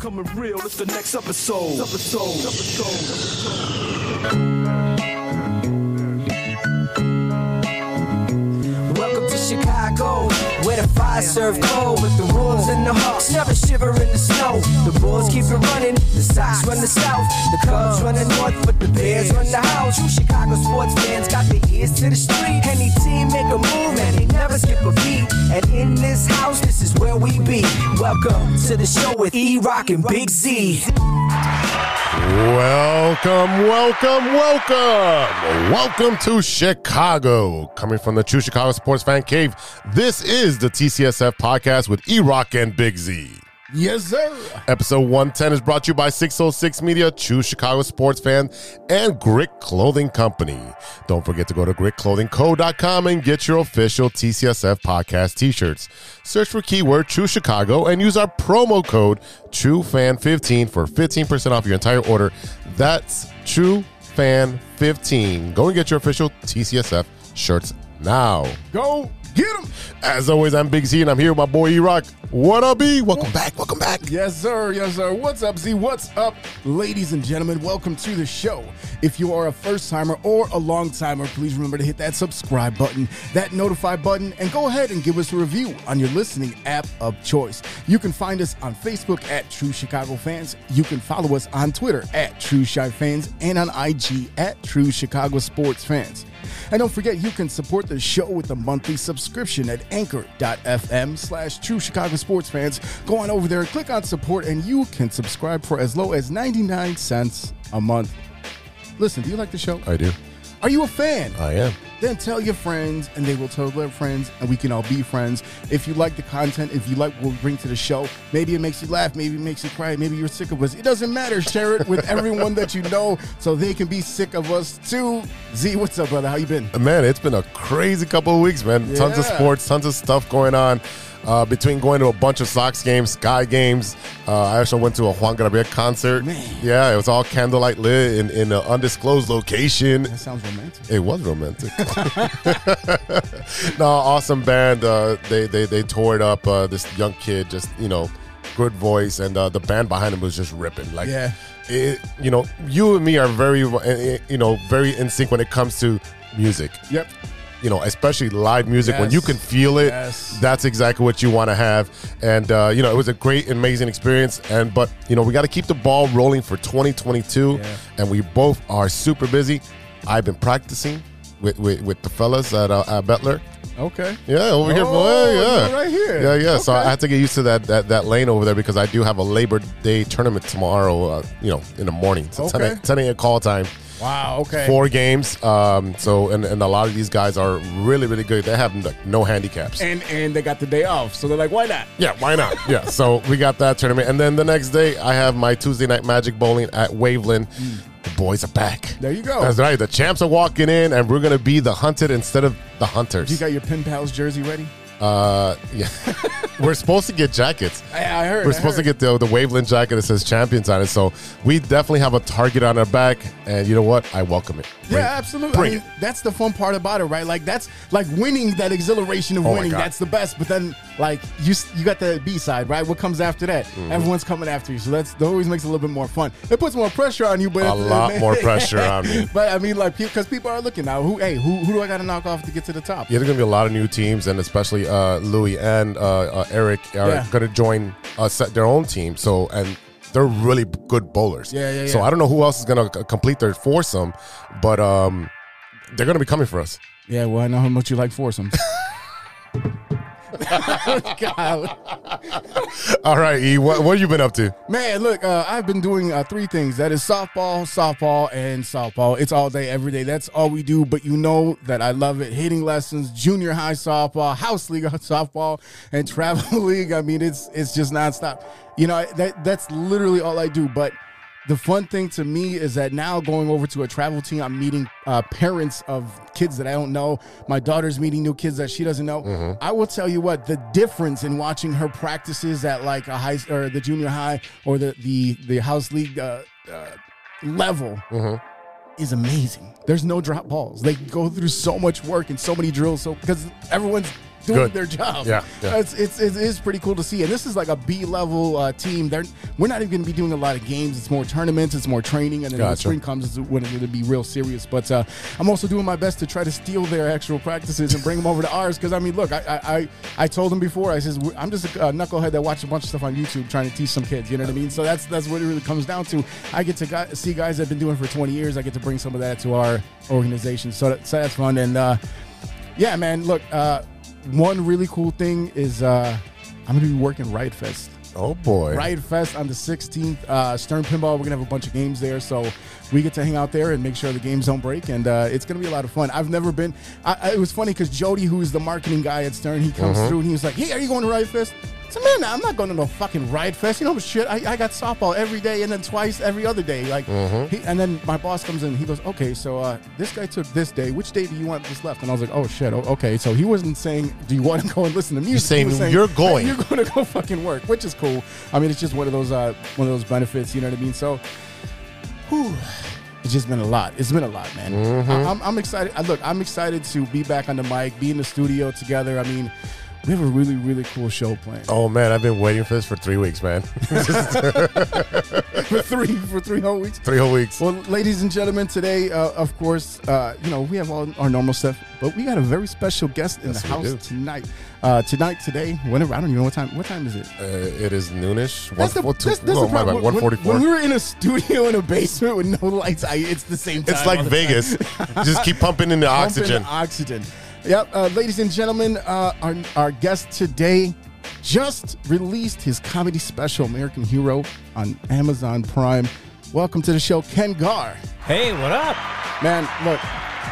Coming real, it's the next episode. Episode, episode. Welcome to Chicago, where the fires serve cold with the wolves and the hawks never shiver in the snow. The bulls keep it running, the Sox run the south, the Cubs run the north, but the Bears run the house. You Chicago sports fans got their ears to the street. Any team make a move and they never skip a beat. And in this house, this is where we be. Welcome to the show with E Rock and Big Z. Welcome, welcome, welcome. Welcome to Chicago. Coming from the True Chicago Sports Fan Cave, this is the TCSF podcast with E Rock and Big Z. Yes, sir. Episode 110 is brought to you by 606 Media, True Chicago Sports Fan, and Grit Clothing Company. Don't forget to go to gritclothingco.com and get your official TCSF podcast t shirts. Search for keyword True Chicago and use our promo code TrueFan15 for 15% off your entire order. That's TrueFan15. Go and get your official TCSF shirts now. Go get him. As always, I'm Big Z and I'm here with my boy E Rock. What up, E? Welcome back. Welcome back. Yes, sir. Yes, sir. What's up, Z? What's up, ladies and gentlemen? Welcome to the show. If you are a first timer or a long timer, please remember to hit that subscribe button, that notify button, and go ahead and give us a review on your listening app of choice. You can find us on Facebook at True Chicago Fans. You can follow us on Twitter at True Shy Fans and on IG at True Chicago Sports Fans. And don't forget, you can support the show with a monthly subscription at anchor.fm slash true Chicago sports fans. Go on over there, click on support, and you can subscribe for as low as 99 cents a month. Listen, do you like the show? I do. Are you a fan? I am. then tell your friends and they will tell their friends and we can all be friends if you like the content if you like what we bring to the show maybe it makes you laugh maybe it makes you cry maybe you're sick of us it doesn't matter share it with everyone that you know so they can be sick of us too z what's up brother how you been Man, it's been a crazy couple of weeks, man. Tons of Yeah. sports, tons of stuff going on. Uh, between going to a bunch of Sox games, Sky games, uh, I also went to a Juan Gabriel concert. Man. Yeah, it was all candlelight lit in, in an undisclosed location. that sounds romantic It was romantic. no, awesome band. Uh, they they they tore it up. Uh, this young kid, just you know, good voice, and uh, the band behind him was just ripping. Like, Yeah. it, you know, you and me are very uh, uh, you know very in sync when it comes to music. yep You know, especially live music when Yes. you can feel it. Yes. That's exactly what you want to have. And uh, you know, it was a great, amazing experience. And but you know, we got to keep the ball rolling for 2022. Yeah. And we both are super busy. I've been practicing with with, with the fellas at, uh, at Butler. okay Yeah, over here, Oh, boy. Yeah, you're right here. Yeah, yeah. So Okay. I have to get used to that, that that lane over there because I do have a Labor Day tournament tomorrow. Uh, you know, in the morning, so Okay. 10, 10 a.m. call time. wow okay Four games. Um. So and, and a lot of these guys are really really good. They have like, no handicaps. and and they got the day off so they're like why not Yeah, why not? Yeah, so we got that tournament. And then the next day, I have my Tuesday night magic bowling at Waveland. The boys are back. Mm. There you go. That's right. The champs are walking in, and we're going to be the hunted instead of the hunters. you got your pen pals jersey ready uh, yeah. we're supposed to get jackets. i, I heard We're supposed to get the, the Waveland jacket that says champions on it. So we definitely have a target on our back. And you know what? I welcome it. Bring- yeah, absolutely. Bring I mean, it. that's the fun part about it, right? Like that's like winning that exhilaration of Oh my winning. God. That's the best. But then like you s- you got the B side, right? What comes after that? Mm-hmm. Everyone's coming after you, so that's that always makes it a little bit more fun. It puts more pressure on you, but A it- lot more pressure on me. But I mean, like because people are looking now. Who hey who who do I got to knock off to get to the top? Yeah, there's gonna be a lot of new teams, and especially uh, Louis and uh, uh, Eric are Yeah. gonna join uh, set their own team. So and they're really good bowlers. Yeah, yeah, So yeah. I don't know who else is gonna c- complete their foursome, but um, they're gonna be coming for us. Yeah, well, I know how much you like foursomes. God. All right, E, what, what have you been up to? Man, look, uh, I've been doing uh, three things. That is softball, softball, and softball. It's all day, every day. That's all we do. But you know that I love it. Hitting lessons, junior high softball, house league softball, and travel league. I mean, it's it's just nonstop. You know, that that's literally all I do. But the fun thing to me is that now going over to a travel team, I'm meeting uh, parents of kids that I don't know. My daughter's meeting new kids that she doesn't know. Mm-hmm. I will tell you what the difference in watching her practices at like a high or the junior high or the the the house league uh, uh, level Mm-hmm. is amazing. There's no drop balls. They go through so much work and so many drills. So because everyone's doing Good. their job. Yeah, yeah. It's, it's, it is pretty cool to see. And this is like a B level uh, team. They're, we're not even going to be doing a lot of games. It's more tournaments, it's more training. And then when Gotcha. spring comes is when it'll be real serious. But uh, I'm also doing my best to try to steal their actual practices and bring them over to ours. Because, I mean, look, I, I, I, I told them before, I says, "We- I'm just a uh, knucklehead that watches a bunch of stuff on YouTube trying to teach some kids. You know what I mean? So that's that's what it really comes down to. I get to gu see guys that have been doing it for 20 years. I get to bring some of that to our organization. So, that, so that's fun. And, uh, yeah, man. Look, uh, one really cool thing is uh, I'm gonna be working Riot Fest. Oh boy. Riot Fest on the 16th. Uh, Stern Pinball. We're gonna have a bunch of games there, so we get to hang out there and make sure the games don't break. And uh, it's gonna be a lot of fun. I've never been. I, I, it was funny because Jody, who is the marketing guy at Stern, he comes through and he was like, "Hey, are you going to Riot Fest?" So man, I'm not going to no fucking Riot Fest. You know shit. I, I got softball every day and then twice every other day. Like, he, and then my boss comes in. He goes, "Okay, so uh, this guy took this day. Which day do you want this left?" And I was like, "Oh shit. Oh, okay." So he wasn't saying, "Do you want to go and listen to music?" He saying, was "You're going." "You're going to go fucking work," which is cool. I mean, it's just one of those uh, one of those benefits. You know what I mean? So, whew, it's just been a lot. It's been a lot, man. Mm-hmm. I, am I'm excited. I, look, I'm excited to be back on the mic, be in the studio together. I mean, we have a really really cool show planned. Oh man, I've been waiting for this for three weeks, man. for three for three whole weeks. three whole weeks. Well, ladies and gentlemen, today, uh, of course, uh, you know we have all our normal stuff, but we got a very special guest in Yes, the we do. house tonight. Uh, tonight, today, whenever I don't even know what time. What time is it? Uh, it is noonish. That's the, One- well, two- that's- that's no, the my bad, problem. When- when- 144. When we were in a studio in a basement with no lights, I, it's the same time. it's all like the Vegas. Just keep pumping in the time. Pumping oxygen. Oxygen. Yep. Uh, ladies and gentlemen, uh, our, our guest today just released his comedy special, American Hero, on Amazon Prime. Welcome to the show, Ken Gar. Hey, what up? Man, look,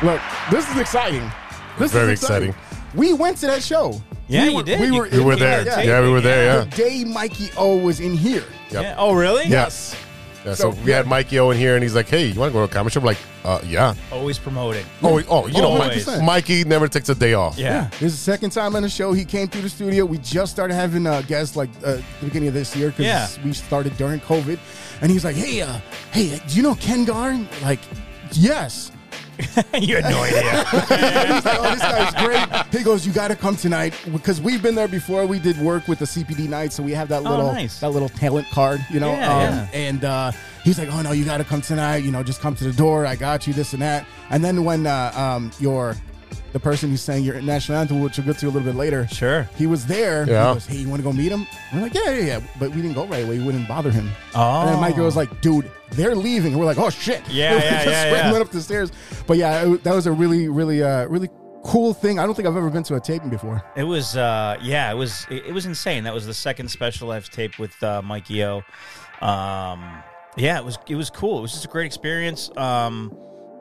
look, this is exciting. This Very is exciting. exciting. We went to that show. Yeah, we you were, did. We You- were, we You were in- there. Yeah, Yeah, yeah, we were yeah. there. The Yeah. day Mikey O was in here. Yep. Yeah. Oh, really? Yes. Yeah, so, So- we had Mikey O in here, and he's like, "Hey, you want to go to a comic shop?" Like, uh, yeah. Always promoting. Oh, oh, you know, Always. Mike, Mikey never takes a day off. Yeah. This is the second time on the show. He came through the studio. We just started having uh, guests like uh, the beginning of this year because Yeah. we started during COVID. And he was like, hey, uh, hey, do you know Ken Garn? Like, yes. you had no idea. He's like, oh, this guy's great. He goes, you got to come tonight because we've been there before. We did work with the CPD night, so we have that Oh, little nice. that little talent card, you know. Yeah, yeah. And uh, he's like, oh no, you got to come tonight. You know, just come to the door. I got you this and that. And then when uh, um, your the person who sang your national anthem, which we'll get to a little bit later. Sure. He was there. Yeah. He goes, hey, you want to go meet him? We're like, yeah, yeah, yeah. But we didn't go right away. We wouldn't bother him. And then Oh. Mike was like, dude, they're leaving. And we're like, oh, shit. Yeah, We yeah, just yeah, ran yeah. up the stairs. But yeah, it, that was a really, really, uh, really cool thing. I don't think I've ever been to a taping before. It was, uh, yeah, it was, it, it was insane. That was the second special I've taped with uh, Mikey O. Um, yeah, it was, it was cool. It was just a great experience. Um,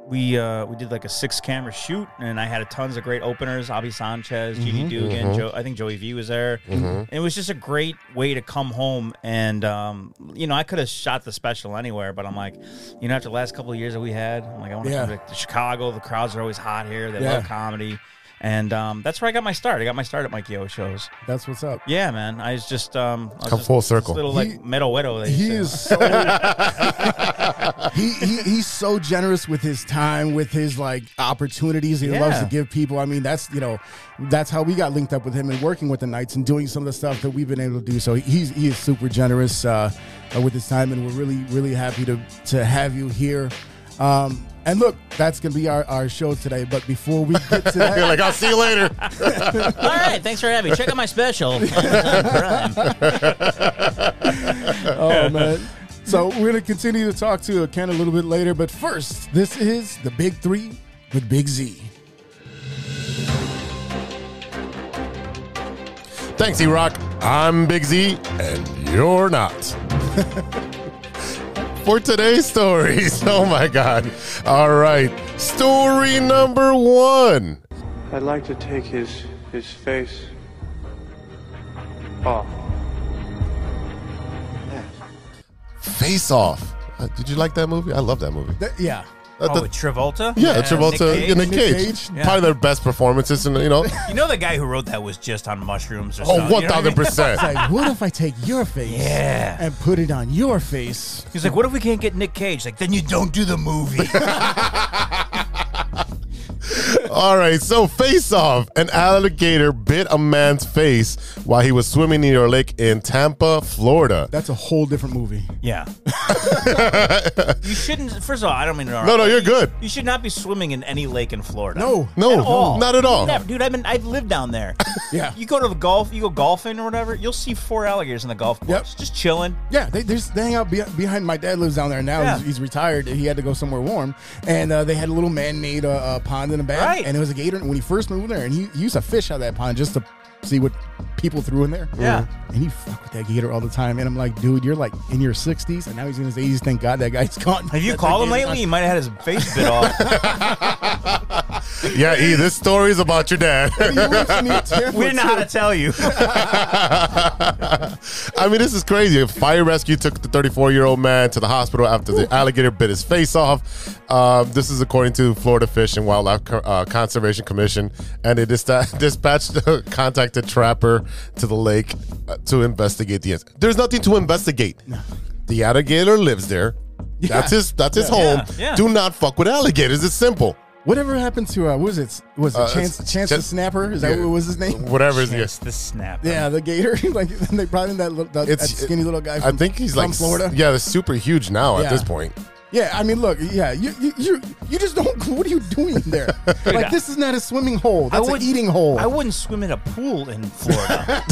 we uh, we did like a six camera shoot, and I had tons of great openers: Abby Sanchez, Gigi Dugan, Joe. I think Joey V was there. It was just a great way to come home, and um, you know, I could have shot the special anywhere, but I'm like, you know, after the last couple of years that we had, I'm like, I want to Yeah. come to Chicago. The crowds are always hot here. They Yeah. love comedy. And um, that's where I got my start. I got my start at Mikey O shows. That's what's up. Yeah, man. I was just um, I was Come just full this circle. little He- like metal widow. They He say. is so he, he he's so generous with his time, with his like opportunities. He Yeah. loves to give people. I mean, that's you know, that's how we got linked up with him and working with the Knights and doing some of the stuff that we've been able to do. So he's he is super generous uh, uh, with his time, and we're really really happy to to have you here. Um, and look, that's gonna be our, our show today. But before we get to that, You're like, I'll see you later. All right, thanks for having me. Check out my special. Prime. Oh man. So we're gonna continue to talk to Ken a little bit later, but first, this is the Big Three with Big Z. Thanks, E Rock. I'm Big Z, and you're not. For today's stories. Oh my God. All right. Story number one. I'd like to take his his face off. Face Off. Uh, Did you like that movie? I love that movie. Th- yeah. Uh, Oh, the- with Travolta? yeah, And Travolta Nick Cage? in the Nick cage. Cage? Yeah. Probably their best performances, and you know, You know the guy who wrote that was just on mushrooms or oh, one something. you know what I thousand mean? percent. It's like, what if I take your face Yeah. and put it on your face? He's like, what if we can't get Nick Cage? Like, then you don't do the movie. All right, so face off. An alligator bit a man's face while he was swimming near a lake in Tampa, Florida. That's a whole different movie. Yeah. you shouldn't. First of all, I don't mean to. No, no, you're good. You should not be swimming in any lake in Florida. No. No, At all. not at all. Never. dude. I've been. I've lived down there. Yeah. You go to the golf. You go golfing or whatever. You'll see four alligators in the golf course, Yep. just chilling. Yeah, they, they, they hang out be, behind. My dad lives down there now. Yeah. He's, he's retired. He had to go somewhere warm, and uh, they had a little man-made uh, uh, pond in the back, Right. and it was a gator. When he first moved there, and he, he used to fish out of that pond just to see what people threw in there. Yeah. and he fucked with that gator all the time. And I'm like, dude, you're like in your 60s, and now he's in his 80s. Thank God that guy's gone. Have you That's called the him gator. lately? He might have had his face bit off. Yeah, E, this story is about your dad. He lives near Tampa, we didn't know how too. to tell you. I mean, this is crazy. A fire rescue took the 34 year old man to the hospital after the alligator bit his face off. Um, this is according to Florida Fish and Wildlife Co- uh, Conservation Commission, and they dista- dispatched a contacted trapper to the lake uh, to investigate the incident. There's nothing to investigate. The alligator lives there. That's his. That's his home. Yeah, yeah. Do not fuck with alligators. It's simple. Whatever happened to uh, what was it? Was it Uh, Chance it's- Chance the Ch- Snapper? Is that Yeah. what was his name? Whatever is Yes, the snap. Yeah, the gator. like they brought in that, little, that, that It's skinny little guy. I From, think he's from like s- Florida. Yeah, they're super huge now Yeah. at this point. Yeah, I mean, look, yeah, you you you, you just don't. What are you doing there? like, this is not a swimming hole. That's an wouldn't- eating hole. I wouldn't swim in a pool in Florida,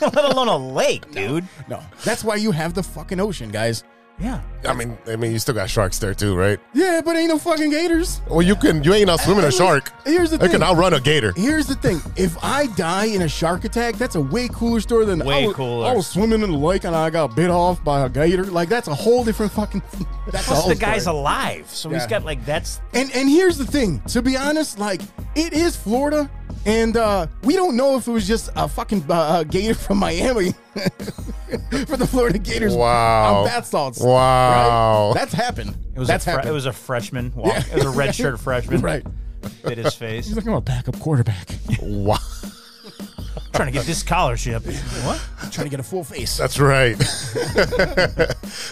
let alone a lake, dude. no, that's why you have the fucking ocean, guys. Yeah. I mean, I mean, you still got sharks there too, right? Yeah, but ain't no fucking gators. Well, you can. You ain't out swimming a shark. Here's the They thing. can outrun a gator. Here's the thing: if I die in a shark attack, that's a way cooler story than Way I was, cooler. I was swimming in the lake and I got bit off by a gator. Like, that's a whole different fucking. That's a Plus, whole the guy's story. alive, so he's Yeah. got like that's And and here's the thing, to be honest, like it is Florida, and uh, we don't know if it was just a fucking uh, uh, gator from Miami for the Florida Gators. Wow. on bath salts. Wow. right? that's happened. It was that's a fre- happened. it was a freshman. Walk. It was a redshirt freshman. right. Bit his face. He's like I'm a backup quarterback, Wow. trying to get this scholarship. what? trying to get a full face. That's right.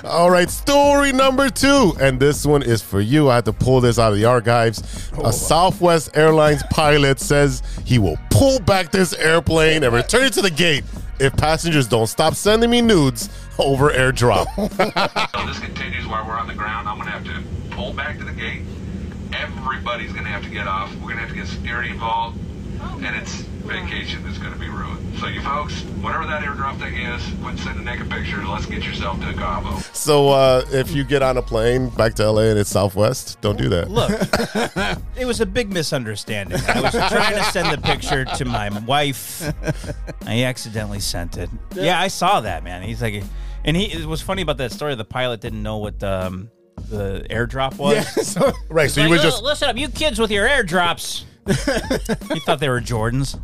All right, story number two. And this one is for you. I had to pull this out of the archives. Oh, A Southwest Airlines pilot says he will pull back this airplane and return it to the gate if passengers don't stop sending me nudes over airdrop. So this continues while we're on the ground. I'm going to have to pull back to the gate. Everybody's going to have to get off. We're going to have to get security involved. And it's vacation that's going to be ruined. So you folks, whatever that airdrop thing is, quit sending naked pictures. Let's get yourself to Cabo. so uh, if you get on a plane back to LA and it's Southwest, don't do that. Look, it was a big misunderstanding. I was trying to send the picture to my wife. I accidentally sent it. Yeah, I saw that, man. He's like, and he. It was funny about that story. The pilot didn't know what um, the airdrop was. Yeah, so Right, so you Like, would "Oh, just listen up, you kids with your airdrops. he thought they were Jordans.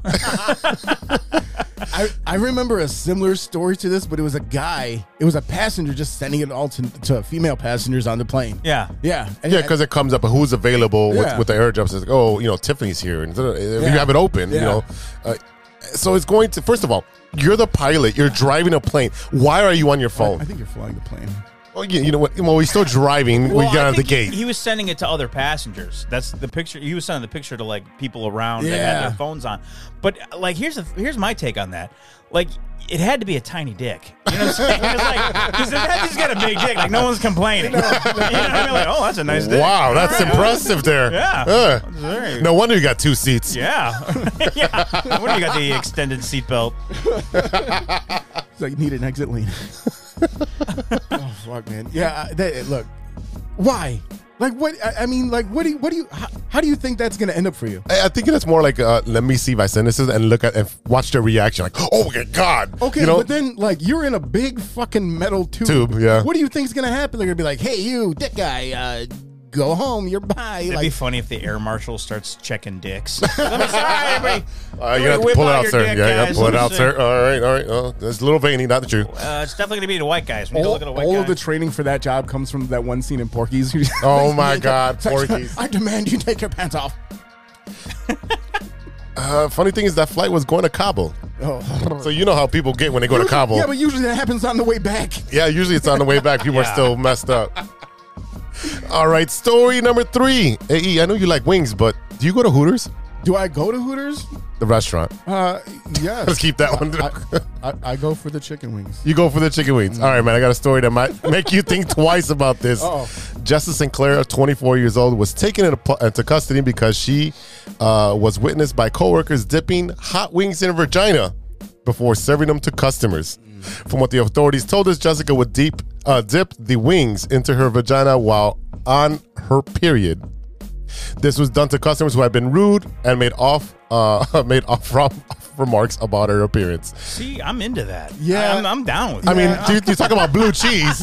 I, I remember a similar story to this, but it was a guy. It was a passenger just sending it all to, to female passengers on the plane. Yeah. yeah, And- Yeah, because it comes up who's available with, Yeah. with the airdrops. It's like, oh, you know, Tiffany's here, and if you Yeah. have it open, you Yeah. know. Uh, so it's going to. First of all, you're the pilot. You're driving a plane. Why are you on your I phone? think you're flying the plane. Oh, you, you know what? Well, we're still driving. Well, we got I out of the think he- gate. He was sending it to other passengers. That's the picture. He was sending the picture to like people around that Yeah. had their phones on. But like, here's the here's my take on that. Like, it had to be a tiny dick. You know what I'm saying? Because like, 'cause if that dude's got a big dick, like no one's complaining. You know what I mean? Like, oh, that's a nice dick. wow, that's All right. impressive there. Yeah. Uh, Very- no wonder you got two seats. Yeah. yeah. I wonder you got the extended seatbelt. So you need an exit lane. oh fuck, man. Yeah, I- eh, that, look. Why? Like what? I, I mean, like what do you? What do you? How, how do you think that's gonna end up for you? I, I think that's more like, uh, let me see if I send this and look at and watch their reaction. Like, oh my god. Okay, You know? but then like you're in a big fucking metal tube. Tube, yeah. What do you think's gonna happen? They're gonna be like, "Hey, you dick guy, uh, go home. You're bye." It'd be Like, funny if the air marshal starts checking dicks. I'm sorry, everybody. Uh, you're gonna have to Whip pull it out, your sir. dick, yeah, you have guys. to pull it Let me out, see. sir. All right, all right. Oh, that's a little veiny, not the truth. Uh, it's definitely gonna be the white guys. We need to all, look at a white all guy. of the training for that job comes from that one scene in Porky's. Oh my God, Porky's. I demand you take your pants off. Uh, funny thing is that flight was going to Kabul. Oh. So you know how people get when they go to Kabul. Yeah, but usually that happens on the way back. Yeah, usually it's on the way back. People are Yeah. still messed up. All right, story number three. AE, I know E, you like wings, but Do you go to Hooters? Do I go to Hooters? The restaurant. Uh, yes. Let's keep that one. I, I, I go for the chicken wings. You go for the chicken wings. All right, man. I got a story that might make you think twice about this. Uh-oh. Justice Sinclair, 24 years old, was taken into, pu- into custody because she uh, was witnessed by coworkers dipping hot wings in her vagina before serving them to customers. From what the authorities told us, Jessica would deep uh, dip the wings into her vagina while on her period. This was done to customers who had been rude and made off uh, made off rom- remarks about her appearance. See, I'm into that. Yeah. I, am I'm down with. I that. mean, dude, you talk about blue cheese.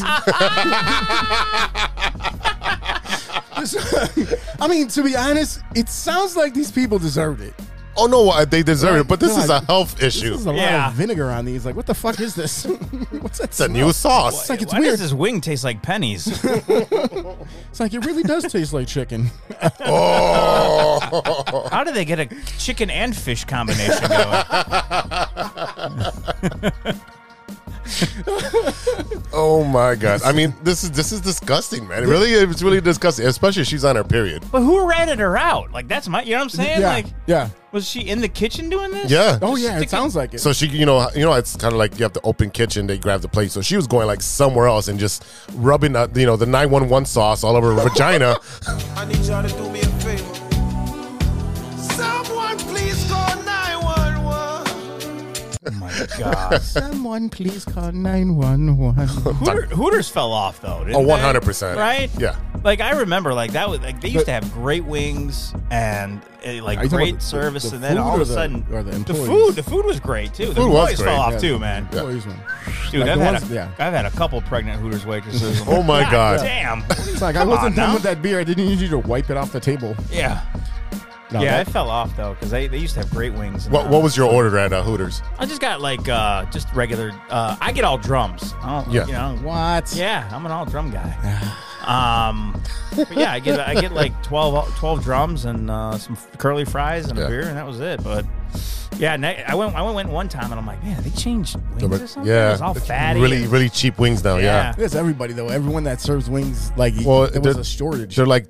I mean, to be honest, it sounds like these people deserved it. Oh no, uh, they deserve it, but this God. is a health This issue. is a lot Yeah. of vinegar on these. Like, what the fuck is this? What's that? It's a new sauce. like it's why weird. does this wing taste like pennies? It's like it really does taste like chicken. How do they get a chicken and fish combination going? Oh my god! I mean, this is this is disgusting, man. It really, it's really disgusting, especially if she's on her period. but who ratted her out? Like that's my. You know what I'm saying? yeah, Like, yeah. was she in the kitchen doing this? Yeah. Oh yeah, stick it it- sounds like it. So she, you know, you know, it's kind of like you have the open kitchen. They grab the plate, so she was going like somewhere else and just rubbing, uh, you know, the nine one one sauce all over her vagina. I need y'all to do me a favor. Someone please call 911. Oh my god. Someone please call nine one one. Hooter, Hooters fell off though. didn't Oh, they? 100%. Right? Yeah. Like I remember, like that was like they used But- to have great wings and uh, Are like you talking great about the- service, the and then food all or of a the- sudden, or the the employees? food, the food was great too. The Food was employees great, fell off yeah. too, man. Yeah. Employees one. Dude, Like I've the had ones- a, yeah. I've had a couple pregnant Hooters waitresses. Oh my God. Damn. It's like I Come wasn't on done now. with that beer. I didn't need you to wipe it off the table. Yeah. No, yeah, that- it fell off though because they, they used to have great wings. and, what, uh, what was your order at uh, Hooters? I just got like uh just regular. uh I get all drums. I don't, Yeah. You know, what? Yeah, I'm an all drum guy. Um, but yeah, I get I get like 12, 12 drums and uh, some curly fries and Yeah. a beer, and that was it. But yeah, ne- I went I went one time and I'm like, man, they changed wings or something. Yeah, it was all fatty. really, and- really cheap wings now. Yeah. Yeah. That's everybody though. Everyone that serves wings, like Well, it was they're- a shortage. They're like,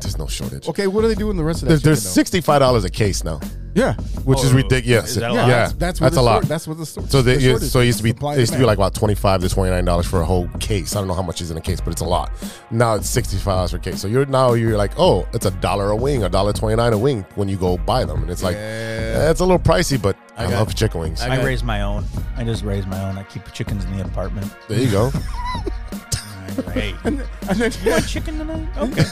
there's no shortage. Okay, what are they doing the rest of that? There's, there's chicken, sixty five dollars a case now, though? Yeah, which is Oh, ridiculous. is that a yeah, lot? that's, that's that's, where the a lot. short- That's what the store. So they, the yeah, shortage so it used to be supply it used to be like demand. about twenty five to twenty nine dollars for a whole case. I don't know how much is in a case, but it's a lot. Now it's sixty five dollars per case. So you're now you're like, oh, it's a dollar a wing, a dollar twenty nine a wing when you go buy them, and it's like eh, it's a little pricey, but I, got- love chicken wings. I raise my own. I just raise my own. I keep chickens in the apartment. there you go. Hey, And then- you want chicken tonight? Okay.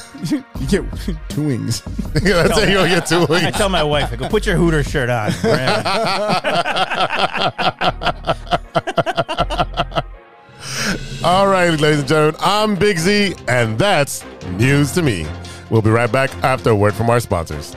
you get two wings. yeah, that's it. You get two I wings. tell my wife, I go, put your Hooter shirt on. Right. All right, ladies and gentlemen, I'm Big Z, and that's news to me. We'll be right back after a word from our sponsors.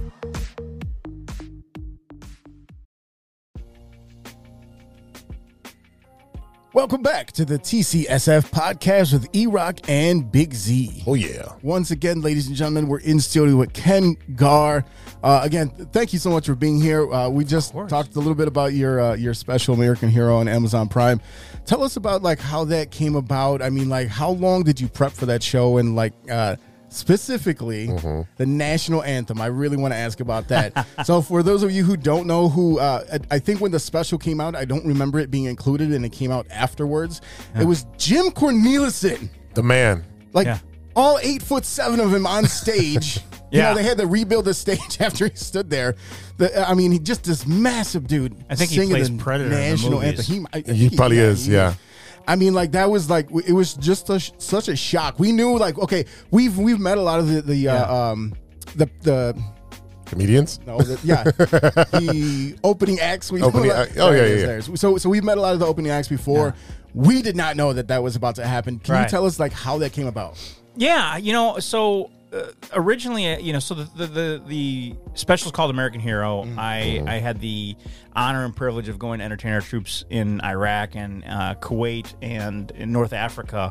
Welcome back to the TCSF podcast with E Rock and Big Z. Oh yeah. Once again, ladies and gentlemen, we're in studio with Ken Gar. Uh, again, th- thank you so much for being here. Uh, we just talked a little bit about your uh, your special American Hero on Amazon Prime. Tell us about like how that came about. I mean, like how long did you prep for that show and like uh, specifically the national anthem? I really want to ask about that. so, for those of you who don't know, who uh, I I think when the special came out, I don't remember it being included, and it came out afterwards. It was Jim Cornelison The man. like Yeah. all eight foot seven of him on stage. You Yeah. know, they had to rebuild the stage after he stood there. The, I mean, he just this massive dude. I think he singing plays the Predator in the national movies. anthem. He, I- I He think probably is, he yeah. I mean, like that was like it was just a, sh- such a shock. We knew like okay, we've we've met a lot of the the uh, um the the Comedians? no, the, yeah, the opening acts. We Opening act- oh, There it yeah, is, yeah, there it is. So so we've met a lot of the opening acts before. We did not know that that was about to happen. Can you Right. tell us like how that came about? Yeah, you know, so uh, originally, uh, you know, so the the the, the special's called American Hero. I I had the honor and privilege of going to entertain our troops in Iraq and uh, Kuwait and in North Africa,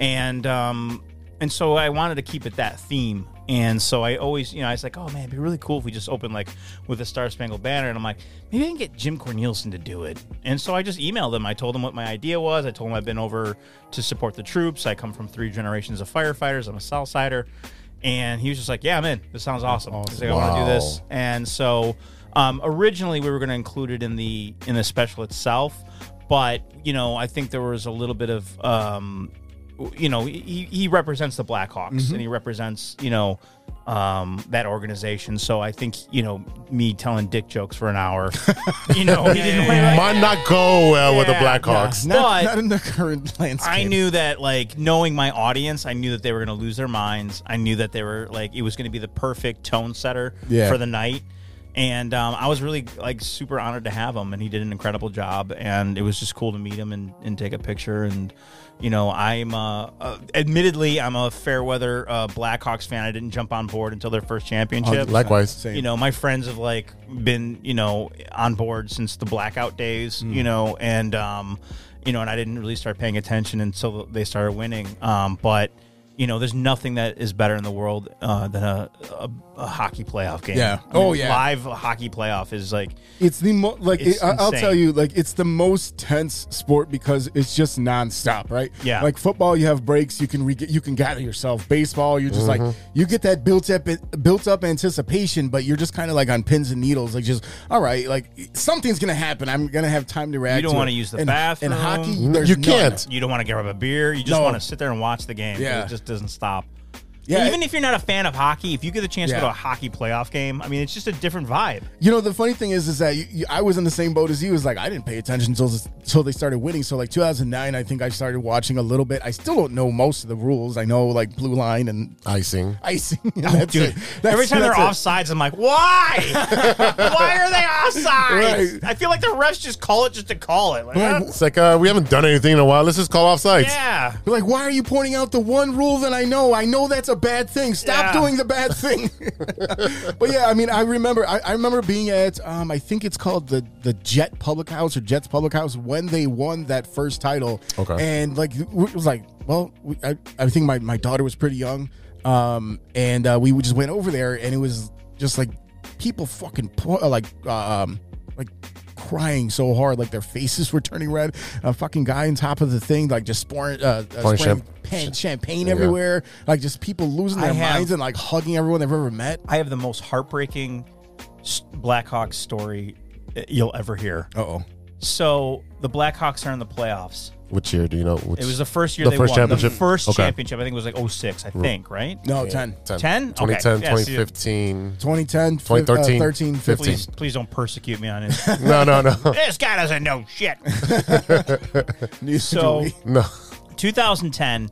and um and so I wanted to keep it that theme. And so I always, you know, I was like, oh man, it'd be really cool if we just opened like with a Star Spangled Banner. And I'm like, maybe I can get Jim Cornelison to do it. And so I just emailed him. I told him what my idea was. I told him I've been over to support the troops. I come from three generations of firefighters. I'm a Southsider. And he was just like, yeah, I'm in. This sounds awesome. He's like, I want Wow. to do this. And so um, originally we were going to include it in the in the special itself. But, you know, I think there was a little bit of um, you know he, he represents the Blackhawks and he represents you know um, that organization. So I think you know me telling dick jokes for an hour, you know, he didn't really like Might not go well with the Yeah, Blackhawks. Not, But- not in the current landscape. I knew that, like, knowing my audience, I knew that they were going to lose their minds. I knew that they were, like, it was going to be the perfect tone setter Yeah. for the night. And um, I was really, like, super honored to have him. And he did an incredible job. And it was just cool to meet him and, and take a picture. And, you know, I'm, uh, uh, admittedly, I'm a fair weather uh, Blackhawks fan. I didn't jump on board until their first championship. Likewise. Oh, Same. You know, my friends have like been, you know, on board since the blackout days, Hmm. you know, and um, you know, and I didn't really start paying attention until they started winning. Um, but you know, there's nothing that is better in the world uh, than a, a, a hockey playoff game. Yeah. I mean, Oh, yeah. Live hockey playoff is like It's the mo- like It's it, I- I'll insane. tell you, like it's the most tense sport because it's just nonstop, right? Yeah. Like football, you have breaks, you can re- you can gather yourself. Baseball, you're just like you get that built up built up anticipation, but you're just kind of like on pins and needles, like just all right, like something's gonna happen. I'm gonna have time to react. You don't to wanna it. use the And- bathroom. And hockey, Mm, there's you none. can't. you don't want to grab a beer. You just No. want to sit there and watch the game. Yeah. It just doesn't stop. Yeah, Even if you're not a fan of hockey, if you get the chance Yeah. to go to a hockey playoff game, I mean, it's just a different vibe. You know, the funny thing is, is that you, you, I was in the same boat as you. Was like, I didn't pay attention until until they started winning. So, like 2009, I think I started watching a little bit. I still don't know most of the rules. I know like blue line and Icing. icing. That's Oh, Dude, it. That's- every time they're that's it. offsides, I'm like, why? why are they offsides? Right. I feel like the refs just call it just to call it. Like, I don't- It's like uh, we haven't done anything in a while. Let's just call offsides. yeah. You're like, why are you pointing out the one rule that I know? I know that's a bad thing. Stop Yeah. doing the bad thing. but yeah, I mean, I remember, I, I remember being at, um, I think it's called the the Jet Public House or Jets Public House when they won that first title. Okay. and like it was like, well, we, I, I think my my daughter was pretty young, um, and uh, we just went over there, and it was just like people fucking po- uh, like uh, um like crying so hard like their faces were turning red a fucking guy on top of the thing like just pouring uh, uh, Pouring spraying champ- pan- ch- champagne yeah. everywhere like just people losing I their have- minds and like hugging everyone they've ever met I have the most heartbreaking s- Blackhawks story uh, you'll ever hear. oh So the Blackhawks are in the playoffs. Which year do you know? Which It was the first year The they first won. championship. The first Okay. championship, I think it was like 06, I think, right? no 10 2010, 10? Okay. Yeah, see- 2015. 2010 fif- uh, 2013, 13 15. Please, please don't persecute me on it. No, no, no. this guy doesn't know shit. so. No. 2010,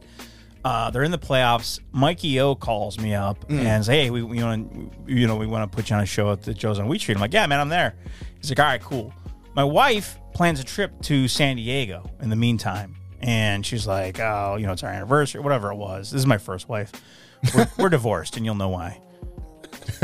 uh, they're in the playoffs. Mikey O calls me up and says, "Hey, we, we want you know we want to put you on a show at the Joe's on Wheat Street." I'm like, "Yeah, man, I'm there." He's like, "All right, cool." My wife plans a trip to San Diego in the meantime, and she's like, "Oh, you know, it's our anniversary, whatever it was." This is my first wife. We're, we're divorced, and you'll know why.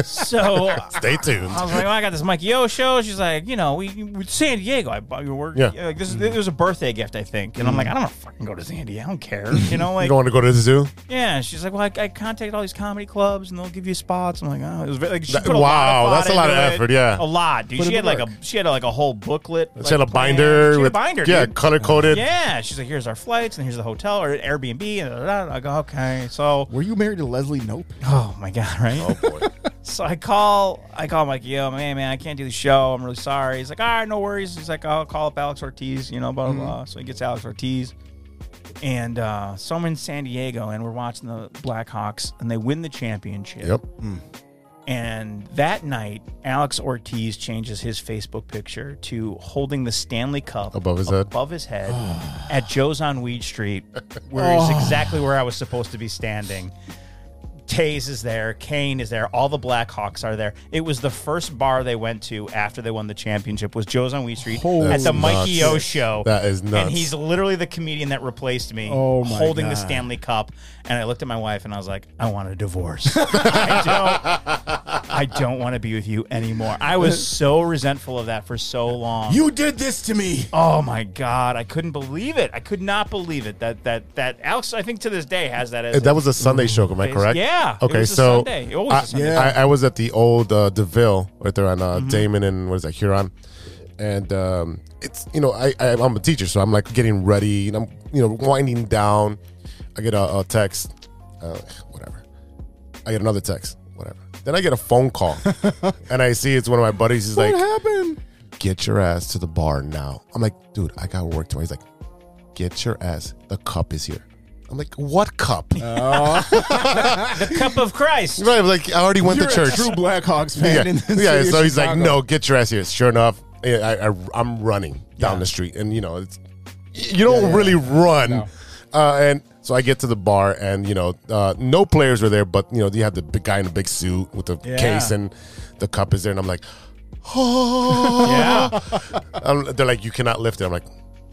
So Stay tuned. I was like, well, I got this Mikey O show. She's like, you know, we, we San Diego. I bought your work. Yeah. Mm. Like this, is it was a birthday gift, I think. And I'm like, I don't want to fucking go to San Diego. I don't care. You know, You like, don't want to go to the zoo? yeah. She's like, well, I, I contacted all these comedy clubs and they'll give you spots. I'm like, oh, it was very, like, she That- put a wow, lot of thought that's a lot of into it. effort, yeah. a lot, dude. Put in she had the like work. a she had like a whole booklet. like, She had a planned. binder. She had a with- binder. Yeah, dude. color coded. Yeah, she's like, here's our flights and here's the hotel or Airbnb and da, da, da. I go, okay, so were you married to leslie nope oh my god, right? Boy. So I call, I call Mike. Yo, man, man, I can't do the show. I'm really sorry. He's like, all right, no worries. He's like, I'll call up Alex Ortiz. You know, blah blah. Mm-hmm. blah. So he gets Alex Ortiz, and uh, so I'm in San Diego, and we're watching the Blackhawks, and they win the championship. Yep. And that night, Alex Ortiz changes his Facebook picture to holding the Stanley Cup Above his head. above his head at Joe's on Weed Street, where he's exactly where I was supposed to be standing. Taze is there, Kane is there, all the Blackhawks are there. It was the first bar they went to after they won the championship was Joe's on Weed Street at That's the Mikey nuts. O show. That is nuts. And he's literally the comedian that replaced me Oh my holding the God. Stanley Cup. And I looked at my wife and I was like, I want a divorce. I don't I don't want to be with you anymore. I was so resentful of that for so long. You did this to me. Oh my god, I couldn't believe it. I could not believe it that that that Alex I think to this day has that as That was a Sunday show, am I correct? Yeah, it Okay, was a so Sunday. It always a I- Sunday. Mm-hmm. I, I was at the old uh, Deville right there on uh, Damon and what is that Huron, and um, it's you know I, I I'm a teacher, so I'm like getting ready and I'm you know winding down. I get a, a text, uh, whatever. I get another text, whatever. Then I get a phone call, and I see it's one of my buddies. He's like, happened? "Get your ass to the bar now." I'm like, "Dude, I got work tomorrow." He's like, "Get your ass. The cup is here." I'm like, "What cup?" the cup of Christ. Right, like I already went You're to a church. true Blackhawks fan. yeah, in the yeah. city of So he's like, Chicago. "No, get your ass here." Sure enough, I, I, I- I'm running down the street, and you know, it's you don't really run. Uh, and so I get to the bar, and you know, uh, no players were there, but you know, you have the big guy in the big suit with the Yeah. case, and the cup is there, and I'm like, "Oh!" Yeah. I'm- they're like, "You cannot lift it." I'm like,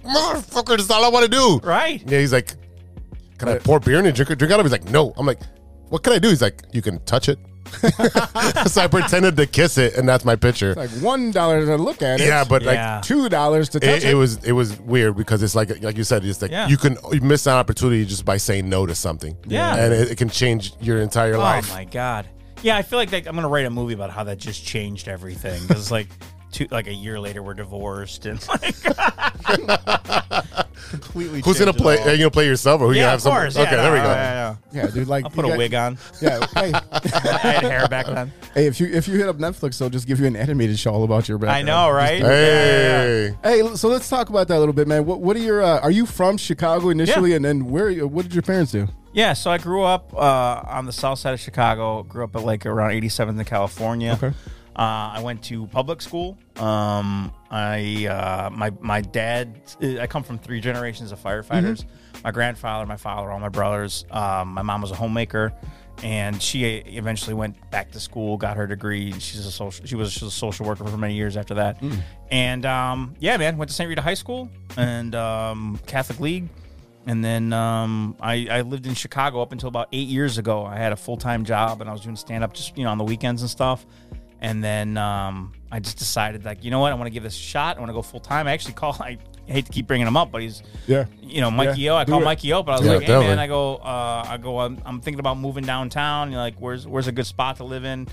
"Motherfucker, that's all I want to do." Right. Yeah, he's like, "Can I pour beer in and drink drink out of?" it?" He's like, "No." I'm like, "What can I do?" He's like, "You can touch it." so I pretended to kiss it, and that's my picture. Like one dollar to look at it. yeah, but Yeah. like two dollars to it, touch it was it was weird because it's like like you said, it's like Yeah. you can you miss an opportunity just by saying no to something. Yeah. and it, it can change your entire life. Oh my god. Yeah, I feel like that, I'm gonna write a movie about how that just changed everything because like two like a year later we're divorced and like completely. Who's gonna changed it play? all. Are you gonna play yourself, or are we yeah, gonna have of course. some? yeah, Okay, no, there we go. yeah, yeah. Yeah, dude. Like I'll put you a got- wig on. Yeah. Hey, I had hair back then. hey, if you if you hit up Netflix, they'll just give you an animated show all about your background. I know, right? Yeah, yeah, yeah. Hey, Hey, l- so let's talk about that a little bit, man. What what are your? Uh, are you from Chicago initially, Yeah. and then where? you- What did your parents do? Yeah, so I grew up uh, on the south side of Chicago. Grew up at like around 87th in California. Okay. Uh, I went to public school. Um, I uh, my my dad. I come from three generations of firefighters. My grandfather, my father, all my brothers. Um, my mom was a homemaker, and she eventually went back to school, got her degree. and She's a social. She was, she was a social worker for many years after that. And um, yeah, man, went to St. Rita High School and um, Catholic League. And then um, I, I lived in Chicago up until about eight years ago. I had a full time job and I was doing stand up just you know on the weekends and stuff. And then um, I just decided like you know what I want to give this a shot. I want to go full time. I actually call. I hate to keep bringing him up, but he's Yeah. you know Mikey Yeah, O. I do call it. Mikey O. But I was Yeah, like hey definitely. man, I go uh, I go I'm, I'm thinking about moving downtown. You're like where's where's a good spot to live in? You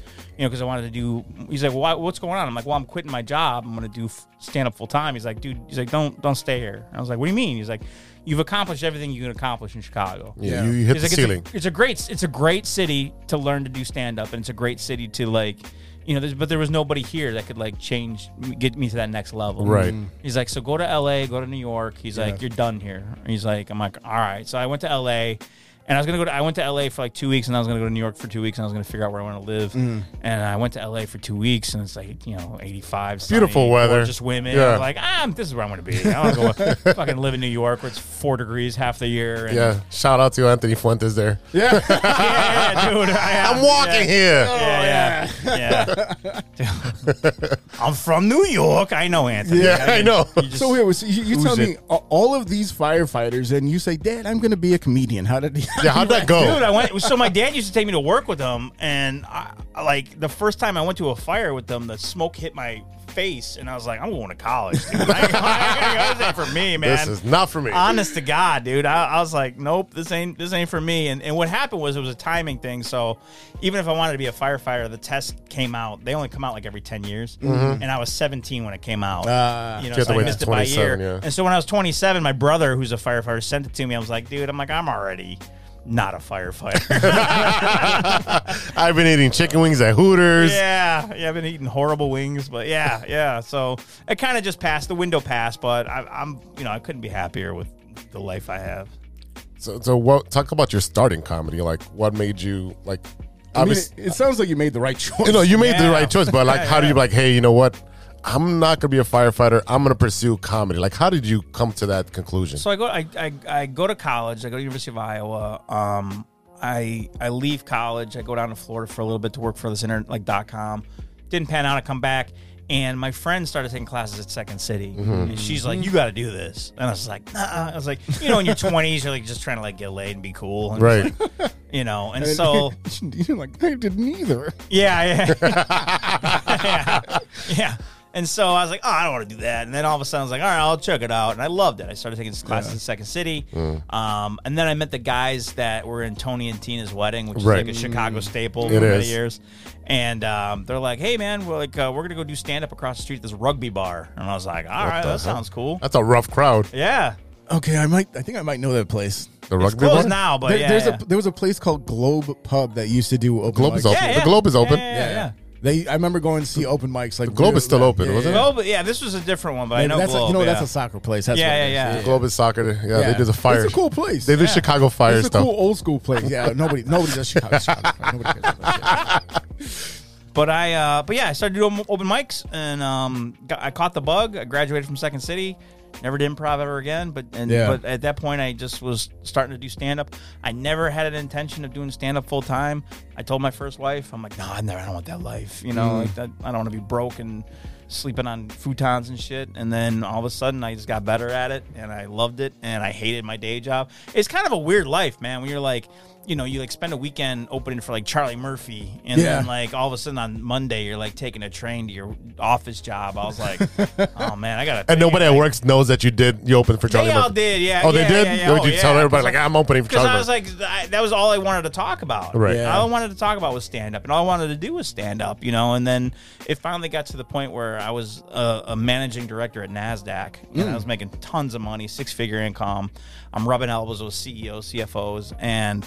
know because I wanted to do. He's like well, why, what's going on? I'm like well I'm quitting my job. I'm gonna do f- stand up full time. He's like dude. He's like don't don't stay here. And I was like what do you mean? He's like you've accomplished everything you can accomplish in Chicago. yeah, you, you hit the It's like, ceiling. It's a, it's a great it's a great city to learn to do stand up, and it's a great city to like, you know. There's, but there was nobody here that could like change get me to that next level. Right. Mm. He's like, so go to L.A., go to New York. He's like, you're done here. And He's like, I'm like, all right. So I went to L.A. And I was gonna go to I went to LA for like two weeks, and I was gonna go to New York for two weeks, and I was gonna figure out where I want to live. Mm. And I went to LA for two weeks, and it's like you know, eighty five, Beautiful weather. just women. Yeah. I was like, ah, this is where I'm gonna be. I want to go fucking live in New York, where it's four degrees half the year. And Yeah, shout out to Anthony Fuentes there. Yeah. yeah, yeah, dude. I am. I'm walking here. Yeah. Yeah, Oh, yeah, yeah. I'm from New York. I know Anthony. Yeah, I know. You just- so wait, so you, you tell Who's me it? a- all of these firefighters, and you say, "Dad, I'm going to be a comedian." How did? Yeah, how'd that go? Dude, I went. So my dad used to take me to work with him, and I, I, like the first time I went to a fire with them, the smoke hit my face, and I was like, "I'm going to college." Dude. I, ain't- I, ain't- that ain't for me, this man. is not for me. honest to God, dude. I, I was like, nope, this ain't this ain't for me. And and what happened was it was a timing thing. So even if I wanted to be a firefighter, the test came out. They only come out like every ten years, Mm-hmm. and I was 17 when it came out. Ah, You you know, have to so I wait missed till it by a 27, year. yeah. And so when I was 27, my brother, who's a firefighter, sent it to me. I was like, dude, I'm like, I'm already not a firefighter. I've been eating chicken wings at Hooters. yeah, yeah, I've been eating horrible wings, but yeah, yeah. So it kind of just passed the window passed, but I, I'm, you know, I couldn't be happier with the life I have. So, so what? Talk about your starting comedy. Like, what made you like I mean, obviously, it, it sounds like you made the right choice. you know, you made the Yeah. right choice, but like, how do you like? Hey, you know what? I'm not gonna be a firefighter. I'm gonna pursue comedy. Like, how did you come to that conclusion? So I go, I, I, I go to college. I go to University of Iowa. Um, I I leave college. I go down to Florida for a little bit to work for this internet like dot com. Didn't pan out. I come back, and my friend started taking classes at Second City, and she's like, "You got to do this," and I was like, "Nah." I was like, "You know, in your twenties, you're like just trying to like get laid and be cool, and, right. You know." And so you're like, I didn't either. yeah, yeah. yeah. Yeah. And so I was like, oh, I don't want to do that. And then all of a sudden I was like, all right, I'll check it out. And I loved it. I started taking classes in Second City. Mm. Um, and then I met the guys that were in Tony and Tina's wedding, which Right. is like a Chicago staple It for many is. years. And um, they're like, hey, man, we're like, uh, we're going to go do stand up across the street at this rugby bar. And I was like, all right, the that hell? sounds cool. That's a rough crowd. Yeah. Okay, I might. I think I might know that place. The It's rugby closed bar? now, but there, yeah. there's yeah. a there was a place called Globe Pub that used to do open Globe is mics. open. The Globe is Yeah, open. Yeah, yeah. yeah. They, I remember going to see open mics. Like Globe is still real- open, wasn't it? Globe- Yeah. this was a different one, but I know that's Globe, a, you know yeah. that's a soccer place. That's Yeah, what it yeah, is. yeah. Globe is soccer. Yeah, they did a fire. It's a cool place. They did Yeah. Chicago fire It's a stuff. cool old school place. Yeah, nobody nobody does Chicago. Chicago. Nobody cares about that shit. But I, uh, but yeah, I started doing open mics, and um, got, I caught the bug. I graduated from Second City, never did improv ever again. But and Yeah. but at that point, I just was starting to do stand up. I never had an intention of doing stand up full time. I told my first wife, I'm like, no, I never, I don't want that life. You know, Mm. like that, I don't want to be broke and sleeping on futons and shit. And then all of a sudden, I just got better at it, and I loved it, and I hated my day job. It's kind of a weird life, man. When you're like. You know, you like spend a weekend opening for like Charlie Murphy, and Yeah. then like all of a sudden on Monday you're like taking a train to your office job. I was like, oh man, I gotta. And nobody at like, work knows that you did. You opened for Charlie. They all Murphy. did, yeah. Oh, they yeah, did. yeah, yeah. Like, Oh, you yeah, tell everybody 'cause like ah, I- I'm opening for Because Charlie. I was Murphy. like, I, that was all I wanted to talk about. Right. Yeah. All I wanted to talk about was stand up, and all I wanted to do was stand up, you know. And then it finally got to the point where I was a, a managing director at NASDAQ, and I was making tons of money, six figure income. I'm rubbing elbows with E CEOs, CFOs, and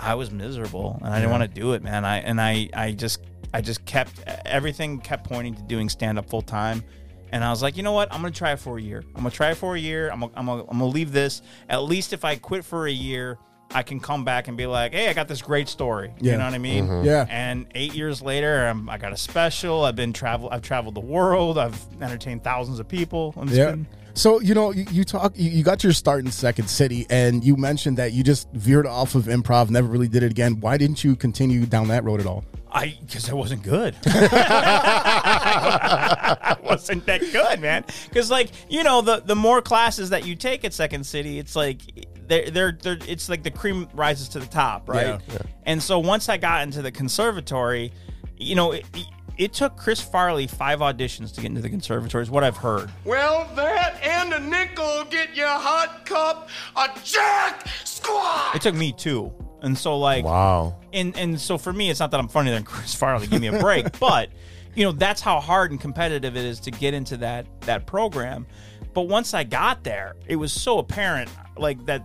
I was miserable, and I didn't want to do it, man. I and I, I just, I just kept everything kept pointing to doing stand up full time. And I was like, you know what? I'm gonna try it for a year. I'm gonna try it for a year. I'm gonna, I'm gonna, I'm gonna leave this. At least if I quit for a year, I can come back and be like, hey, I got this great story. Yeah. Mm-hmm. You know what I mean? Yeah. And eight years later, I'm, I got a special. I've been travel. I've traveled the world. I've entertained thousands of people. I'm just Yeah. been- So you know you, you talk you, you got your start in Second City and you mentioned that you just veered off of improv, never really did it again. Why didn't you continue down that road at all? I because I wasn't good. I wasn't that good, man. Because like you know, the the more classes that you take at Second City, it's like they're they're, they're it's like the cream rises to the top, right? Yeah. Yeah. And so once I got into the conservatory, you know. It, it, it took Chris Farley five auditions to get into the conservatory, is what I've heard. Well, that and a nickel will get you a hot cup, a jack squat. It took me two. And so, like, wow. and and so for me, it's not that I'm funnier than Chris Farley. Give me a break, but you know that's how hard and competitive it is to get into that that program. But once I got there, it was so apparent, like that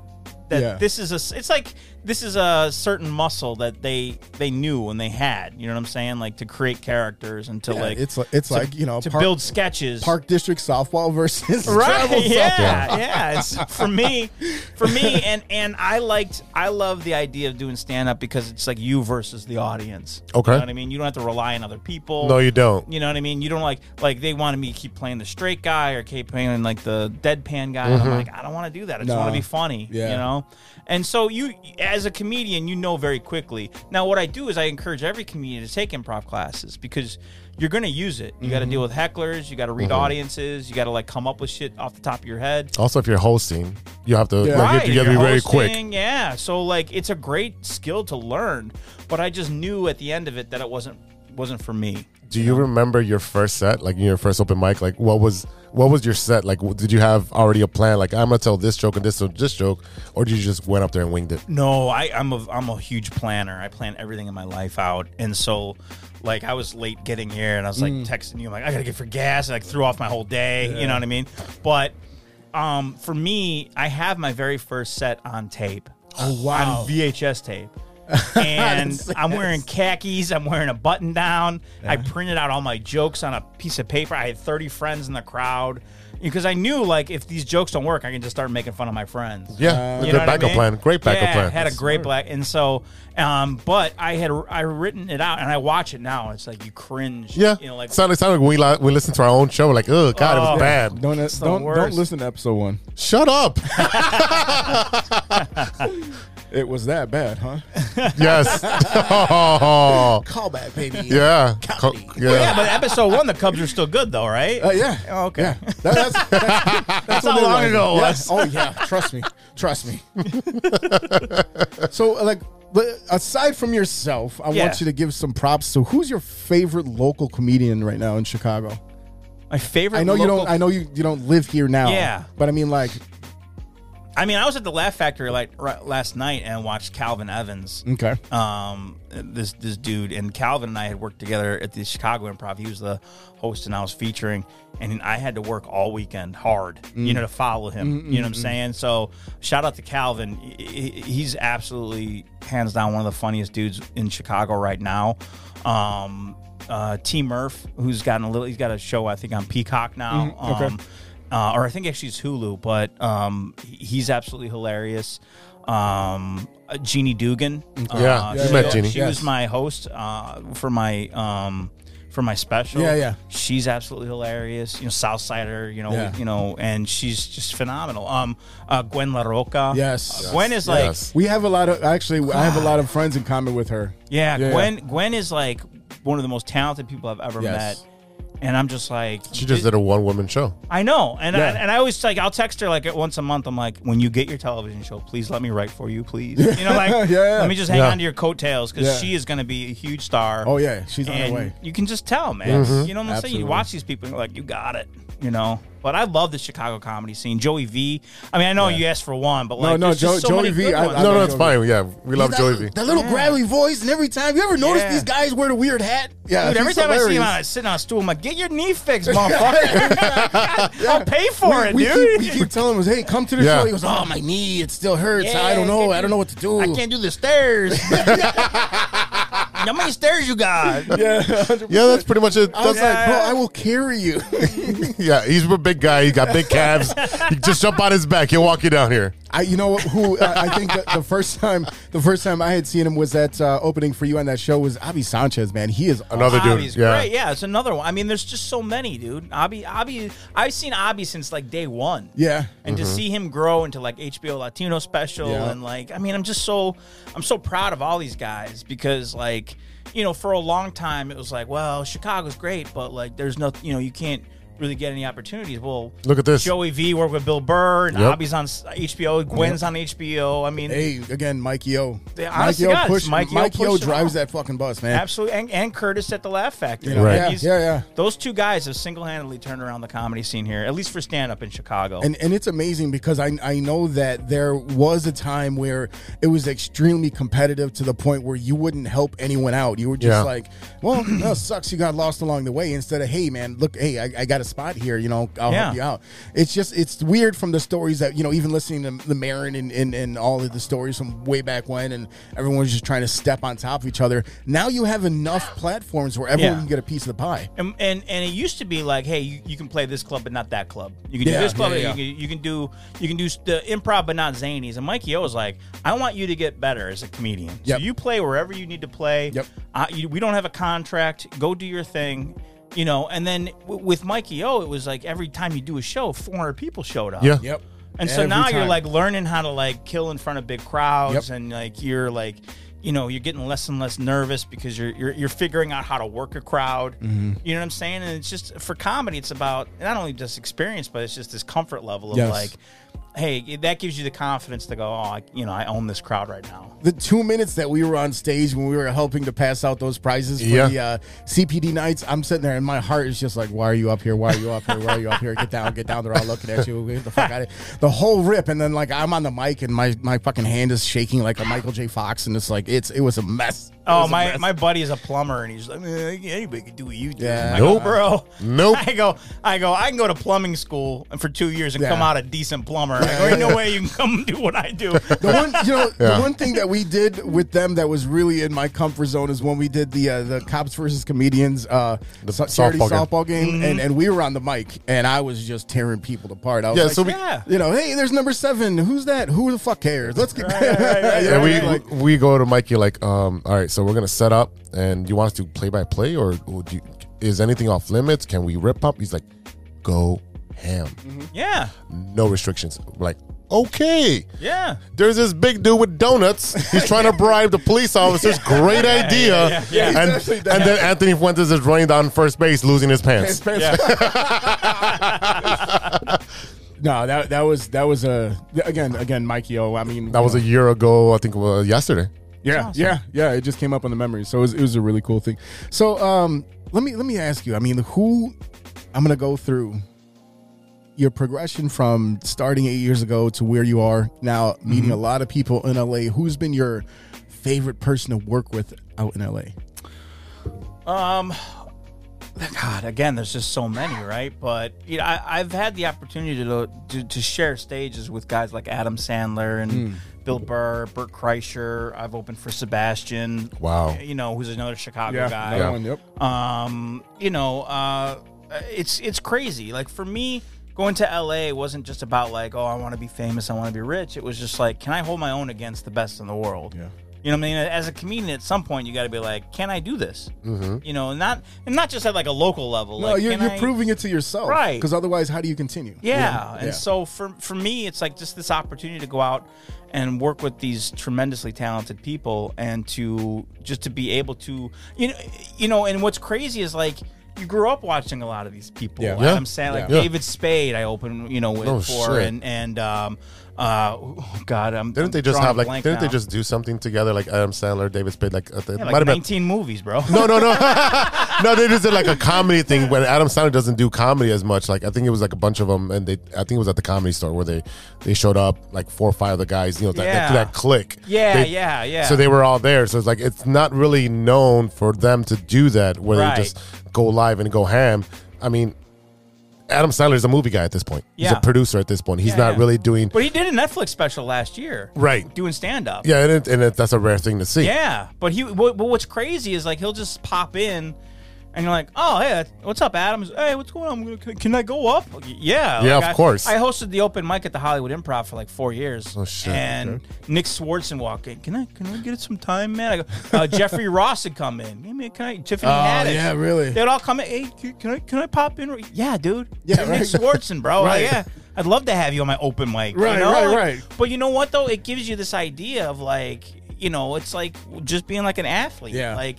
that Yeah. this is a s- it's like this is a certain muscle that they they knew and they had. You know what I'm saying? Like to create characters and to Yeah, like it's li- it's to- like, you know, to park- build sketches, Park District softball versus right travel softball. yeah yeah it's, for me for me and and i liked i love the idea of doing stand up because it's like you versus the audience Okay. you know what i mean you don't have to rely on other people No, you don't. you know what i mean you don't like like they wanted me to keep playing the straight guy or keep playing like the deadpan guy Mm-hmm. and i'm like i don't want to do that i just No. want to be funny Yeah. you know and so you as a comedian you know very quickly now what i do is i encourage every comedian to take improv classes because you're going to use it you got to deal Mm-hmm. with hecklers you got to read audiences you got to like come up with shit off the top of your head Also, if you're hosting, you have to Yeah. like, Right. Oh, you, have to be you're very quick. hosting, Yeah. So like it's a great skill to learn, but I just knew at the end of it that it wasn't wasn't for me. Do you remember your first set, like your first open mic? Like, what was what was your set? Like, w- did you have already a plan? Like, I'm gonna tell this joke and this and this joke, or did you just went up there and winged it? No, I, I'm a I'm a huge planner. I plan everything in my life out, and so like I was late getting here, and I was like texting you, I'm like I gotta get for gas, and like threw off my whole day. You know what I mean? But um, for me, I have my very first set on tape. Oh wow! On VHS tape. and I'm wearing khakis. I'm wearing a button down. I printed out all my jokes on a piece of paper. I had 30 friends in the crowd. because I knew like if these jokes don't work, I can just start making fun of my friends. Yeah, a You good know what I backup mean? plan. Great backup yeah, plan. Had a great black, and so, um, but I had I written it out, and I watch it now. and It's like you cringe. yeah, you know, like sounded sounded like when we li- we listened to our own show. Like, oh god, it was Oh. bad. Don't uh, the don't, don't worst. listen to episode one. Shut up. It was that bad, huh? yes. Call back, baby. yeah. Co- Well, yeah, yeah. but episode one, the Cubs are still good though, right? Uh, yeah. Oh, okay. Yeah. That- that's, that's, that's how what it long ago it Yeah. was. Oh yeah. Trust me. Trust me. so like, but aside from yourself, I Yeah. want you to give some props to who's your favorite local comedian right now in Chicago. My favorite. I know you local- don't. I know you, you don't live here now. Yeah. But I mean, like, I mean, I was at the Laugh Factory like r- last night and watched Calvin Evans. okay. Um, this this dude and Calvin and I had worked together at the Chicago Improv. He was the host and I was featuring, and I had to work all weekend hard, you know, to follow him. You know what I'm saying? So shout out to Calvin. He- he- He's absolutely hands down one of the funniest dudes in Chicago right now. Um, uh, T Murph, who's gotten a little, he's got a show I think on Peacock now. Um, uh, or I think actually it's Hulu, but um, he- he's absolutely hilarious. Um, uh, Jeannie Dugan, uh, Yeah, she, you met Jeannie. she Yes. was my host uh, for my um, for my special. Yeah, yeah. She's absolutely hilarious. You know, Southsider. You know, Yeah. you know, and she's just phenomenal. Um, uh, Gwen LaRocca. Yes. Uh, Gwen is like, Yes. We have a lot of actually. I have a lot of friends in common with her. yeah, Yeah, Gwen. Gwen is like one of the most talented people I've ever Yes. met, and I'm just like, She just did a one woman show. I know, and Yeah. I, and I always like I'll text her like once a month. I'm like, when you get your television show, please let me write for you, please. You know, like Yeah, yeah. let me just hang Yeah. on to your coattails because Yeah. she is going to be a huge star. Oh yeah, she's on her and way. you can just tell, man. Mm-hmm. You know what I'm saying? Absolutely. You watch these people, and you're like, you got it. You know. But I love the Chicago comedy scene. Joey V. I mean, I know you asked for one, but like, no, there's just Jo- so Joey many V, good I- ones. I No, love no, it's Joey fine. Yeah, we love Joey V. That little gravelly voice, and every time you ever notice Yeah. these guys wear the weird hat. Yeah, Dude, every he's time I see him hilarious. out, sitting on a stool, I'm like, get your knee fixed, motherfucker. I'll pay for it, we, Keep, dude. we keep telling him, "Hey, come to the Yeah. show." He goes, "Oh, my knee, it still hurts. Yeah, I don't know. can't I don't know what to do." I can't do the stairs. How many stairs you got? Yeah, that's pretty much it. I was That's like, "Bro, I will carry you." yeah, he's a big guy. He got big calves. he just jump on his back. He'll walk you down here. I, you know who? Uh, I think the, the first time, the first time I had seen him was that uh, opening for you on that show was Avi Sanchez. Man, he is Another dude. Abby's Yeah. great. Yeah, it's another one. I mean, there's just so many, dude. Abby, Abby, I've seen Abby since like day one. Yeah. and to see him grow into like HBO Latino special Yeah. and like I mean I'm just so I'm so proud of all these guys because like you know for a long time it was like well Chicago's great but like there's no you know you can't really get any opportunities well Look at this. Joey V worked with Bill Burr and Yep. Abby's on s- HBO Gwen's on HBO I mean Hey, again, Mikey O. Yeah, Mike honest to God, it's Mikey O pushed him drives out. that fucking bus, man. absolutely and, and Curtis at the Laugh Factory You know, Right. Yeah, He's- yeah, yeah. those two guys have single handedly turned around the comedy scene here at least for stand up in Chicago And and it's amazing because I I know that there was a time where it was extremely competitive to the point where you wouldn't help anyone out. You were just Yeah. like, well, that sucks. You got lost along the way. Instead of, hey man, look, hey, I, I got a spot here. You know, I'll Yeah. help you out. It's just it's weird from the stories that you know, even listening to the Marin and, and and all of the stories from way back when, and everyone was just trying to step on top of each other. Now you have enough platforms where everyone Yeah. can get a piece of the pie. And, and and it used to be like, hey, you, you can play this club but not that club. You can Yeah, do this club, yeah, but yeah. You, can, you can do you can do the improv but not zanies. And Mikey O was like, I want you to get better as a comedian. Yep. So you play wherever you need to play. Yep. Uh, you, we don't have a contract. Go do your thing. You know, and then w- with Mikey O, it was like every time you do a show, 400 people showed up. Yeah. Yep. And so Every now you're time. like learning how to like kill in front of big crowds, Yep. and like you're like, you know, you're getting less and less nervous because you're you're, you're figuring out how to work a crowd. Mm-hmm. You know what I'm saying? And it's just for comedy, it's about not only just experience, but it's just this comfort level of Yes. like, hey, that gives you the confidence to go, oh, I, you know, I own this crowd right now. the two minutes that we were on stage when we were helping to pass out those prizes for Yeah. the uh, CPD nights, I'm sitting there and my heart is just like, why are you up here? Why are you up here? Why are you up here? Get down, get down. They're all looking at you. Get the fuck out of here. The whole rip. And then, like, I'm on the mic and my, my fucking hand is shaking like a Michael J. Fox. And it's like, it's it was a mess. Oh, my, my buddy is a plumber, and he's like, "Man, anybody can do what you do. Yeah. I go, Nope. bro. Nope. I go, I go, I can go to plumbing school and for two years and Yeah. come out a decent plumber. I go, ain't no way you can come do what I do. The one, you know, Yeah. the one thing that we did with them that was really in my comfort zone is when we did the uh, the cops versus comedians uh, The so- charity softball game. softball game, Mm-hmm. and, and we were on the mic, and I was just tearing people apart. I was Yeah, like, so we- Yeah. you know, hey, there's number seven. Who's that? Who the fuck cares? Let's get. You know and what we I mean? Like, we go to Mikey like, um, all right, so we're gonna set up, and you want us to play by play, or would you, is anything off limits? Can we rip up? He's like, go ham, Mm-hmm. yeah, no restrictions. We're like, okay. yeah. There's this big dude with donuts. He's trying to bribe the police officers. Great idea. yeah, yeah. He's And, actually and done then Anthony Fuentes is running down first base, losing his pants. Yeah. no, that that was that was a again again Mikey O. I mean, That was a year ago. I think it was yesterday. Yeah, yeah, yeah. It just came up on the memory, so it was, it was a really cool thing. So, um, let me let me ask you. I mean, who I'm gonna go through your progression from starting eight years ago to where you are now, Mm-hmm. meeting a lot of people in LA. Who's been your favorite person to work with out in LA? Um, God, again, there's just so many, right? But you know, I, I've had the opportunity to, to to share stages with guys like Adam Sandler and Bill Burr, Burt Kreischer. I've opened for Sebastian. Wow. you know who's another Chicago guy. that one. Yep. Um, you know, uh, it's it's crazy. Like for me, going to LA wasn't just about like, oh, I want to be famous, I want to be rich. It was just like, can I hold my own against the best in the world? Yeah. You know what I mean? As a comedian, at some point, you got to be like, can I do this? You know, and not and not just at like a local level. Mm-hmm. No, like, you're, can you're I- proving it to yourself, Right. Because otherwise, how do you continue? yeah. And Yeah. so for for me, it's like just this opportunity to go out and work with these tremendously talented people, and to just to be able to you know you know. And what's crazy is like you grew up watching a lot of these people. Yeah. I'm saying like Yeah. David Spade, I opened you know with No for shit. and and um uh oh, God, I'm Didn't I'm they just drawing a have like? blank Didn't they now. just do something together like Adam Sandler, David Spade? Like, uh, it yeah, might like have been 19 movies, bro? No, no, no. no, they just did like a comedy thing when Adam Sandler doesn't do comedy as much. Like I think it was like a bunch of them, and they I think it was at the comedy store where they they showed up like four or five of the guys, you know, that, that, Yeah. that click. Yeah, They- yeah, yeah. So they were all there. So it's like it's not really known for them to do that where Right. they just go live and go ham. I mean, Adam Sandler is a movie guy at this point. He's Yeah. a producer at this point. He's Yeah, not yeah. really doing but he did a Netflix special last year, right. Doing stand up. Yeah, and, it, and it, that's a rare thing to see. Yeah, but he. But, but what's crazy is like he'll just pop in, and you're like, "Oh, hey, that's- what's up, Adams? Hey, what's going on? I'm gonna- Can, can I go up? Y- Yeah, Yeah, like, of I- course. I hosted the open mic at the Hollywood Improv for like four years. Oh, shit. And Nick Swartzen walked in. Can I? Can I get some time, man? I go, uh, Jeffrey Ross had come in. Hey, man, can I? Tiffany Oh, Haddish. yeah, really? They'd all come in. Hey, can- can I? Can I pop in? re- Yeah, dude. Yeah, Nick right. Swartzen, bro. Right. Like, yeah. I'd love to have you on my open mic. Right, you know? right, Like, right. But you know what though? It gives you this idea of like, you know, it's like just being like an athlete. Yeah. Like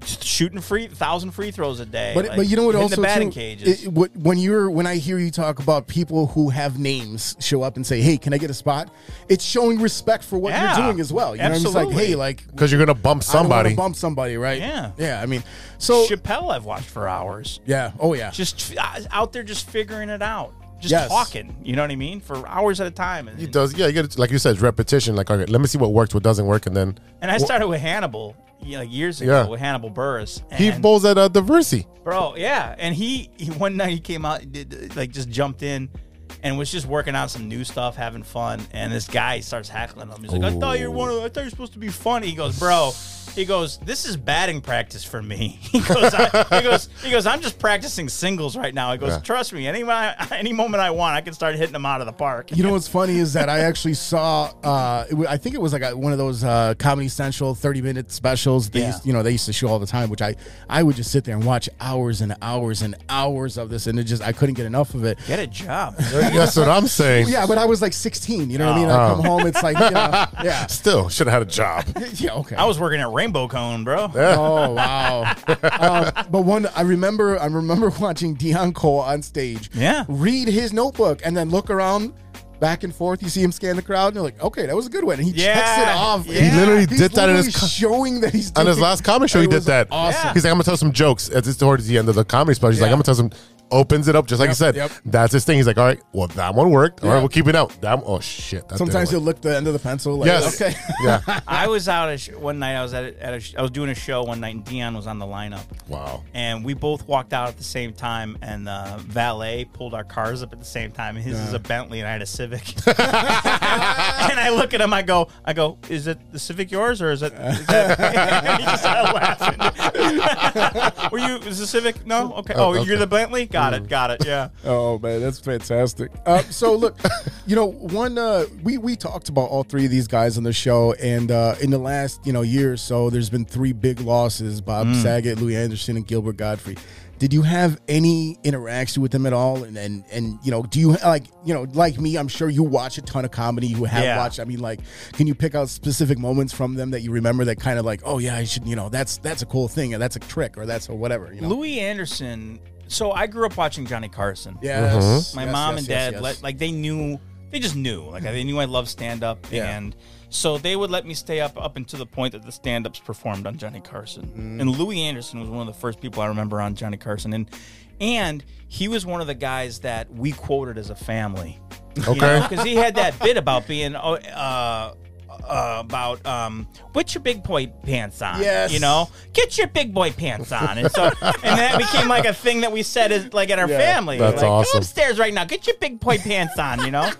just shooting free thousand free throws a day. But, like, but you know what hitting also the batting too, cages. it- what- when you're when I hear you talk about people who have names show up and say hey can I get a spot it's showing respect for what Yeah, you're doing as well you know what I mean? it's like hey absolutely. like Because you're gonna bump somebody somebody. bump somebody right Yeah. yeah I mean so Chappelle, I've watched for hours. yeah oh yeah Just f- out there, just figuring it out, just Yes. talking. You know what I mean? For hours at a time. And, He does, yeah. You get like you said, it's repetition. Like, okay, let me see what works, what doesn't work, and then and I started with Hannibal, you know, like years ago, Yeah. with Hannibal Burris. he and- bowls at uh, Diversity. bro. Yeah, and he, he one night he came out, he did, like just jumped in, and was just working on some new stuff, having fun. And this guy starts heckling him. He's like, "I thought you're one of, I thought you're supposed to be funny." He goes, "Bro." He goes, "This is batting practice for me." He goes, I, "He goes, he goes, I'm just practicing singles right now." He goes, Yeah. "Trust me, any mo- any moment I want, I can start hitting them out of the park." You know what's funny is that I actually saw. Uh, it wa- I think it was like a, one of those uh, Comedy Central thirty-minute specials. They Yeah. used, you know they used to show all the time, which I I would just sit there and watch hours and hours and hours of this, and it just I couldn't get enough of it. Get a job. That's what I'm saying. Yeah, but I was like sixteen. You know what I mean? I come home, it's like you know, yeah, Still should have had a job. yeah, okay. I was working at Rainbow Cone, bro. Oh wow! um, but one, I remember, I remember watching Dion Cole on stage. Yeah. read his notebook and then look around back and forth. You see him scan the crowd, and you're like, "Okay, that was a good one." And he checks it Yeah, off. yeah. He literally He's did that in his literally co- showing that he's On his doing- last comedy show, he It did was that. Awesome. He's like, I'm gonna tell some jokes. At this towards the end of the comedy special, he's like, Yeah. I'm gonna tell some. opens it up just like I Yep, said. yep. That's his thing. He's like, all right, well that one worked. All right, Yeah. we'll keep it out. That oh shit. That Sometimes you'll didn't work. lick the end of the pencil. Like, yes. Okay. yeah. I was out at sh- one night. I was at, a, at a sh- I was doing a show one night, and Dion was on the lineup. Wow. and we both walked out at the same time and the valet pulled our cars up at the same time his is a bentley and i had a civic and i look at him i go i go is it the civic yours or is it is that-" And he just started laughing were you is the civic no okay Mm. oh, you're the bentley got it got it yeah Oh man, that's fantastic. Uh, so look, you know, one uh, we we talked about all three of these guys on the show, and uh, in the last you know year or so, there's been three big losses: Bob Saget, Louis Anderson, and Gilbert Godfrey. Did you have any interaction with them at all? And and and you know, do you like you know like me? I'm sure you watch a ton of comedy. You have Yeah. watched. I mean, like, can you pick out specific moments from them that you remember that kind of like, oh yeah, I should. You know, that's that's a cool thing, or that's a trick, or that's a whatever. You know. louis anderson so i grew up watching johnny carson Yes. My Yes, mom yes, yes, and dad, yes. Let, like they knew, they just knew. Like they knew I loved stand up, Yeah. and so they would let me stay up up until the point that the stand ups performed on Johnny Carson. Mm. And Louis Anderson was one of the first people I remember on Johnny Carson, and and he was one of the guys that we quoted as a family. Okay. because he had that bit about being. oh, Uh, uh, about um, put your big boy pants on. Yes. you know, get your big boy pants on, and so and that became like a thing that we said is like in our Yeah. family. That's like, "Go awesome. upstairs right now. Get your big boy pants on, you know?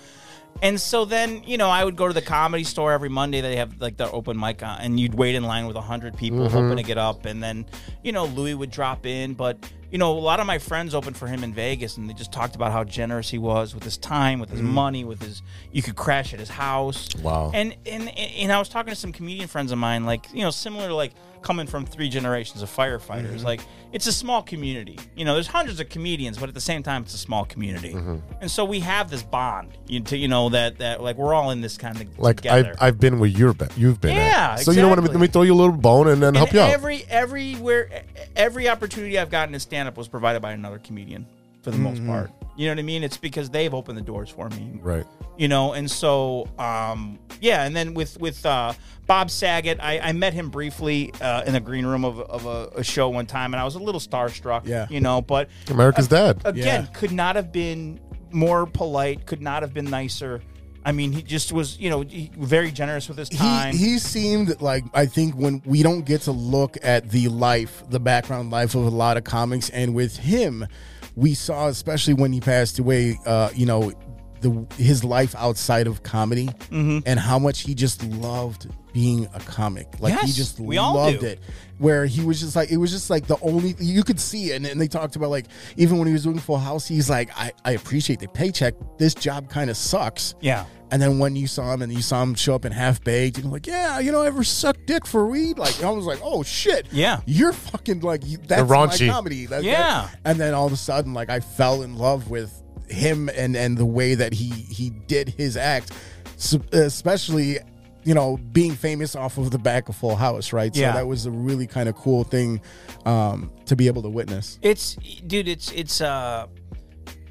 And so then, you know, I would go to the comedy store every Monday. They have like their open mic on, and you'd wait in line with 100 people Mm-hmm. hoping to get up. And then, you know, Louis would drop in. But, you know, a lot of my friends opened for him in Vegas and they just talked about how generous he was with his time, with his money, with his, you could crash at his house. Mm. Wow. And, and, and I was talking to some comedian friends of mine, like, you know, similar to like coming from three generations of Mm-hmm. firefighters. Like, it's a small community. You know, there's hundreds of comedians, but at the same time, it's a small community. Mm-hmm. And so we have this bond, you, to, you know, that, that like we're all in this kind of Like together. I've I've been where you've been. You've been. at. Yeah, So you know what? Let me, exactly. let me throw you a little bone and then help And you out. Every everywhere e, every opportunity I've gotten in stand up was provided by another comedian for the Mm-hmm. most part. You know what I mean? It's because they've opened the doors for me. right. You know, and so um yeah, and then with with uh Bob Saget, I, I met him briefly uh, in the green room of, of a, a show one time and I was a little starstruck. Yeah. You know, but America's Dad. again Yeah. could not have been more polite could not have been nicer i mean he just was you know he, very generous with his he, time he seemed like I think when we don't get to look at the life, the background life of a lot of comics, and with him, we saw especially when he passed away. Uh, you know, the his life outside of comedy Mm-hmm. and how much he just loved being a comic. Like he Yes, just we all loved do. it. Where he was just like it was just like the only you could see, and, and they talked about like even when he was doing Full House, he's like, I, I appreciate the paycheck. This job kind of sucks. Yeah. And then when you saw him and you saw him show up in half baked, and like, yeah, you know, I ever sucked dick for weed? Like, I was like, oh shit, Yeah. you're fucking like you- that's raunchy. my comedy, That- that- Yeah. and then all of a sudden, like, I fell in love with him and and the way that he he did his act, s- especially. You know, being famous off of the back of Full House, right? Yeah. So that was a really kind of cool thing um, to be able to witness. it's dude it's it's uh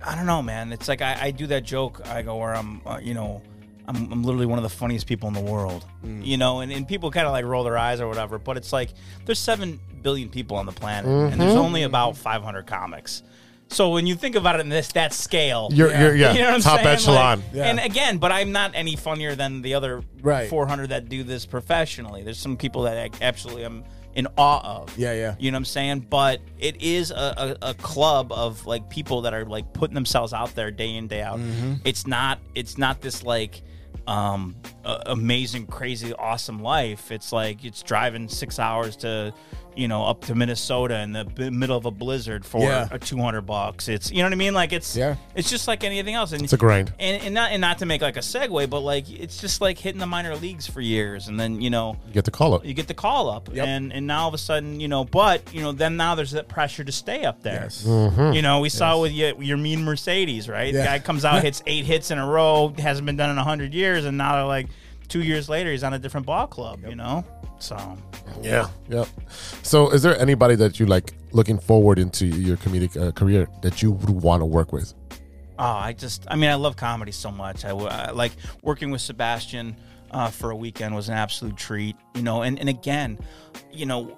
i don't know man it's like i, I do that joke i go where i'm uh, you know I'm, I'm literally one of the funniest people in the world you know and, and people kind of like roll their eyes or whatever but it's like there's 7 billion people on the planet and there's only about 500 comics so when you think about it in this that scale You're- you're- yeah, you know what I'm top saying? echelon. Like, Yeah. and again but i'm not any funnier than the other Right. 400 that do this professionally there's some people that i absolutely am in awe of Yeah, yeah. you know what I'm saying? But it is a, a, a club of like people that are like putting themselves out there day in day out. Mm-hmm. It's not it's not this like um uh, amazing crazy awesome life. It's like it's driving 6 hours to you know up to Minnesota in the b- middle of a blizzard for Yeah. a 200 bucks. It's you know what I mean? Like it's Yeah. it's just like anything else and It's a grind. and, and not and not to make like a segue, but like it's just like hitting the minor leagues for years and then you know You get to call it. you get the call up Yep. and and now all of a sudden you know but you know then now there's that pressure to stay up there Yes. you know we saw with your, your mean mercedes right Yeah. the guy comes out hits eight hits in a row hasn't been done in 100 years and now they're like two years later he's on a different ball club you know so Yeah. Yeah. So is there anybody that you like looking forward into your comedic uh, career that you would want to work with? oh i just i mean i love comedy so much i, w- I- like working with sebastian uh, for a weekend was an absolute treat you know and and again you know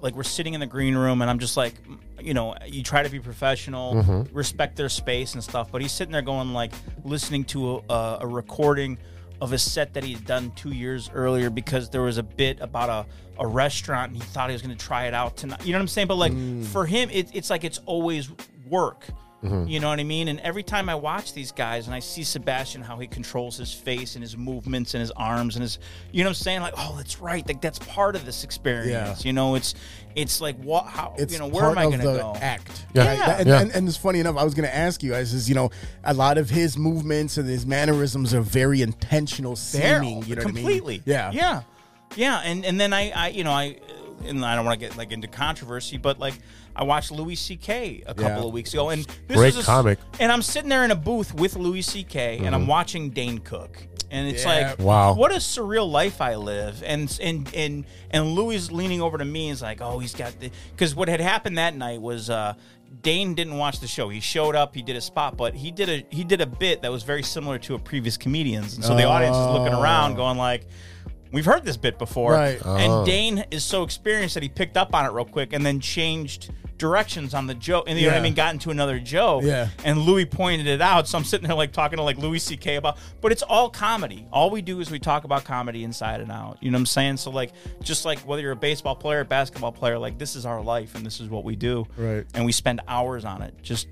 like we're sitting in the green room and I'm just like, you know, you try to be professional, respect their space and stuff, but he's sitting there going like listening to a, a recording of a set that he had done two years earlier because there was a bit about a, a restaurant and he thought he was going to try it out tonight. You know what I'm saying? But like Mm. for him, it, it's like it's always work. Mm-hmm. You know what I mean? And every time I watch these guys and I see Sebastian, how he controls his face and his movements and his arms and his, you know what I'm saying? Like, oh, that's right. Like, that's part of this experience. You know, it's, it's like, what, how, it's you know, where am part I of going to the go? act. Yeah. right? Yeah. And, Yeah. and, and it's funny enough, I was going to ask you, I says, you know, a lot of his movements and his mannerisms are very intentional There, seeming, you know completely. what I mean? yeah, yeah. And and then I, I you know, I and I don't want to get like into controversy, but like I watched Louis C.K. a couple Yeah. of weeks ago, and this Great is a s- comic. Mm-hmm. And I'm sitting there in a booth with Louis C.K. and I'm watching Dane Cook, and it's Yeah. like, Wow. what a surreal life I live. And and and and Louis is leaning over to me and is like, oh, he's got the because what had happened that night was. uh Dane didn't watch the show. He showed up, he did a spot, but he did a he did a bit that was very similar to a previous comedian's. And so the audience is looking around going like, we've heard this bit before. Oh. Right. Oh. And Dane is so experienced that he picked up on it real quick and then changed directions on the joke. And you know what Yeah. I mean? Got into another joke. Yeah. And Louis pointed it out. So I'm sitting there like talking to like Louis C.K. about, but it's all comedy. All we do is we talk about comedy inside and out. You know what I'm saying? So like, just like whether you're a baseball player, or basketball player, like this is our life and this is what we do. Right. And we spend hours on it. Just,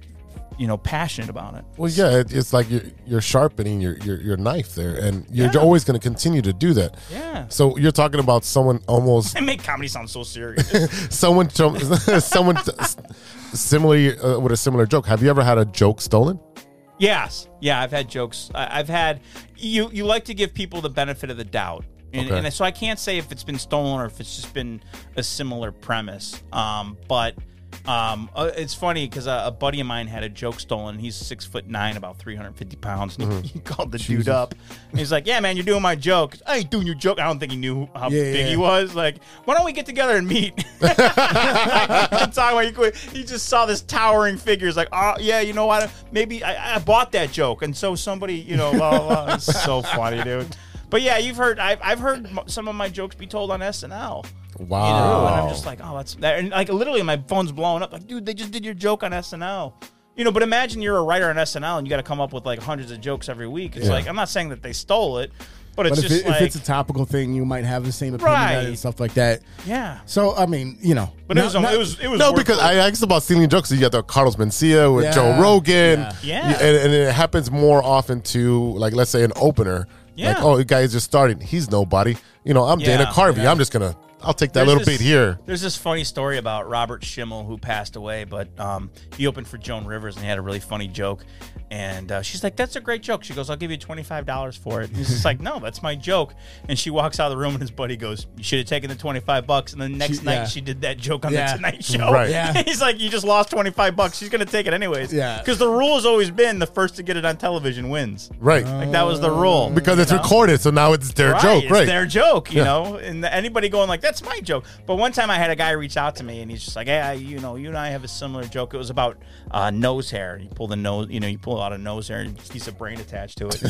you know, passionate about it. Well, yeah, it, it's like you're, you're sharpening your, your, your knife there, and you're always going to continue to do that. Yeah. So you're talking about someone almost I make comedy sound so serious. someone to- someone to- similarly uh, with a similar joke. Have you ever had a joke stolen? Yes. Yeah, I've had jokes. I- I've had you. You like to give people the benefit of the doubt, and, Okay. and so I can't say if it's been stolen or if it's just been a similar premise. Um, but um, uh, it's funny because a, a buddy of mine had a joke stolen. He's six foot nine, about three hundred fifty pounds, and he, he called the dude up. And he's like, "Yeah, man, you're doing my joke. I ain't doing your joke. I don't think he knew how Yeah, big yeah. he was. Like, why don't we get together and meet?" I'm talking about you quit. He just saw this towering figure. He's like, oh yeah, you know what? Maybe I, I bought that joke, and so somebody, you know, blah, blah, blah. It's so funny, dude. But yeah, you've heard. I've, I've heard m- some of my jokes be told on SNL. You know, Wow. and I'm just like, oh, that's that. And like, literally, my phone's blowing up. Like, dude, they just did your joke on SNL. You know, but imagine you're a writer on SNL and you got to come up with like hundreds of jokes every week. It's Yeah. like I'm not saying that they stole it, but it's But if, just it, like, if it's a topical thing, you might have the same opinion on it Right. and stuff like that. yeah. So, I mean, you know. But it was it was it was No, worth because it. I asked about stealing jokes. You got the Carlos Mencia with Yeah. Joe Rogan. Yeah. Yeah. And, and it happens more often to, like, let's say an opener. Like, Yeah. oh, the guy is just starting. He's nobody. You know, I'm Dana Yeah. Carvey. I'm just going to, I'll take that little this- beat here. There's this funny story about Robert Schimmel who passed away, but um, he opened for Joan Rivers and he had a really funny joke. And uh, she's like, "That's a great joke." She goes, "I'll give you twenty five dollars for it." And he's just like, "No, that's my joke." And she walks out of the room, and his buddy goes, "You should have taken the twenty five bucks." And the next night, yeah. she did that joke on Yeah. the Tonight Show. Right. Yeah. he's like, "You just lost twenty five bucks. She's gonna take it anyways." Yeah. Because the rule has always been the first to get it on television wins. Right. Like that was the rule because it's you know? recorded. So now it's their joke, it's right? their joke, you Yeah. know. And anybody going like, "That's my joke." But one time, I had a guy reach out to me, and he's just like, "Hey, I, you know, you and I have a similar joke. It was about uh, nose hair. You pull the nose, you know, you pull out a nose hair, and piece of brain attached to it." you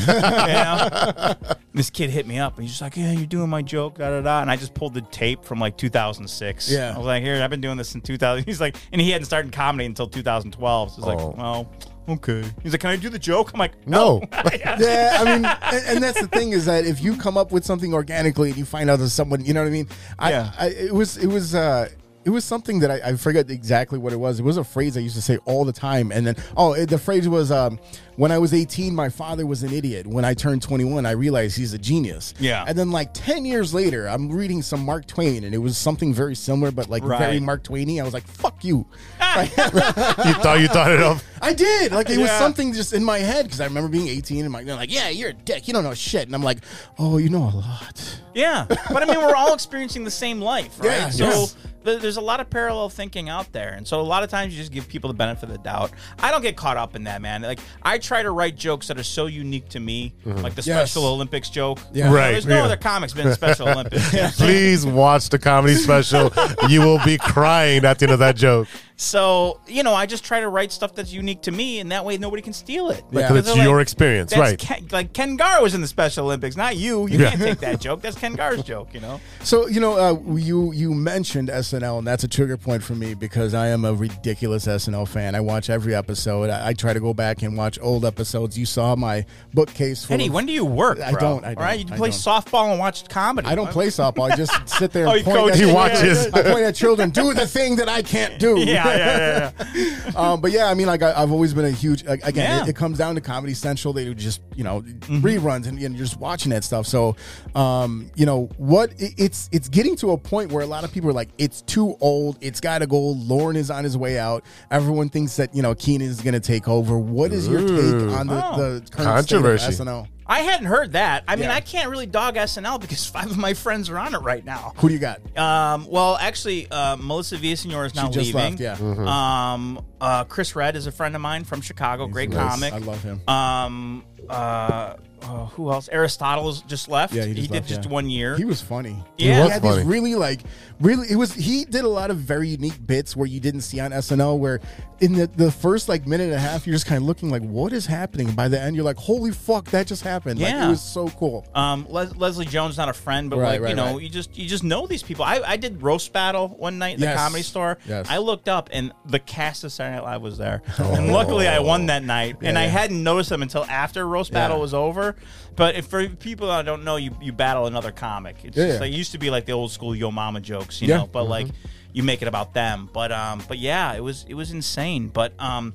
know? This kid hit me up, and he's just like, "Yeah, you're doing my joke, da da da." And I just pulled the tape from like 2006. Yeah. I was like, "Here, I've been doing this since 2000." He's like, and he hadn't started comedy until 2012. So it's Oh. like, well. Okay. He's like, "Can I do the joke?" I'm like, "Oh, no. yeah, I mean, and, and that's the thing is that if you come up with something organically and you find out that someone, you know what I mean? I, Yeah. I it was it was uh it was something that I, I forget exactly what it was. It was a phrase I used to say all the time, and then oh, it, the phrase was um, when I was eighteen, my father was an idiot. When I turned twenty one, I realized he's a genius. Yeah. and then like ten years later, I'm reading some Mark Twain, and it was something very similar, but like very Right. Mark Twainy. I was like, "Fuck you." you thought you thought it up. I did. Like it was Yeah. something just in my head because I remember being 18 and my they're like, "Yeah, you're a dick. You don't know shit." And I'm like, "Oh, you know a lot." Yeah, but I mean, we're all experiencing the same life, right? Yeah, so yes. th- there's a lot of parallel thinking out there, and so a lot of times you just give people the benefit of the doubt. I don't get caught up in that, man. Like I try to write jokes that are so unique to me, like Mm-hmm. the Yes. Special Olympics joke. Yeah. You know, Right, There's no yeah. other comics been in Special Olympics. you know? Please watch the comedy special. you will be crying at the end of that joke. So you know, I just try to write stuff that's unique to me, and that way nobody can steal it. Yeah. Because That's they're your experience, that's right. Ken, like Ken Gar was in the Special Olympics, not you. You Yeah. can't take that joke. That's Ken Gar's joke. You know. So you know, uh, you you mentioned SNL, and that's a trigger point for me because I am a ridiculous SNL fan. I watch every episode. I, I try to go back and watch old episodes. You saw my bookcase. Full Eddie, of- when do you work? I bro? don't, I don't, All right, you I play don't. softball and watch comedy. I don't play softball. I just sit there Oh, and you point. coach. at He children. watches. I point at children. Do the thing that I can't do. Yeah, yeah, yeah, yeah. um, but yeah, I mean, like I, I've always been a huge. Like, again, Yeah. Mm-hmm. it, it comes down to Comedy Central. They do just you know reruns and, and you're just watching that stuff. So, um, you know what? It, it's it's getting to a point where a lot of people are like, it's too old. It's got to go. Lauren is on his way out. Everyone thinks that you know Keenan is going to take over. What is your Ooh. take on the, Oh. the current Controversy. State of SNL? I hadn't heard that. I mean, Yeah. I can't really dog SNL because five of my friends are on it right now. Who do you got? Um, well, actually, uh, Melissa Villasenor is now just leaving. left, yeah. Um, uh, Chris Red is a friend of mine from Chicago, great comic. I love him. Um, uh, oh, who else? Aristotle's just left. Yeah, he, just did left, just yeah. one year. He was funny. he Yeah. He was had funny. these really like really. It was he did a lot of very unique bits where you didn't see on SNL. Where in the the first like minute and a half, you're just kind of looking like, what is happening? By the end, you're like, holy fuck, that just happened. Like, Yeah. it was so cool. Um, Les- Leslie Jones not a friend, but Right, like right, you know, right. you just you just know these people. I, I did roast battle one night at Yes. the comedy store. Yes. Oh. I looked up and the cast of Saturday Night Live was there, and luckily I won that night. and I hadn't noticed them until after roast battle was over. But if, for people that don't know, you you battle another comic. It's Yeah, just yeah. like it used to be like the old school Yo Mama jokes, you Yeah. Mm-hmm. know. But like you make it about them. But um, but yeah, it was it was insane. But um,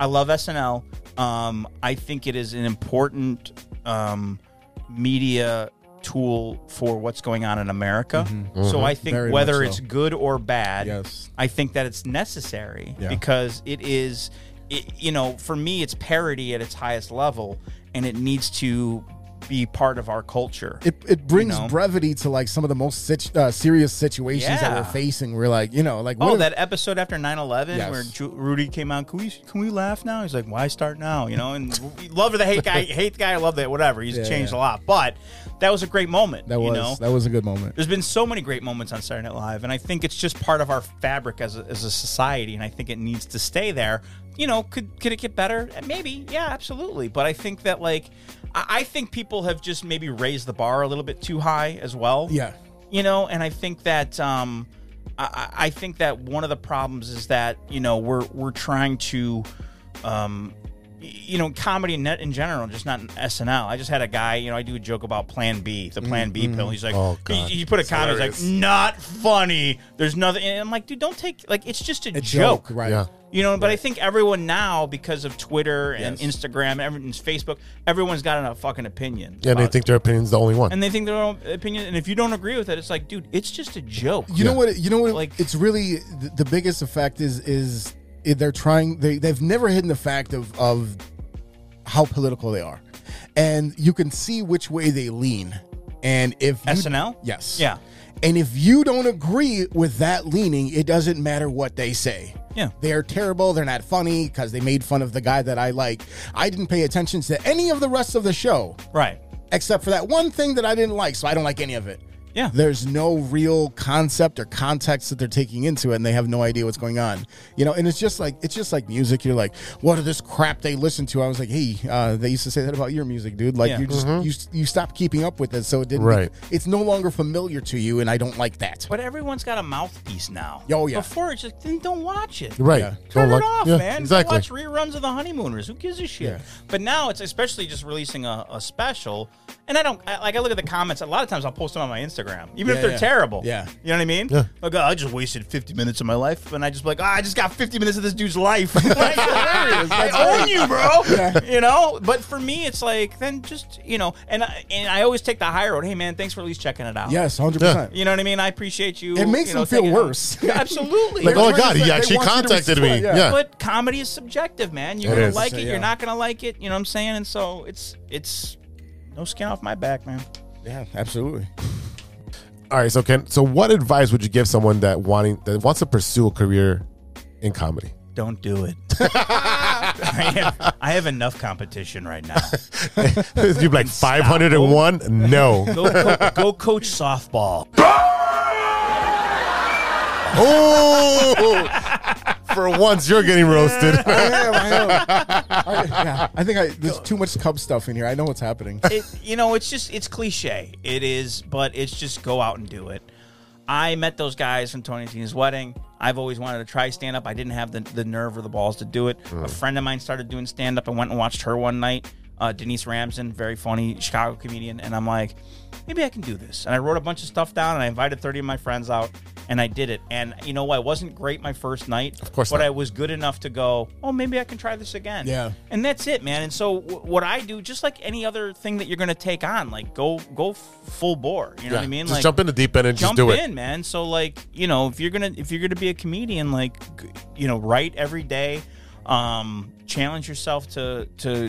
I love SNL. Um, I think it is an important um media tool for what's going on in America. So I Mm-hmm. think Very whether much it's so. good or bad, Yes. I think that it's necessary Yeah. because it is, it, you know, for me, it's parody at its highest level, and it needs to be part of our culture. It, it brings know? brevity to like some of the most sit- uh, serious situations that Yeah. we're facing. We're like, you know, like what Oh, if- that episode after 9-11 Yes. where Ju- Rudy came out. Can we can we laugh now? He's like, why start now? You know, and love or the hate guy, hate the guy, love that whatever. He's Yeah, changed yeah. a lot, but that was a great moment. that you was know? that was a good moment. There's been so many great moments on Saturday Night Live, and I think it's just part of our fabric as a, as a society, and I think it needs to stay there. You know, could could it get better? Eh, Maybe, yeah, absolutely. But I think that like, I, I think people have just maybe raised the bar a little bit too high as well. Yeah. you know, and I think that um, I, I I think that one of the problems is that you know we're we're trying to um, y- you know, comedy in, net in general, just not in SNL. I just had a guy, you know, I do a joke about Plan B, the Plan B pill. He's like, Oh, he, God. he put a comment, he's like, not funny. There's nothing. And I'm like, dude, don't take, like, it's just a, A joke. right? Yeah. You know, but I think everyone now, because of Twitter and Yes. Instagram, everyone's Facebook, everyone's got a fucking opinion. Yeah, and they about it. think their opinion's the only one. Uh, and they think their own opinion. And if you don't agree with it, it's like, dude, it's just a joke. You know what? it- You know what? it- Like- it's really the, the biggest effect is is i- they're trying. They they've never hidden the fact of of how political they are, and you can see which way they lean. And if you- SNL? yes, Yeah. and if you don't agree with that leaning, it doesn't matter what they say. Yeah. They are terrible. They're not funny because they made fun of the guy that I like. I didn't pay attention to any of the rest of the show Right. except for that one thing that I didn't like, so I don't like any of it. Yeah. There's no real concept or context that they're taking into it and they have no idea what's going on. You know, and it's just like it's just like music. You're like, what are this crap they listen to? I was like, hey, uh, they used to say that about your music, dude. Like Yeah. you just you you stop keeping up with it, so it didn't Mm-hmm. Right. it's no longer familiar to you and I don't like that. But everyone's got a mouthpiece now. Oh, yeah. Before it's just, then don't watch it. right. Yeah. Don't Turn it like- off, yeah, man. Go Exactly. Watch reruns of The Honeymooners. Who gives a shit? But now it's especially just releasing a, a special, and I don't I, like. I look at the comments. A lot of times I'll post them on my Instagram, even Yeah, if they're yeah. terrible. Yeah. you know what I mean. Yeah. Like, oh, I just wasted fifty minutes of my life, and I just be like, oh, I just got fifty minutes of this dude's life. Like, hilarious. I own you, bro. You know. But for me, it's like then just you know, and I, and I always take the high road. Hey, man, thanks for at least checking it out. Yes, hundred percent. You know what I mean? I appreciate you. It makes you them know, feel taking- worse. Absolutely. Like, oh my Everybody's God, like, he they actually want you to contacted me. respond, yeah. Yeah. But comedy is subjective, man. You're It gonna is. like it. Yeah. You're not gonna like it. You know what I'm saying? And so it's it's no skin off my back, man. Yeah, absolutely. All right. So, Ken, so what advice would you give someone that wanting that wants to pursue a career in comedy? Don't do it. I, have, I have enough competition right now. You'd be like five hundred and one. No. Go, co- go coach softball. oh, For once, you're getting roasted. I am. I am. I, yeah, I think I, there's too much Cub stuff in here. I know what's happening. it, you know, it's just it's cliche. It is, but it's just go out and do it. I met those guys from Tony and Tina's wedding. I've always wanted to try stand up. I didn't have the, the nerve or the balls to do it. Hmm. A friend of mine started doing stand up. I went and watched her one night. Uh, Denise Ramsden, very funny Chicago comedian, and I'm like, maybe I can do this. And I wrote a bunch of stuff down, and I invited 30 of my friends out, and I did it. And you know, I wasn't great my first night, of course but not. I was good enough to go, oh, maybe I can try this again. Yeah. And that's it, man. And so w- what I do, just like any other thing that you're going to take on, like go go f- full bore. You know what I mean? Just like jump in the deep end and just jump do in, it. man. So like you know, if you're gonna if you're gonna be a comedian, like g- you know, write every day, um, challenge yourself to to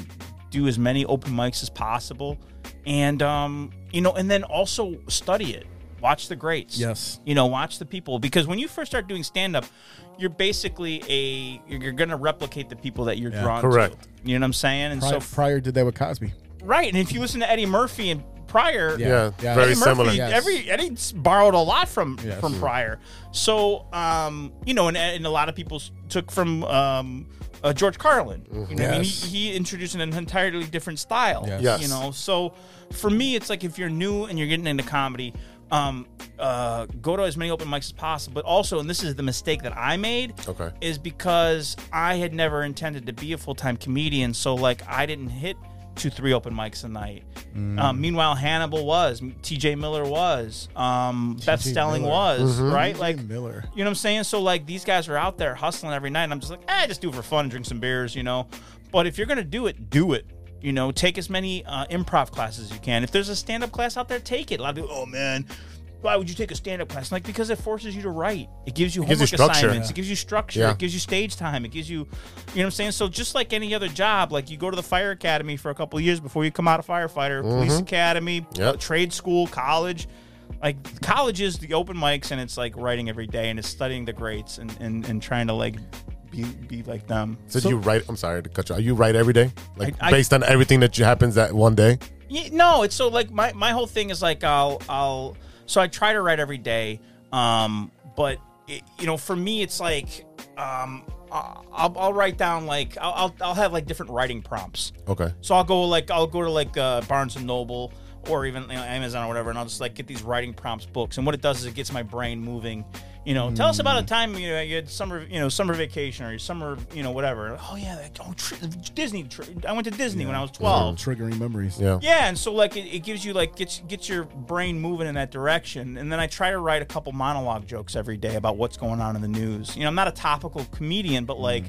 do as many open mics as possible, and um, you know, and then also study it. Watch the greats. Yes. You know, watch the people because when you first start doing stand up, you're basically a you're, you're going to replicate the people that you're drawn correct. to. You know what I'm saying? And Pryor, so Pryor did that with Cosby. Right, and if you listen to Eddie Murphy and Pryor, Yeah, Yeah. very Eddie Murphy, similar. yeah. Yes. every Eddie's borrowed a lot from Yes. from Pryor. So, um, you know, and, and a lot of people s- took from um, uh, George Carlin. You know, what I mean, Yes. he, he introduced an entirely different style. Yes. Yes. You know, so for me, it's like if you're new and you're getting into comedy. Um, uh, go to as many open mics as possible, but also, and this is the mistake that I made, Okay. is because I had never intended to be a full time comedian. So, like, I didn't hit two, three open mics a night. Mm. Um, meanwhile, Hannibal was, TJ Miller was, um, Beth Stelling Miller. was, right? T.J. Like, Miller. you know what I'm saying? So, like, these guys are out there hustling every night. And I'm just like, eh, just do it for fun, drink some beers, you know? But if you're going to do it, do it. You know, take as many uh, improv classes as you can. If there's a stand up class out there, take it. A lot of people, oh, man. Why would you take a stand-up class? I'm like because it forces you to write. It gives you gives you homework structure. assignments. It gives you structure. Yeah. It gives you stage time. It gives you, you know what I'm saying? So just like any other job, like you go to the fire academy for a couple of years before you come out of firefighter, police academy, Mm-hmm. Yep. trade school, college. Like college is the open mics and it's like writing every day and it's studying the greats and, and, and trying to like be, be like them. So, do you write? I'm sorry to cut you. Are you right every day? Like I- I- based on everything that you- happens that one day? Yeah, no, it's so like my my whole thing is like I'll I'll so I try to write every day, um, but it, you know for me it's like um I- I'll, I'll write down like I'll, I'll I'll have like different writing prompts. Okay. So I'll go like I'll go to like uh, Barnes and Noble or even you know, Amazon or whatever, and I'll just like get these writing prompts books. And what it does is it gets my brain moving. You know, tell us about a time you know you had summer you know summer vacation or your summer you know whatever. Oh yeah, like, oh tri- Disney. Tri- I went to Disney when I was twelve. Triggering memories. Yeah. Yeah, and so like it, it gives you like gets gets your brain moving in that direction. And then I try to write a couple monologue jokes every day about what's going on in the news. You know, I'm not a topical comedian, but like,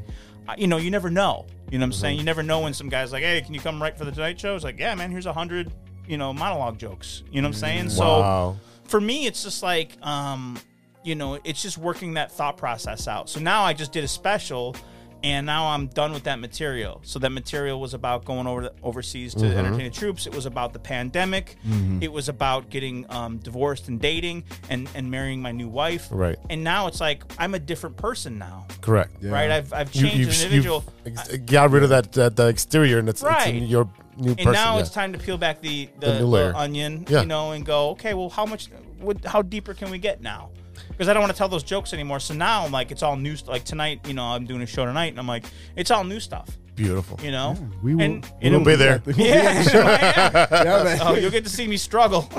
I you know, you never know. You know what I'm saying? You never know when some guy's like, "Hey, can you come write for the Tonight Show?" It's like, "Yeah, man, here's a hundred, you know, monologue jokes." You know what I'm saying? So Wow. for me, it's just like, um, you know, it's just working that thought process out. So now I just did a special, and now I'm done with that material. So that material was about going over overseas to Mm-hmm. entertain the troops. It was about the pandemic. It was about getting um, divorced and dating and and marrying my new wife. Right. And now it's like I'm a different person now. Correct. Right. I've I've You, changed you've, as an you've individual. ex- got rid of that, that the exterior, and it's, Right. it's your new and person. now yeah. it's time to peel back the the, new the layer. onion, Yeah. you know, and go, okay, well, how much, what, how deeper can we get now? Because I don't want to tell those jokes anymore. So now I'm like, it's all new. st- Like tonight, you know, I'm doing a show tonight, and I'm like, it's all new stuff, Beautiful. you know. we will- And, we and- We'll be there. Yeah, sure I am. Yeah, man. oh, you'll get to see me struggle.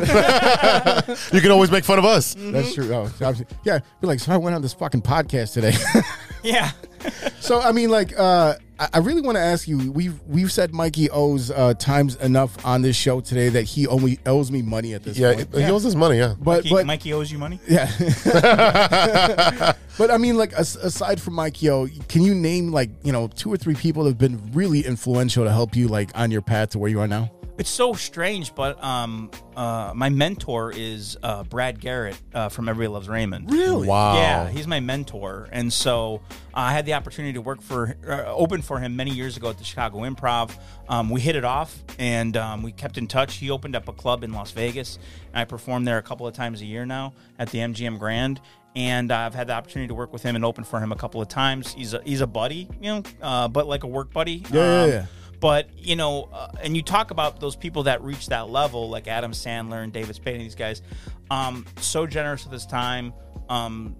You can always make fun of us. Mm-hmm. That's true. Oh, obviously- yeah. Be like, so I went on this fucking podcast today. yeah, so I mean, like, uh, I, I really want to ask you. We've we've said Mikey owes uh, times enough on this show today that he only owes me money at this Yeah, point. he owes us money. Yeah. But Mikey, but Mikey owes you money. yeah. but I mean, like, as, aside from Mike Yo, can you name like you know two or three people that have been really influential to help you like on your path to where you are now? It's so strange, but um, uh, my mentor is uh, Brad Garrett uh, from Everybody Loves Raymond. Wow. Yeah, he's my mentor, and so I had the opportunity to work for, uh, open for him many years ago at the Chicago Improv. Um, we hit it off, and um, we kept in touch. He opened up a club in Las Vegas, and I perform there a couple of times a year now at the MGM Grand. And I've had the opportunity to work with him and open for him a couple of times. He's a, he's a buddy, you know, uh, but like a work buddy. Um, Yeah, yeah, yeah. But you know, uh, and you talk about those people that reach that level, like Adam Sandler and David Spade and these guys, um, so generous with his time, um,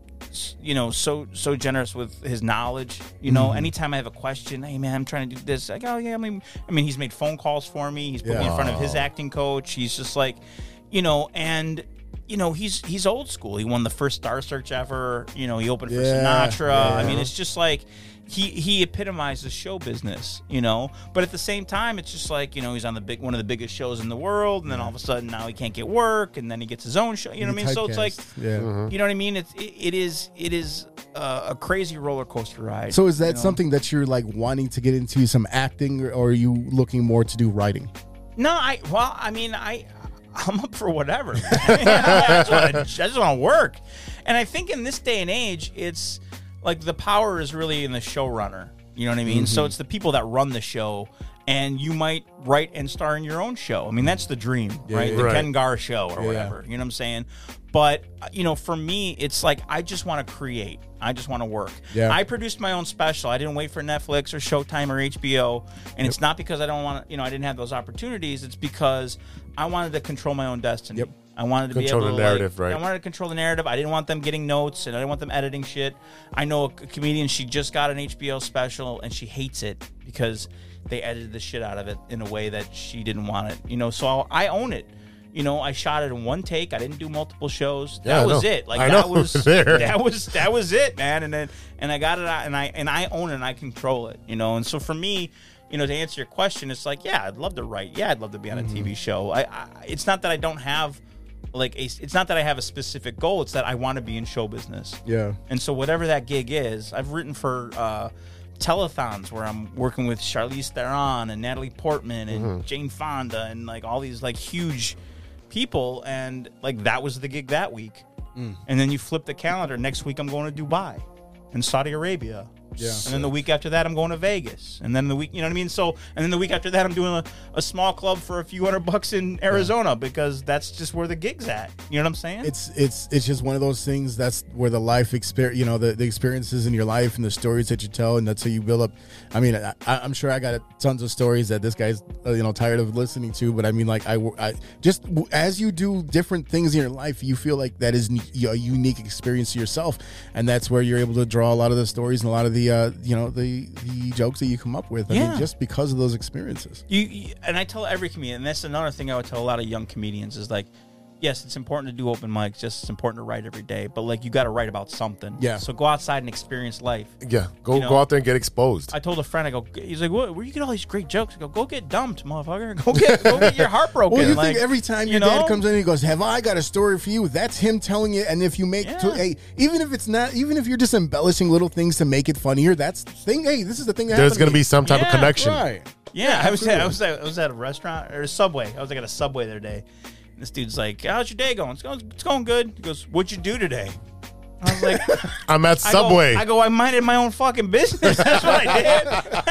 you know, so so generous with his knowledge. You know, anytime I have a question, hey man, I'm trying to do this. Like, oh yeah, I mean, I mean, he's made phone calls for me. He's put me in front of his acting coach. He's just like, you know, and you know, he's he's old school. He won the first Star Search ever. You know, he opened for Yeah, Sinatra. I yeah. mean, it's just like. He, he epitomizes show business, you know. But at the same time, it's just like you know he's on the big one of the biggest shows in the world, and then all of a sudden now he can't get work, and then he gets his own show. You know what I mean? So it's like Typecast. yeah. you know what I mean? It's it, it is it is uh, a crazy roller coaster ride. So is that you know? something that you're like wanting to get into some acting, or, or are you looking more to do writing? No, I well, I mean, I I'm up for whatever. man. I just wanna- I just want to work, and I think in this day and age, it's like the power is really in the showrunner. You know what I mean? So it's the people that run the show, and you might write and star in your own show. I mean, that's the dream, right? The Right. Ken Gar show or whatever. You know what I'm saying? But uh, you know, for me, it's like I just want to create. I just want to work. Yeah. I produced my own special. I didn't wait for Netflix or Showtime or HBO. And it's not because I don't want to, you know, I didn't have those opportunities. It's because I wanted to control my own destiny. Yep. I wanted to Control be able the to, like- narrative, right. I wanted to control the narrative. I didn't want them getting notes and I didn't want them editing shit. I know a comedian, she just got an HBO special and she hates it because they edited the shit out of it in a way that she didn't want it. You know, so I own it. You know, I shot it in one take. I didn't do multiple shows. Yeah, I That was know. it. Like I that know. was There. that was that was it, man. And then and I got it out, and I and I own it, and I control it, you know. And so for me, you know, to answer your question, it's like, yeah, I'd love to write. Yeah, I'd love to be on a TV show. I, I it's not that I don't have like a, it's not that I have a specific goal. It's that I want to be in show business. Yeah. And so whatever that gig is, I've written for uh, telethons where I'm working with Charlize Theron and Natalie Portman and Mm-hmm. Jane Fonda and like all these like huge people, and like that was the gig that week. Mm. And then you flip the calendar. Next week I'm going to Dubai and Saudi Arabia. Yeah. And then the week after that I'm going to Vegas. And then the week, you know what I mean? So and then the week after that I'm doing a, a small club for a few hundred bucks in Arizona because that's just where the gig's at. You know what I'm saying? It's it's it's just one of those things. That's where the life experience, you know, the, the experiences in your life and the stories that you tell, and that's how you build up. I mean, I, I- I'm sure I got tons of stories that this guy's uh, you know tired of listening to, but I mean, like I, w- I- just w- as you do different things in your life, you feel like that is ne- you know, a unique experience to yourself, and that's where you're able to draw a lot of the stories and a lot of the uh, you know the the jokes that you come up with. I Yeah. mean, just because of those experiences. you, you and I tell every comedian, and that's another thing I would tell a lot of young comedians is like, yes, it's important to do open mics, just it's important to write every day, but like you got to write about something. Yeah. So go outside and experience life. Yeah, go You know- go out there and get exposed. I told a friend, I go, he's like, what, where you get all these great jokes? I go, go get dumped, motherfucker. Go get, go get your heart broken. Well, you Like, think every time you your dad know? comes in, he goes, "Have I got a story for you?" That's him telling you. And if you make, Yeah. two, hey, even if it's not, even if you're just embellishing little things to make it funnier, that's the thing. Hey, this is the thing that There's happened going to be some type of Yeah, connection. Right. Yeah, I was at, I was at, I was at a restaurant or a Subway. I was like at a Subway the other day. And this dude's like, how's your day going? It's going, it's going good. He goes, what'd you do today? I was like, I'm at I go- Subway. I go, I minded my own fucking business. That's what I did.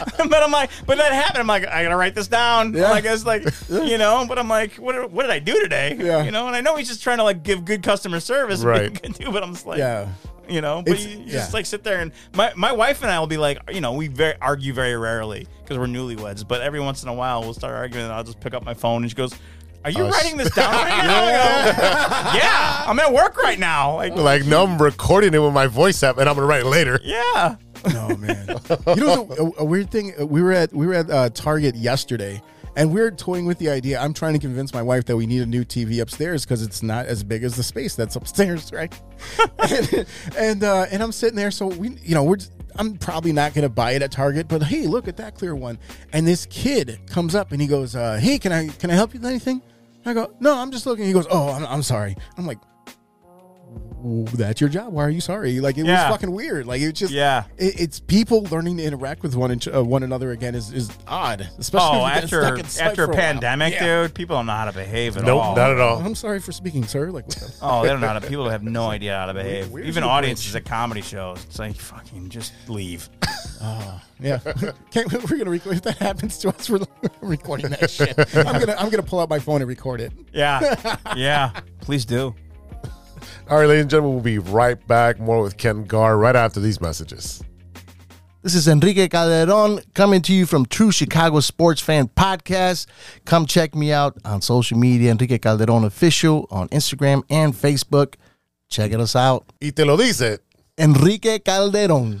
but I'm like, but that happened. I'm like, I gotta write this down. Yeah. Like it's like, you know. But I'm like, what, what did I do today? Yeah. You know. And I know he's just trying to like give good customer service. Right. But, do, but I'm just like, Yeah. You know. But It's- you, you yeah. just like sit there and my my wife and I will be like, you know, we very argue very rarely because we're newlyweds. But every once in a while we'll start arguing, and I'll just pick up my phone and she goes. Are you Oh, writing this down right now? I go, yeah, I'm at work right now. Like, like, no, I'm recording it with my voice app, and I'm going to write it later. yeah. No man. you know, the- a, a weird thing. uh, We were at we were at uh, Target yesterday, and we were toying with the idea. I'm trying to convince my wife that we need a new TV upstairs because it's not as big as the space that's upstairs, right? and and, uh, and I'm sitting there, so we, you know, we're. just- I'm probably not gonna buy it at Target, but hey, look at that clear one. And this kid comes up and he goes, uh, "Hey, can I can I help you with anything?" I go, "No, I'm just looking." He goes, "Oh, I'm, I'm sorry." I'm like, "W- "That's your job. Why are you sorry?" Like it Yeah. was fucking weird. Like it just Yeah. it, it's people learning to interact with one and, uh, one another again is, is odd, especially oh, if you've been after stuck inside after for a while. pandemic, Yeah. Oh, dude, people don't know how to behave at Nope, all. not at all. I'm sorry for speaking, sir. Like, what the- oh, they don't know how to. People have no idea how to behave. where's Even your audiences at comedy shows, it's like fucking just leave. yeah, Can't, we're gonna record if that happens to us. We're recording that shit. I'm gonna I'm gonna pull out my phone and record it. Yeah, yeah. Please do. All right, ladies and gentlemen, we'll be right back. More with Ken Gar right after these messages. This is Enrique Calderon coming to you from True Chicago Sports Fan Podcast. Come check me out on social media, Enrique Calderon Official on Instagram and Facebook. Checking us out. Y te lo dice. Enrique Calderon.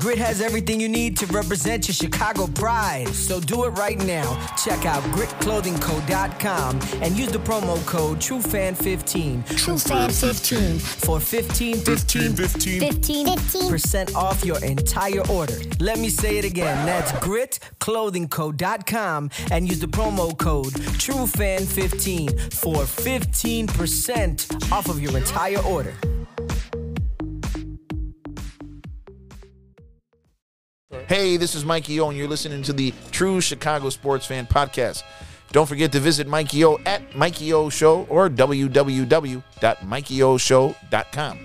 Grit has everything you need to represent your Chicago pride. So do it right now. Check out gritclothingco.com and use the promo code TrueFan15 True Fan 15. for 15 15 15. 15. percent off your entire order. Let me say it again. That's gritclothingco.com and use the promo code TrueFan15 for 15% off of your entire order. Hey, this is Mikey O, and you're listening to the True Chicago Sports Fan Podcast. Don't forget to visit Mikey O at Mikey O Show or www.mikeyoshow.com.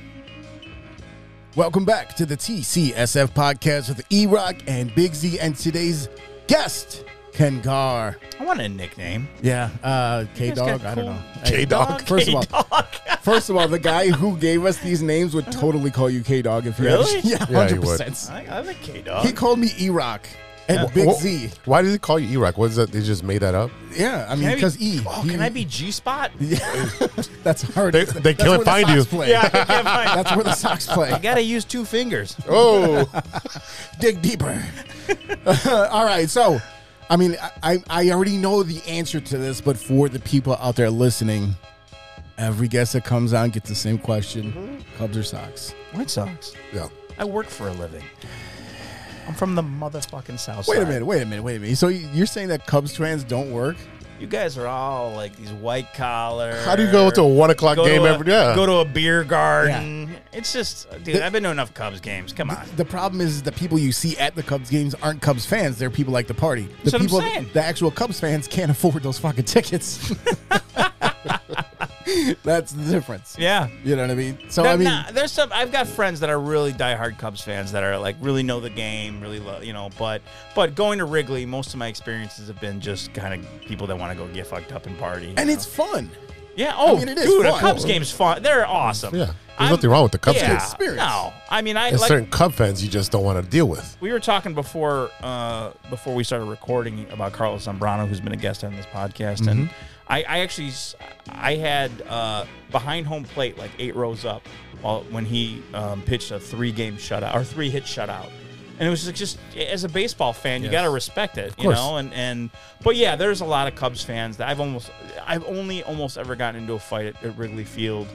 Welcome back to the TCSF podcast with E Rock and Big Z, and today's guest, Ken Gar. I want a nickname. Yeah, uh, K Dog. I don't know. Hey, K-Dog? First of all, Dog. first of all, the guy who gave us these names would totally call you K Dog if you Really? yeah, Yeah, he hundred would. percent. I, I like K He Dog. called me E Rock and Big Wh- Z. Why did he call you E-Rock? What is that? They just made that up? Yeah, I mean because E. Oh, he- can I be G Spot? That's hard. They- they That's can't where the find Sox you. Play. Yeah, I can't find- That's where the Sox I play. gotta use two fingers. Oh, Dig deeper. All right, so I mean, I I already know the answer to this, but for the people out there listening, every guest that comes on gets the same question: Cubs or Sox? White Sox. Mm-hmm. yeah. I work for a living. I'm from the motherfucking South Wait a Side. minute, wait a minute, wait a minute. So you're saying that Cubs fans don't work? You guys are all like these white collar. How do you go to a one o'clock go to game a- every? Yeah, Go to a beer garden. It's just, dude. I've been to enough Cubs games. Come on. The problem is the people you see at the Cubs games aren't Cubs fans. They're people like the party. The That's what I'm people, saying. the actual Cubs fans can't afford those fucking tickets. That's the difference. Yeah. You know what I mean? So That- I mean, nah, there's some. I've got friends that are really diehard Cubs fans that are like really know the game, really love, you know. But but going to Wrigley, most of my experiences have been just kind of people that want to go get fucked up and party. you and know? it's fun. yeah. Oh, mean, it is dude, fun. a Cubs game's fun. They're awesome. Yeah. There's I'm- nothing wrong with the Cubs yeah, game. Experience. No, I mean I There's like certain Cub fans you just don't want to deal with. we were talking before uh, before we started recording about Carlos Zambrano, who's been a guest on this podcast, and I, I actually s- I had uh, behind home plate like eight rows up while, when he um, pitched a three game shutout or three hit shutout, and it was like just as a baseball fan, you got to respect it, you course. know, and and but yeah, there's a lot of Cubs fans that I've almost I've only almost ever gotten into a fight at, at Wrigley Field.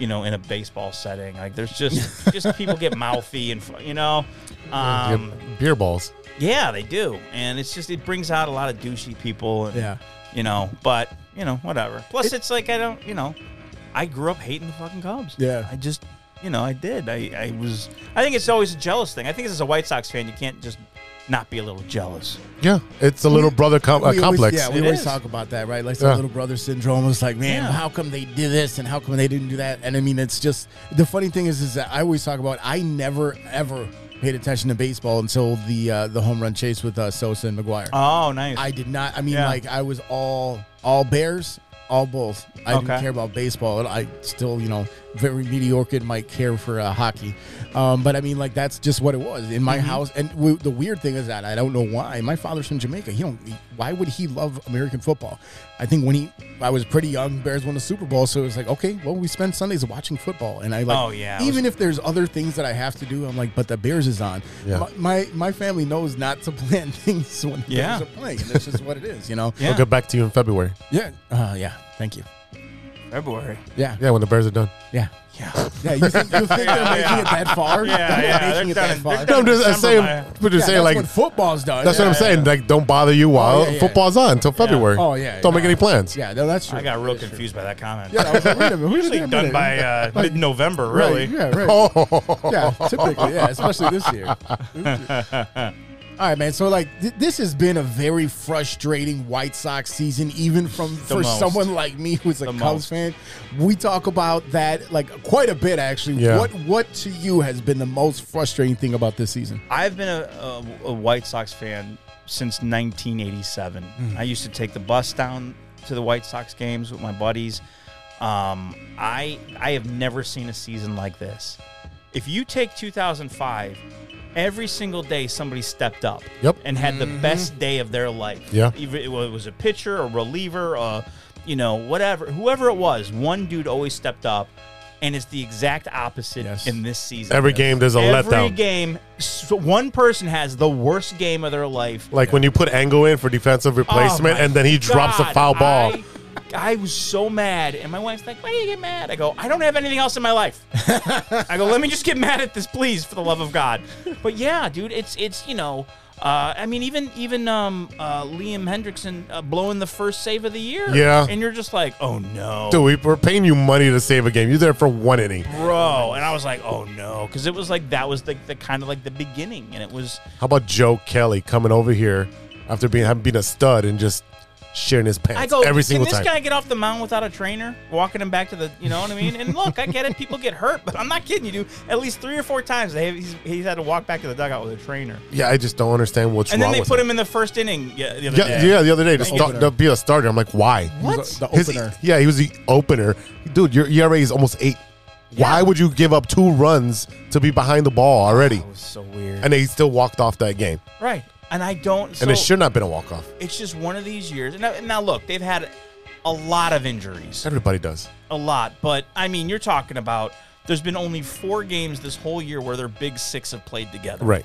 You know, in a baseball setting, like there's just just people get mouthy and fu- you know, You um, get beer balls. yeah, they do, and it's just it brings out a lot of douchey people. And, Yeah. you know, but you know, whatever. Plus, it's like I don't, you know, I grew up hating the fucking Cubs. Yeah. I just, you know, I did. I, I was. I think it's always a jealous thing. I think as a White Sox fan, you can't just not be a little jealous. Yeah, it's a little brother com- uh, We always- complex. yeah, we It always is. talk about that, right? Like some Yeah. little brother syndrome. It's like, man, Yeah. how come they did this and how come they didn't do that? And I mean, it's just the funny thing is, is that I always talk about. I never ever paid attention to baseball until the uh, the home run chase with uh, Sosa and McGuire. Oh, nice. I did not. I mean, Yeah. like I was all all Bears, all Bulls. I didn't Okay. care about baseball. I still, you know, very mediocre in my care for uh, hockey. Um, but I mean, like that's just what it was in my Mm-hmm. house. And w- the weird thing is that I don't know why. My father's from Jamaica. He don't. Why would he love American football? I think when he, I was pretty young. Bears won the Super Bowl, so it was like, okay, well, we spend Sundays watching football, and I like. Oh, yeah. Even if there's other things that I have to do, I'm like, but the Bears is on. Yeah. My, my my family knows not to plan things when the Yeah. Bears are playing. And that's just what it is, you know. yeah. We'll get back to you in February. Yeah. Uh, yeah. Thank you. February. Yeah. Yeah, when the Bears are done. Yeah. Yeah. Yeah. You think, you think they're making it that far? Yeah, They're yeah, making they're it done that in- far. they're No, done I'm just I'm December, saying, yeah. but Yeah, just saying, that's like, when football's done. that's what I'm Yeah, Oh, saying. Like, don't bother you while yeah, yeah. football's on until February. Oh yeah. don't yeah. make any plans. Yeah. No, that's true. I got real confused by that comment. Yeah. I was like, wait a minute. wait a Usually minute, done minute. by uh, Like, mid-November, right, really. Yeah. Right. Oh, Yeah. Typically. Yeah. Especially this year. All right, man. So like, th- this has been a very frustrating White Sox season, even from The for most. someone like me who's a The Cubs most. fan. We talk about that like quite a bit, actually. Yeah. What what to you has been the most frustrating thing about this season? I've been a, a, a White Sox fan since 1987. Mm. Hmm. I used to take the bus down to the White Sox games with my buddies. Um, I I have never seen a season like this. If you take 2005, every single day somebody stepped up Yep. Mm-hmm. and had the best day of their life. Yeah. Even it was a pitcher, a reliever, a you know whatever, whoever it was, one dude always stepped up, and it's the exact opposite in this season. Every game there's a Every letdown. game, so one person has the worst game of their life. Like when you put Ango in for defensive replacement Oh my and then he drops a God, foul ball. I, I was so mad, and my wife's like, "Why do you get mad?" I go, "I don't have anything else in my life." I go, "Let me just get mad at this, please, for the love of God." But yeah, dude, it's it's you know. Uh, I mean, even even um, uh, Liam Hendrickson uh, blowing the first save of the year. Yeah. and you're just like, oh no, Dude, we, we're paying you money to save a game. You're there for one inning. bro. And I was like, oh no, because it was like that was the, the kind of like the beginning, and it was How about Joe Kelly coming over here after being having been a stud and just sharing his pants I go every single Can this time? guy get off the mound without a trainer, walking him back to the? You know what I mean? And look, I get it. People get hurt, but I'm not kidding you. Dude, at least three or four times they have, he's, he's had to walk back to the dugout with a trainer. yeah, I just don't understand what's and wrong then they with put him in the first inning. Yeah, the other Yeah, day. yeah, the other day to start to be a starter. I'm like, why? What? The His- opener. yeah, he was the opener. Dude, your ERA is almost eight. Why would you give up two runs to be behind the ball already? That was so weird. And they still walked off that game. right. And I don't. and it so- should not have been a walk off. It's just one of these years. And now, and now look, they've had a lot of injuries. Everybody does. a lot, but I mean, you're talking about there's been only four games this whole year where their big six have played together. Right.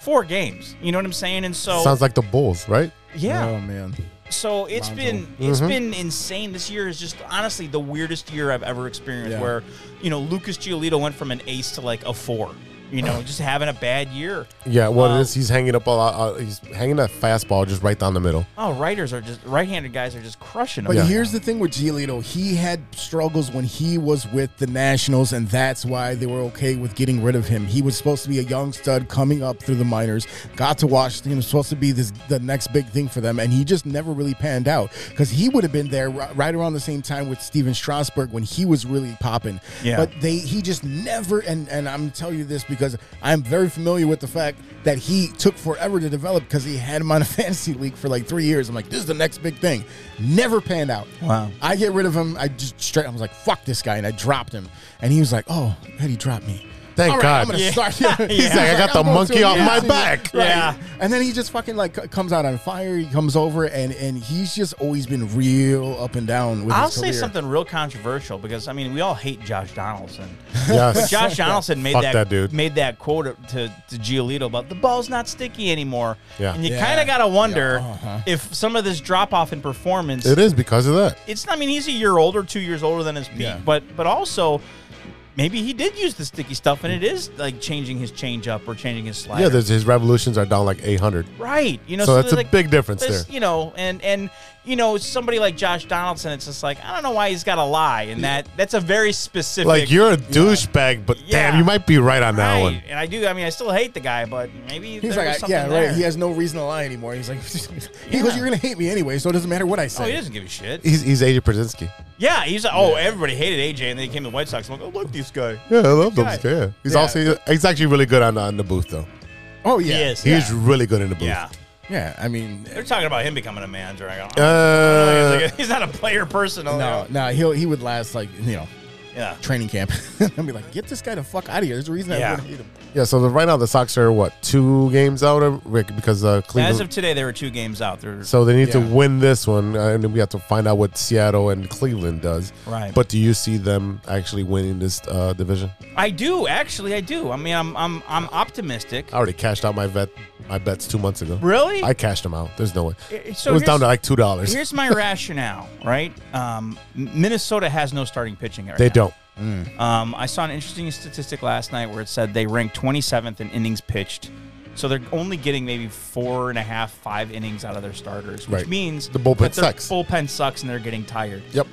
Four games. You know what I'm saying? And so Sounds like the Bulls, right? Yeah. Oh, man. So it's Lonzo. been it's Mhm. been insane. This year is just honestly the weirdest year I've ever experienced. Yeah. Where you know Lucas Giolito went from an ace to like a four. You know, just having a bad year. Yeah, well, Uh, it is. He's hanging up a lot. Uh, he's hanging that fastball just right down the middle. Oh, writers are just right-handed guys are just crushing them. But here's the thing with Giolito. He had struggles when he was with the Nationals, and that's why they were okay with getting rid of him. He was supposed to be a young stud coming up through the minors, got to Washington, was supposed to be this the next big thing for them, and he just never really panned out because he would have been there ri- right around the same time with Steven Strasburg when he was really popping. Yeah. But they he just never and and I'm telling you this because I'm very familiar with the fact that he took forever to develop because he had him on a fantasy league for like three years. I'm like, this is the next big thing. Never panned out. Wow. I get rid of him. I just straight. I was like, fuck this guy, and I dropped him. And he was like, oh, Eddie dropped me. Thank All right, God. I'm gonna Yeah. start. He's like, I got the I'm going monkey to a off my fantasy league. back. Right. Yeah. And then he just fucking like c- comes out on fire. He comes over and and he's just always been real up and down with I'll his say career. something real controversial because I mean we all hate Josh Donaldson. Yes. But Josh Donaldson made Fuck that, that dude. made that quote to, to Giolito about the ball's not sticky anymore. Yeah. And you Yeah. kind of got to wonder Yeah. Uh-huh. if some of this drop off in performance It is because of that. It's I mean he's a year older, two years older than his peak, but but also maybe he did use the sticky stuff and it is like changing his change up or changing his slider. Yeah, there's, his revolutions are down like 800. Right. You know, So that's there's, a big difference there's, there. You know, and and you know, somebody like Josh Donaldson, it's just like I don't know why he's got to lie, and that that's a very specific. Like you're a douchebag, but damn, you might be right on that Right. one. And I do. I mean, I still hate the guy, but maybe He's there like, was I- something yeah, there. right. He has no reason to lie anymore. He's like, he goes, you're gonna hate me anyway, so it doesn't matter what I say. Oh, he doesn't give a shit. He's he's AJ Przinsky. yeah, he's like, oh, everybody hated AJ, and then he came to the White Sox. I'm like, oh, look, this guy. Yeah, I love Good those. guy. Yeah, he's Yeah. also he's actually really good on the, on the booth though. Oh yeah. He is, he's yeah. really good in the booth. Yeah. Yeah, I mean, They're talking about him becoming a manager. I go, oh, Uh, he's, like, he's not a player person. no, no, he'll he would last like you know, yeah, training camp. I'd be like, get this guy the fuck out of here. There's a reason Yeah. I would hate him. yeah. So the, right now the Sox are what two games out of Rick because uh, As Cleveland. of today, they were two games out. They're, so they need to Yeah. win this one, uh, and then we have to find out what Seattle and Cleveland does. Right. But do you see them actually winning this uh, division? I do actually. I do. I mean, I'm I'm I'm optimistic. I already cashed out my vet my bets two months ago. Really? I cashed them out. There's no way. I- It, so was here's- down to like two dollars. Here's my rationale, right? Um, M- Minnesota has no starting pitching. Right They now. don't. Um, I saw an interesting statistic last night where it said they ranked 27th in innings pitched. So they're only getting maybe four and a half, five innings out of their starters, which Right. means The bullpen that their sucks. Bullpen sucks, and they're getting tired. Yep.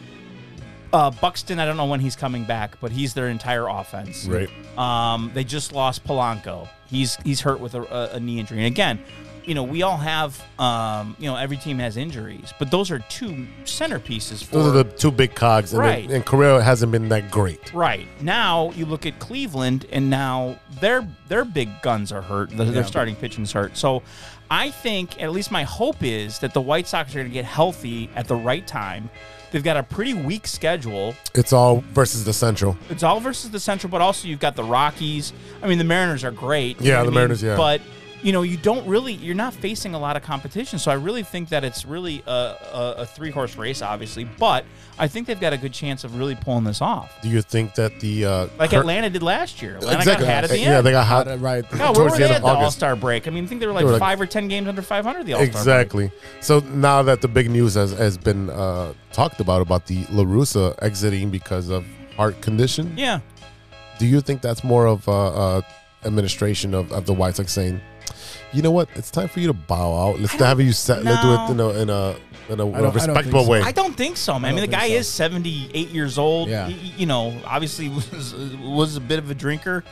Uh, Buxton, I don't know when he's coming back, but he's their entire offense. Right. Um, they just lost Polanco. He's he's hurt with a, a, a knee injury. And again, you know, we all have, um, you know, every team has injuries, but those are two centerpieces for Those are the two big cogs, and, Right. then- and Carrera hasn't been that great. Right now, you look at Cleveland, and now their their big guns are hurt. Their, their Yeah. starting pitching's hurt. So, I think at least my hope is that the White Sox are going to get healthy at the right time. They've got a pretty weak schedule. It's all versus the Central. It's all versus the Central, but also you've got the Rockies. I mean, the Mariners are great. you Yeah, know what the I Mariners, yeah. But you know, you don't really you're not facing a lot of competition. So I really think that it's really a, a, a three horse race, obviously. But I think they've got a good chance of really pulling this off. Do you think that the uh, Like Cur- Atlanta did last year. Atlanta got had at the end. yeah, they got hot right. God, where were towards the they end at of the All August. Star break? I mean, I think they were like, They were like- five or ten games under 500. The All Star Exactly. So now that the big news has, has been uh, talked about about the Larusa exiting because of heart condition, Yeah. do you think that's more of uh, uh, administration of, of the White Sox saying, you know what, it's time for you to bow out. Let's have you set. Let's do it in a in a in a, don't- I don't respectable think so. way. I don't think so, man. I, mean, the don't guy think so. is 78 years old. Yeah. He- you know, obviously was was a bit of a drinker.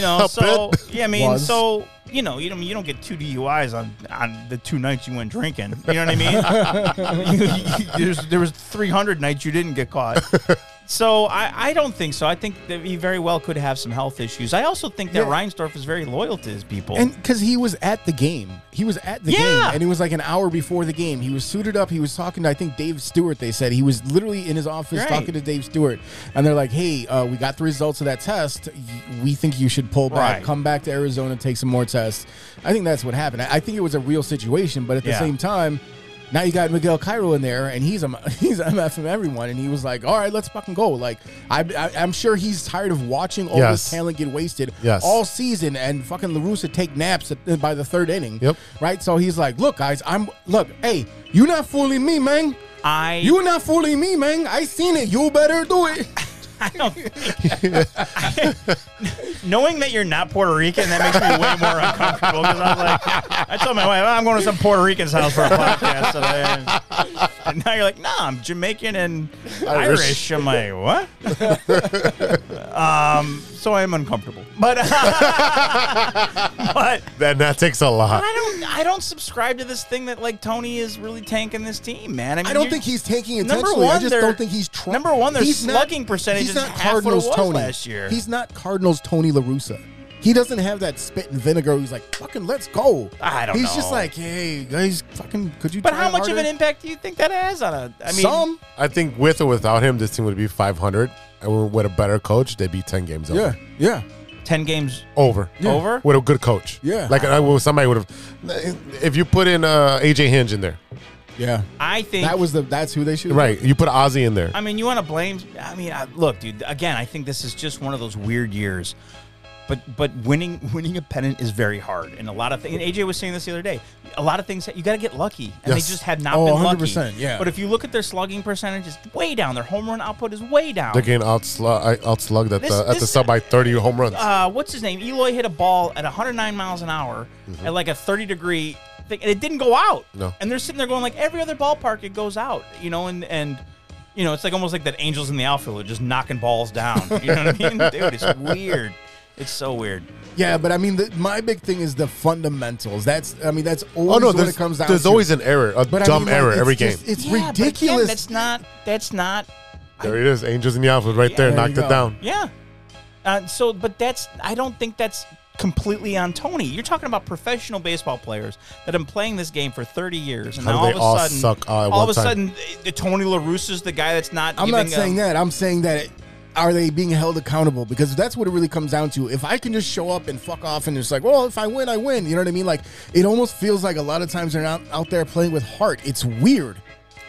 know, A so bit. yeah, I mean, Was. so you know, you don't you don't get two DUIs on on the two nights you went drinking. You know what I mean? You- you- there's, there was 300 nights you didn't get caught. So I, I don't think so. I think that he very well could have some health issues. I also think that Yeah. Reinsdorf is very loyal to his people. And because he was at the game, he was at the Yeah. game, and it was like an hour before the game. He was suited up. He was talking to I think Dave Stewart. They said he was literally in his office Right. talking to Dave Stewart, and they're like, "Hey, uh, we got the results of that test. Y- We think you should pull back, Right. come back to Arizona, take some more tests." I think that's what happened. I I think it was a real situation, but at the Yeah. same time. Now you got Miguel Cairo in there, and he's a he's MF from everyone, and he was like, "All right, let's fucking go." Like, I, I I'm sure he's tired of watching all Yes. this talent get wasted Yes. all season and fucking LaRusa take naps at, by the third inning. Yep. Right? So he's like, look, guys, I'm, look, hey, you not fooling me, man. I You not fooling me, man. I seen it. You better do it. I don't. knowing that you're not Puerto Rican, that makes me way more uncomfortable. Because I was like, I told my wife, I'm going to some Puerto Rican's house for a podcast today. And now you're like, nah, I'm Jamaican and Irish. Irish. I'm like, what? um, so I am uncomfortable. But, but Then that takes a lot. I don't, I don't subscribe to this thing that like Tony is really tanking this team, man. I, mean, I don't you're- think he's taking Number intentionally. I one, just they're- don't think he's trying. number one, their he's slugging not, percentage he's is not half what it Cardinals was Tony last year. He's not Cardinals Tony Larusa. He doesn't have that spit and vinegar. He's like, fucking, let's go. I don't He's just know. like, hey, guys, fucking, could you? But try how much of harder? an impact do you think that has on a? I mean, Some. I think with or without him, this team would be 500. And with a better coach, they'd be 10 games over. Yeah, yeah. ten games Over. over. With a good coach. Yeah. Like I, well, somebody would have. If you put in uh, AJ Hinge in there, Yeah. I think That was the. That's who they should. right? You put Ozzy in there. I mean, you want to blame? I mean, I, look, dude. Again, I think this is just one of those weird years. But but winning winning a pennant is very hard, and a lot of things. And AJ was saying this the other day. A lot of things that you got to get lucky, and Yes. they just have not Oh, been 100%, lucky. yeah. But if you look at their slugging percentage, it's way down. Their home run output is way down. They're getting outslu- I- outslugged at This- the at the this- sub by 30 home runs. uh, what's his name? Eloy hit a ball at 109 miles an hour at like a 30 degree thing, and it didn't go out. No. And they're sitting there going like every other ballpark, it goes out. You know, and and you know, it's like almost like that Angels in the outfield are just knocking balls down. You know what I mean, dude? It's weird. It's so weird. Yeah, but I mean, the, my big thing is the fundamentals. That's, I mean, that's always oh no, what there's, it comes down. there's to. always an error, a But I dumb mean, like, error it's every game. just- it's Yeah, but again, ridiculous. that's not. That's not. there it is, Angels in the outfield, right there, There knocked you it go. down. Yeah. Uh, so, but that's, I don't think that's completely on Tony. You're talking about professional baseball players that have been playing this game for 30 years. And How do now all they of a all sudden, suck all at all one of a time? sudden, the Tony LaRusso's the guy that's not. I'm not giving saying up. that. I'm saying that it, are they being held accountable? Because that's what it really comes down to. If I can just show up and fuck off and it's like, well, if I win, I win. You know what I mean? Like, it almost feels like a lot of times they're not out there playing with heart. It's weird.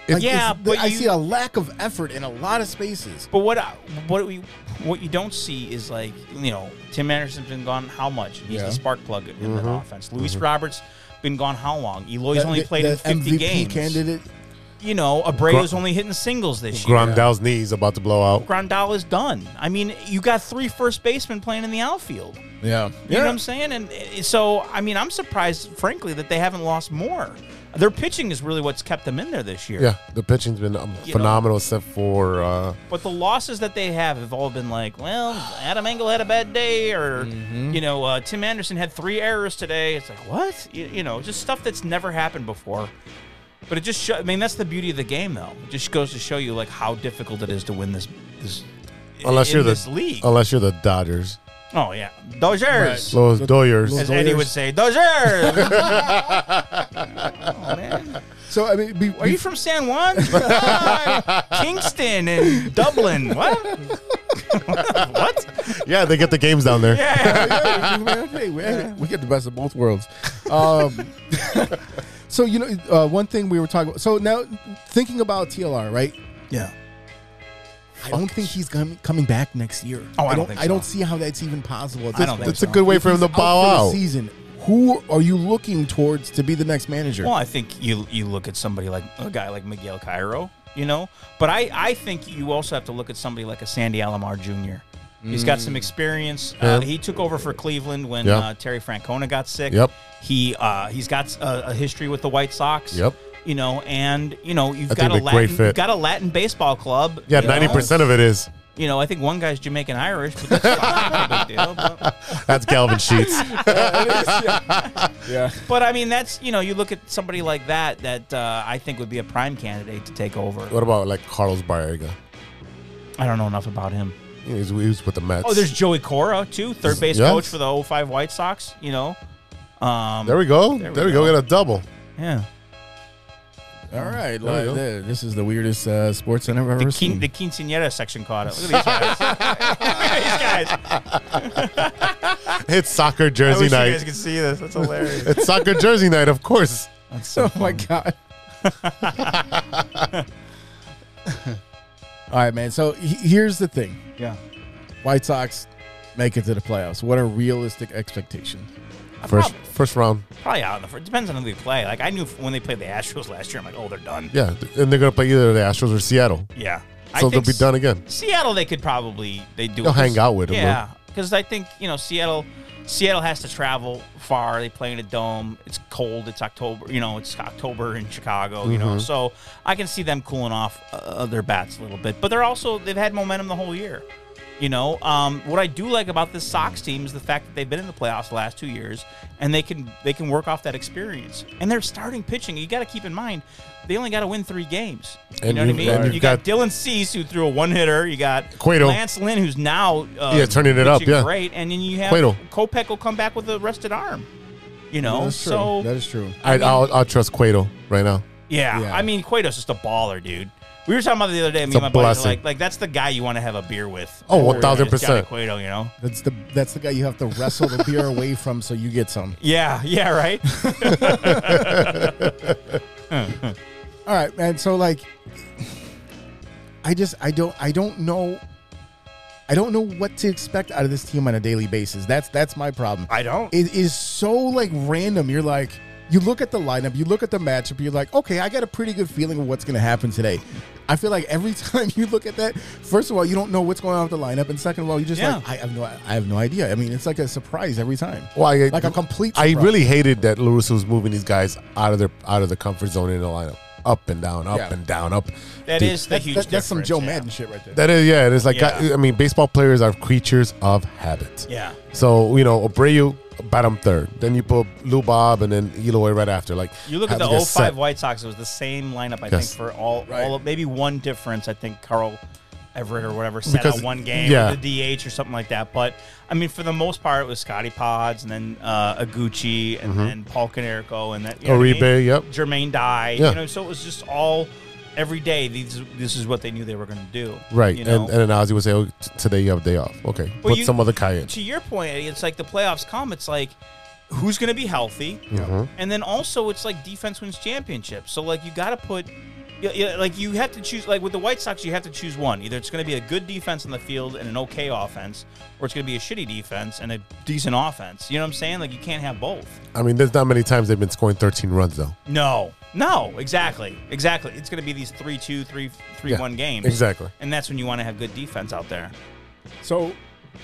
Like, Yeah, it's- but I you- see a lack of effort in a lot of spaces. But what I- what we what you don't see is like you know Tim Anderson's been gone how much? He's Yeah. the spark plug in the offense. Luis Roberts been gone how long? Eloy's That- only that- played in that 50 MVP games. candidate. You know, Abreu's Gro- only hitting singles this year. Grandal's knees about to blow out. Grandal is done. I mean, you got three first basemen playing in the outfield. Yeah. eh, You know what I'm saying? And uh, so, I mean, I'm surprised, frankly, that they haven't lost more. Their pitching is really what's kept them in there this year. Yeah, the pitching's been um, You know. phenomenal, except for uh, But the losses that they have have all been like, well, Adam Engel had a bad day, or Mm-hmm. you know, uh, Tim Anderson had three errors today. It's like what? You, you know, just stuff that's never happened before. But it just, show, I mean, that's the beauty of the game, though. It just goes to show you like how difficult it is to win this. this unless in you're the this league. unless you're the Dodgers, Oh yeah, Dodgers. those Doyers. As Eddie would say, Dodgers. Oh, So I mean, be, Are you from San Juan? Kingston and Dublin. What? what? yeah, they get the games down there. Yeah, man, hey, we, we get the best of both worlds. Um, so you know, uh, one thing we were talking about. So now, thinking about TLR, right? Yeah. I don't think he's com- coming back next year. Oh, I don't don't. think I don't so. see how that's even possible. At I this don't point. think It's a good way If for him he's to bow for the out. Season. Who are you looking towards to be the next manager? Well, I think you you look at somebody like a guy like Miguel Cairo, you know, but I I think you also have to look at somebody like a Sandy Alomar Jr. He's got some experience. Uh, Mm. Yeah. he took over for Cleveland when Yeah. uh, Terry Francona got sick. Yep. He uh, he's got a, a history with the White Sox. Yep. You know, and you know you've I got think a they're great Latin fit. you've got a Latin baseball club. Yeah, you know? ninety percent of it is You know, I think one guy's Jamaican Irish, but that's fine, no big deal. But- that's Galvin Sheets. But I mean, that's you know, you look at somebody like that that uh, I think would be a prime candidate to take over. What about like Carlos Baerga? I don't know enough about him. He was, he was with the Mets. Oh, there's Joey Cora too, third base Yes. coach for the 05 White Sox. You know, um, there we go. There, we we go. Get a double. yeah, All There right, you like, go. th- this is the weirdest uh, sports center I've ever the, seen. quin- the quinceanera section caught it. Look at these guys. Look at these guys. It's soccer I jersey wish you guys night. could see this. That's hilarious. It's soccer jersey night, of course. That's so oh my god. All right, man. So he- here's the thing: yeah. White Sox make it to the playoffs. What are realistic expectations? First, first round. Probably out in the first. Depends on who they play. Like I knew when they played the Astros last year, I'm like, oh, they're done. Yeah, and they're gonna play either the Astros or Seattle, Yeah. I so think they'll be s- done again. Seattle, they could probably they do. They'll it. hang out with 'em, Yeah, because I think you know Seattle. Seattle has to travel far. They play in a dome. It's cold. It's October. You know, it's October in Chicago. You Mm-hmm. know, so I can see them cooling off uh, their bats a little bit. But they're also they've had momentum the whole year. You know, um, what I do like about this Sox team is the fact that they've been in the playoffs the last two years, and they can they can work off that experience. And they're starting pitching. You got to keep in mind they only got to win three games. You And know what I you- mean? and you've you got, got- Dylan Cease, who threw a one hitter. You got Cueto. Lance Lynn, who's now uh, Yeah, turning it up, pitching yeah. great. And then you have Cueto. Kopech will come back with a rested arm. You know, That's true. so that is true. I, I'll, I'll trust Cueto right now. yeah. Yeah. I mean, Cueto's just a baller, dude. We were talking about it the other day. I a mean, my buddies blessing. are like, like that's the guy you want to have a beer with. Oh, Or 1000%. it's Johnny Cueto, you know. That's the that's the guy you have to wrestle the beer away from so you get some. Yeah, yeah, right. All right, man. So like, I just I don't I don't know. I don't know what to expect out of this team on a daily basis. That's that's my problem. I don't. It is so like random. You're like, you look at the lineup, you look at the matchup, you're like, okay, I got a pretty good feeling of what's going to happen today. I feel like every time you look at that, first of all, you don't know what's going on with the lineup, and second of all, you just Yeah. like, I have no, I have no idea. I mean, it's like a surprise every time. Well, I, Like a complete I surprise. really hated that Lewis was moving these guys out of their out of the comfort zone in the lineup, up and down, up Yeah. and down, up. That Dude, is the That- huge. that- that's some difference, Joe yeah. Madden shit right there. That is yeah. It is like Yeah. I, I mean, baseball players are creatures of habit. Yeah. So you know, Abreu bottom third, then you put Lou Bob, and then Eloy right after. Like You look at have the these 05 guys set. White Sox, it was the same lineup, I Yes. think, for all, Right. all of, maybe one difference. I think Carl Everett or whatever sat Because- out one game, yeah. or the DH or something like that. But, I mean, for the most part, it was Scotty Pods and then uh, Aguchi and then Paul Canerco and that. you know what I mean? Mm-hmm. Oribe, yep. Jermaine Dye. Yeah. You know, so it was just all every day. These, this is what they knew they were going to do. Right, you know? and and then Ozzy would say, "Oh, t- today you have a day off. Okay, Well, put you- some other guy in." to your point, Eddie, it's like the playoffs come. It's like who's going to be healthy, and then also it's like defense wins championships. So like you got to put, you- you- like you have to choose. Like with the White Sox, you have to choose one. Either it's going to be a good defense on the field and an okay offense, or it's going to be a shitty defense and a decent offense. You know what I'm saying? Like you can't have both. I mean, there's not many times they've been scoring 13 runs though. No, no, exactly, exactly. It's going to be these three two, three three Yeah, one games exactly. and that's when you want to have good defense out there. So,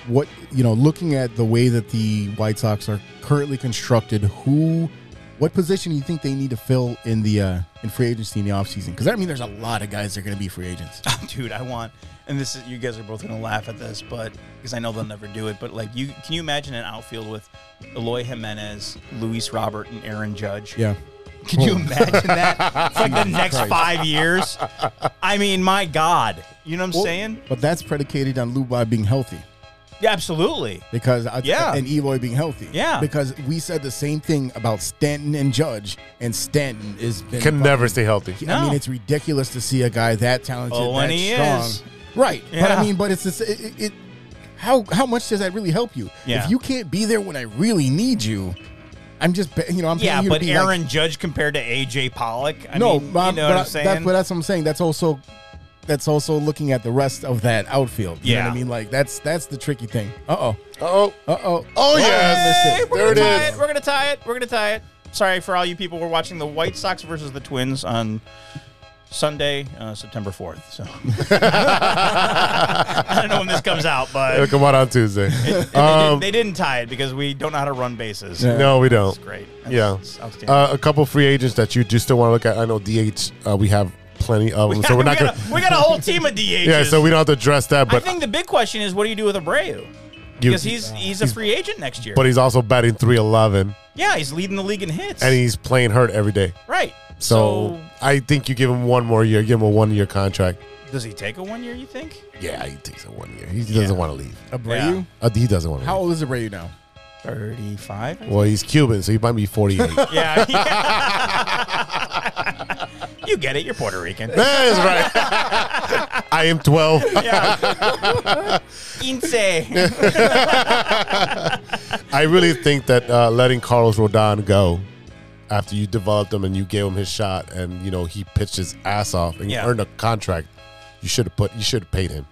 what you know, looking at the way that the White Sox are currently constructed, who What position do you think they need to fill in the uh, in free agency in the offseason? Because I mean, there's a lot of guys that are going to be free agents. dude i want and this is you guys are both gonna laugh at this but because i know they'll never do it but like you can you imagine an outfield with eloy jimenez luis robert and aaron judge Yeah. Oh. Can you imagine that? It's like the Jesus next Christ. five years. I mean, my God. You know what I'm saying? But that's predicated on Lubai being healthy. Yeah, absolutely. Because I, Yeah. and Eloy being healthy. Yeah. Because we said the same thing about Stanton and Judge, and Stanton is been Can never stay healthy. I mean, No. it's ridiculous to see a guy that talented, Oh, that and he strong. is. Right. But I Yeah. mean, but it's just, it, it, it- how how much does that really help you? Yeah. If you can't be there when I really need you, I'm just ba- you know I'm paying yeah, you to but be like- Aaron Judge compared to AJ Pollock. I no, mean, but, you know but what I- I'm saying? That's, but that's what I'm saying. That's also that's also looking at the rest of that outfield. You know Yeah. what I mean, like that's that's the tricky thing. Uh oh. Oh, Uh oh. oh Hey, yes, we're there it gonna tie is. it. We're gonna tie it. We're gonna tie it. Sorry for all you people. We're watching the White Sox versus the Twins on Sunday, uh, September fourth. So I don't know when this comes out, It'll but come out on Tuesday. they, Um, did, they didn't tie it because we don't know how to run bases. no, we don't. That's great. That's- Yeah, that's outstanding. uh, a couple free agents that you do still want to look at. I know DH. Uh, we have plenty of them, so we're not we gonna. got, a, we got a whole team of DHs. Yeah, so we don't have to address that. I But think the big question is, what do you do with Abreu? You- Because he's he's a free agent next year. but he's also batting three eleven, yeah, he's leading the league in hits. and he's playing hurt every day. right. So, I think you give him one more year. Give him a one year contract. so does he take a one year? You think? Yeah, he takes a one year. He doesn't want to leave. Abreu. Yeah. Uh, he doesn't want to. How leave. old is Abreu now? 35? Well, he's Cuban, so he might be forty eight. yeah. you get it. You're Puerto Rican. that is right. I am twelve. Quince. I really think that uh, letting Carlos Rodon go after you developed him and you gave him his shot and you know he pitched his ass off and Yeah. you earned a contract, you should have put you should have paid him.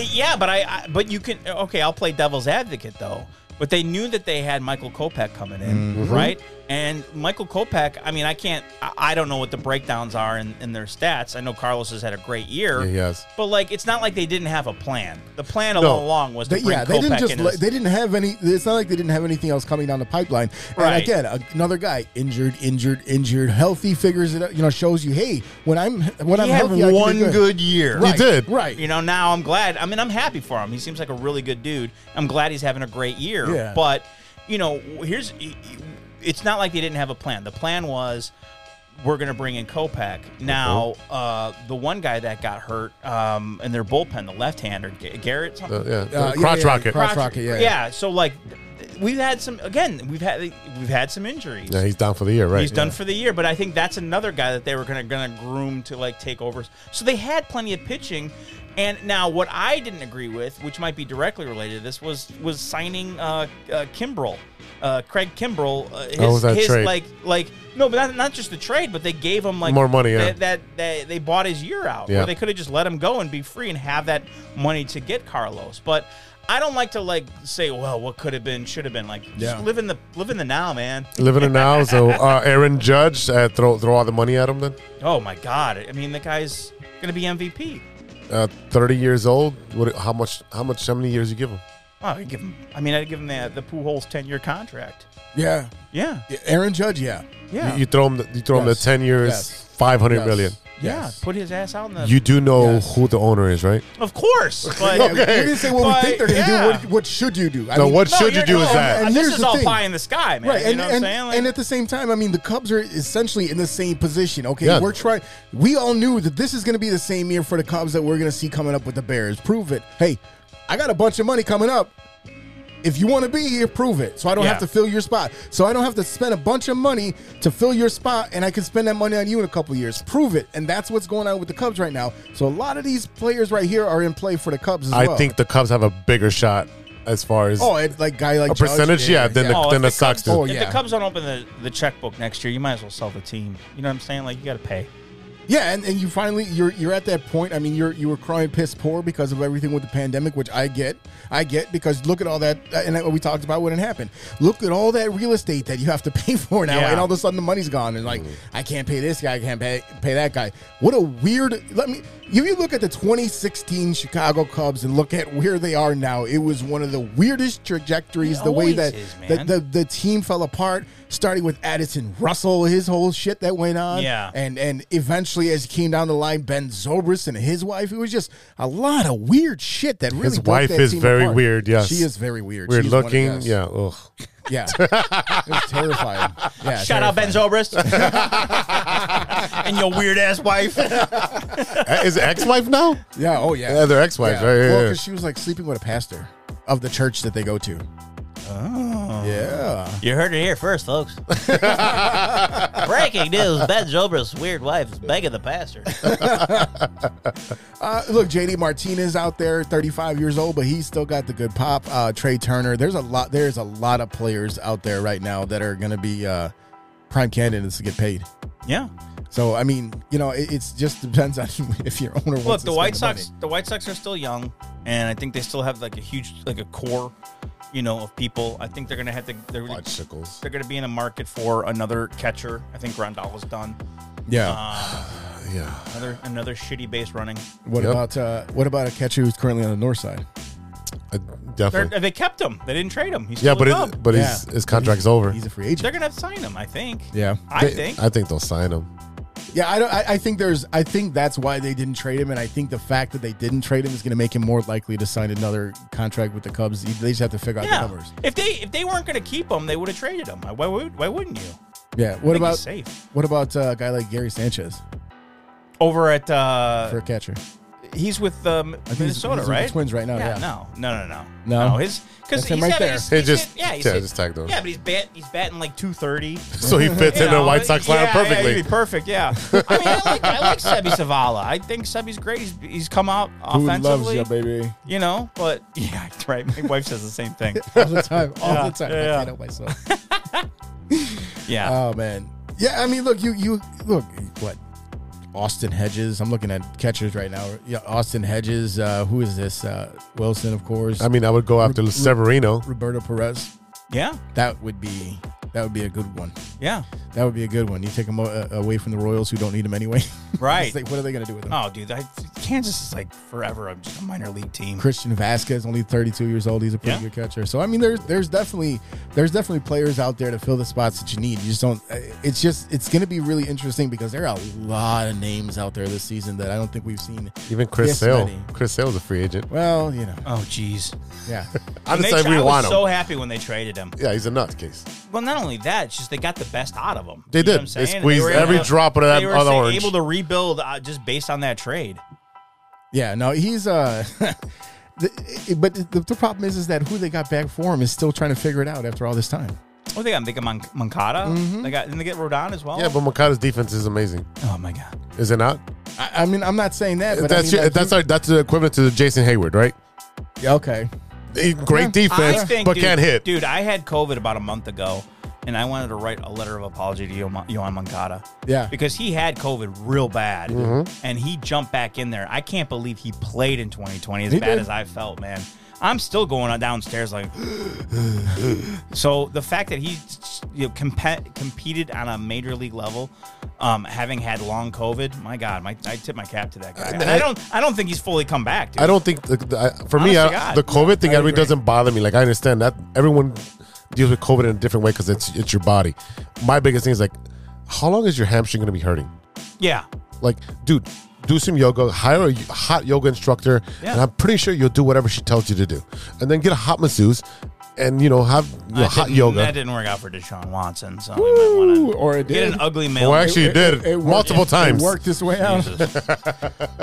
yeah, but I, I but you can okay, I'll play devil's advocate though. But they knew that they had Michael Kopeck coming in, Mm-hmm. right? And Michael Kopeck, I mean, I can't I, I don't know what the breakdowns are in, in their stats. I know Carlos has had a great year. Yeah, he has. But like it's not like they didn't have a plan. The plan all No. along was to They- bring yeah, they didn't Kopech just in let- as- they didn't have any. It's not like they didn't have anything else coming down the pipeline. And Right. again, a- another guy injured, injured, injured, healthy figures it out. You know, shows you, hey, when I'm when I'm he had healthy, I can do one good. good year. Right, did. right. You know, now I'm glad. I mean, I'm happy for him. He seems like a really good dude. I'm glad he's having a great year. Yeah. But, you know, here's it's not like they didn't have a plan. The plan was we're going to bring in Kopac. Now, uh, the one guy that got hurt um, in their bullpen, the left hander, Garrett, something, Uh, yeah, Uh, yeah, crotch yeah, rocket. crotch- rocket, yeah. So, like, th- we've had some, again, we've had we've had some injuries. Yeah, he's down for the year, right? He's done for the year, but I think that's another guy that they were gonna gonna groom to like take over. So they had plenty of pitching, and now what I didn't agree with, which might be directly related to this, was was signing uh, uh Kimbrel, uh Craig Kimbrel. Uh, his, Oh, was that his trade? like like no, but not, not just the trade, but they gave him like More money, yeah. That, that they, they bought his year out. Yeah. Where they could have just let him go and be free and have that money to get Carlos, but. I don't like to like say, well, what could have been, should have been. Like, Yeah. just live in the live in the now, man. Living it now, so uh, Aaron Judge, uh, throw throw all the money at him then. Oh my God! I mean, the guy's gonna be MVP. Uh, Thirty years old. What? How much? How much? How many years you give him? Wow, Oh, I give him. I mean, I'd give him the the Pujols ten year contract. Yeah, Yeah, Aaron Judge. Yeah, yeah, You, you throw him. The, you throw him the Yes. ten years, Yes. five hundred Yes. million. yeah. Yes. Put his ass out in the. You do know Yes. who the owner is, right? of course, but Yeah, You didn't say what But, we think they're going to yeah. do. What, what should you do? I No, mean- what should you you're- do is no, that. And this here's is the all thing. pie in the sky, man. Right, you and, know what and, I'm saying? Like, and at the same time, I mean, the Cubs are essentially in the same position. Okay, Yeah. we're trying. We all knew that this is going to be the same year for the Cubs that we're going to see coming up with the Bears. Prove it. Hey, I got a bunch of money coming up. If you want to be here, prove it. So I don't Yeah. have to fill your spot. So I don't have to spend a bunch of money to fill your spot, and I can spend that money on you in a couple of years. Prove it, and that's what's going on with the Cubs right now. So a lot of these players right here are in play for the Cubs as I well. think the Cubs have a bigger shot as far as Oh, it's like guy like a Judge, percentage, yeah, than the Oh, than the if the Sox Cubs- do. Oh, if yeah. the Cubs don't open the, the checkbook next year, you might as well sell the team. You know what I'm saying? Like you got to pay. Yeah, and, and you finally you're you're at that point. I mean, you're you were crying piss poor because of everything with the pandemic, which I get. I get because look at all that, uh, and that we talked about when it happened. Look at all that real estate that you have to pay for now, Yeah. Mm-hmm. and all of a sudden the money's gone, and like I can't pay this guy, I can't pay pay that guy. What a weird. Let me. If you look at the 2016 Chicago Cubs and look at where they are now, it was one of the weirdest trajectories. It the way always that is, the, man. the the team fell apart, starting with Addison Russell, his whole shit that went on. Yeah. And and eventually as he came down the line, Ben Zobrist and his wife, it was just a lot of weird shit that really His broke wife that is team very apart. weird. Yes, She is very weird. Weird She's one of looking. those. yeah. Ugh. Yeah. it was terrifying. Yeah. Shout out Ben terrifying. Zobrist and your weird ass wife. Eh, is it ex-wife now? Yeah, oh yeah. Yeah, they're ex-wives, right, yeah, Well, yeah. because she was like sleeping with a pastor of the church that they go to. Oh. Yeah. You heard it here first, folks. Breaking news: Ben Zobrist's weird wife is begging the pastor. Uh, look, JD Martinez out there, 35 years old, but he's still got the good pop. Uh, Trey Turner. There's a lot. There's a lot of players out there right now that are going to be uh, prime candidates to get paid. Yeah. So I mean, you know, it it's just depends on if your owner wants. Look, to the spend White the Sox. money. The White Sox are still young, and I think they still have like a huge, like a core, you know, of people. I think they're gonna have to. They're, Sickles. they're gonna be in a market for another catcher. I think Grandal is done. Yeah. Uh, Yeah. Another another shitty base running. what Yep. about uh, what about a catcher who's currently on the north side? Uh, They're, definitely. they kept him. They didn't trade him. He's still Yeah, but a it, Cub. but Yeah. his his contract's over. He's a free agent. they're gonna have to sign him. I think. Yeah. I They- think. I think they'll sign him. Yeah, I don't. I, I think there's. I think that's why they didn't trade him, and I think the fact that they didn't trade him is going to make him more likely to sign another contract with the Cubs. They just have to figure out yeah. the numbers. If they if they weren't gonna keep him, they would have traded him. Why would why wouldn't you? Yeah. What I think about he's safe what about uh, a guy like Gary Sanchez over at uh, for a catcher? He's with um, he's- Minnesota, he's with the right? Twins right now, yeah. No, no, no, no, No? His because That's him he's right having- there. he's- He he's just- hit- yeah, he's yeah, hit- just tagged him. Yeah, but he's bat, he's batting like two thirty. So he fits into the White Sox lineup perfectly. He'd be perfect. Yeah. I mean, I like, I like Sebi Savala. I think Sebi's great. He's, he's come out offensively. baby? you know, but yeah, right. My wife says the same thing. All the time. All the Yeah, time. yeah, I yeah. can't help myself. Yeah. oh man. Yeah. I mean, look. You. You. Look. What? Austin Hedges. I'm looking at catchers right now. Yeah. Austin Hedges. Uh, who is this? Uh, Wilson, of course. I mean, I would go after Severino. Roberto Perez. yeah. That would be. That would be a good one. Yeah. That would be a good one. You take him uh, away from the Royals, who don't need him anyway. Right. It's like, what are they going to do with him? Oh, dude, I, Kansas is like forever. I'm just a minor league team. Christian Vasquez, only 32 years old. He's a pretty Yeah. good catcher. So I mean, there's there's definitely there's definitely players out there to fill the spots that you need. You just don't. It's just it's going to be really interesting because there are a lot of names out there this season that I don't think we've seen. Even Chris Yes, Sale. many. Chris Sale's a free agent. Well, you know, Oh, jeez. yeah, I When they decided tra- we I want was him. so happy when they traded him. yeah, he's a nutcase. Well, not only that, it's just they got the best out of him. They You know did. what I'm They saying? And squeezed were every able- drop out of that- They were out of sa- orange. able to rebuild uh, just based on that trade. yeah. No, he's uh. the- But the, the problem is, is that who they got back for him is still trying to figure it out after all this time. What they got? They got Mon- Moncada. They got didn't they get Rodon as well? Mm-hmm. Yeah, but Makata's defense is amazing. oh my god. Is it not? I, I mean, I'm not saying that, but I that's mean, your, like, that's you- our, that's the equivalent to Jason Hayward, right? yeah, okay. Eh, Great defense, I think, but dude, can't hit. Dude, I had COVID about a month ago, and I wanted to write a letter of apology to Yo- Yohan Moncada. Yeah. because he had COVID real bad, Mm-hmm. and he jumped back in there. I can't believe he played in 2020 as He bad did. as I felt, man. I'm still going on downstairs like. so the fact that he you know, compe- competed on a major league level, um, having had long COVID, my God, my, I tip my cap to that guy. And I, don't, I don't think he's fully come back. Dude. I don't think the, the, I- for me Honest to I, God. the COVID thing really doesn't bother me. Like I understand that everyone deals with COVID in a different way because it's it's your body. My biggest thing is like, how long is your hamstring going to be hurting? Yeah, Like, dude, do some yoga. Hire a hot yoga instructor, Yeah. and I'm pretty sure you'll do whatever she tells you to do. And then get a hot masseuse, and you know have you know, That hot didn't- That yoga. didn't work out for Deshaun Watson, so we might want to or it get did. an ugly male. Well, actually, you did it worked. multiple It times. worked this way out. Jesus,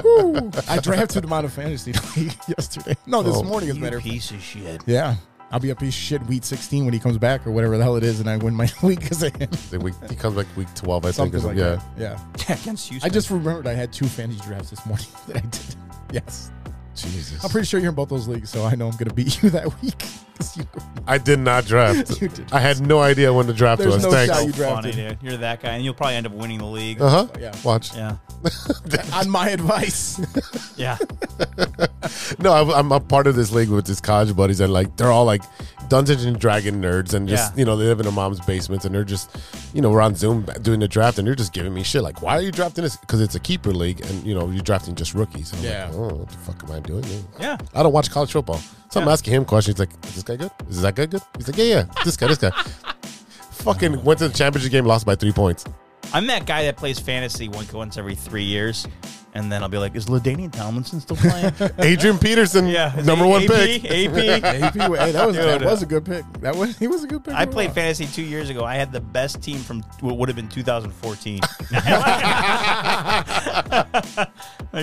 Woo. I drafted him out of fantasy league yesterday. No, this Oh. morning is you better. piece of shit. Yeah. I'll be a piece of shit week 16 when he comes back or whatever the hell it is, and I win my league because of him. Then we- he comes like week twelve, I think. or Something like something. yeah. that. Yeah. Against I Houston. just remembered I had two fantasy drafts this morning that I did. Yes. Jesus. I'm pretty sure you're in both those leagues, so I know I'm going to beat you that week. 'Cause you- I did not draft. You did. I had no idea when the draft There's was. no Thanks. shot you Funny, drafted. dude. You're that guy, and you'll probably end up winning the league. Uh huh. Yeah. Watch. Yeah. On my advice. Yeah. No, I, I'm a part of this league with these college buddies, and like they're all like Dungeons and Dragon nerds, and just Yeah. you know they live in their mom's basements, and they're just you know we're on Zoom doing the draft, and they're just giving me shit like, why are you drafting this? Because it's a keeper league, and you know you're drafting just rookies. And I'm Yeah. Like, oh, what the fuck am I doing? here?" Yeah. I don't watch college football, so I'm Yeah. asking him questions like, is this guy good? Is that guy good? He's like, yeah, yeah, this guy, this guy. Fucking went to the championship game, lost by three points. I'm that guy that plays fantasy once, once every three years, and then I'll be like, "Is Ladainian Tomlinson still playing?" Adrian Peterson, yeah, is number A- one AP, pick. AP. AP, hey, that was, that Dude. was a good pick. That was he was a good pick. I overall. played fantasy two years ago. I had the best team from what would have been 2014. like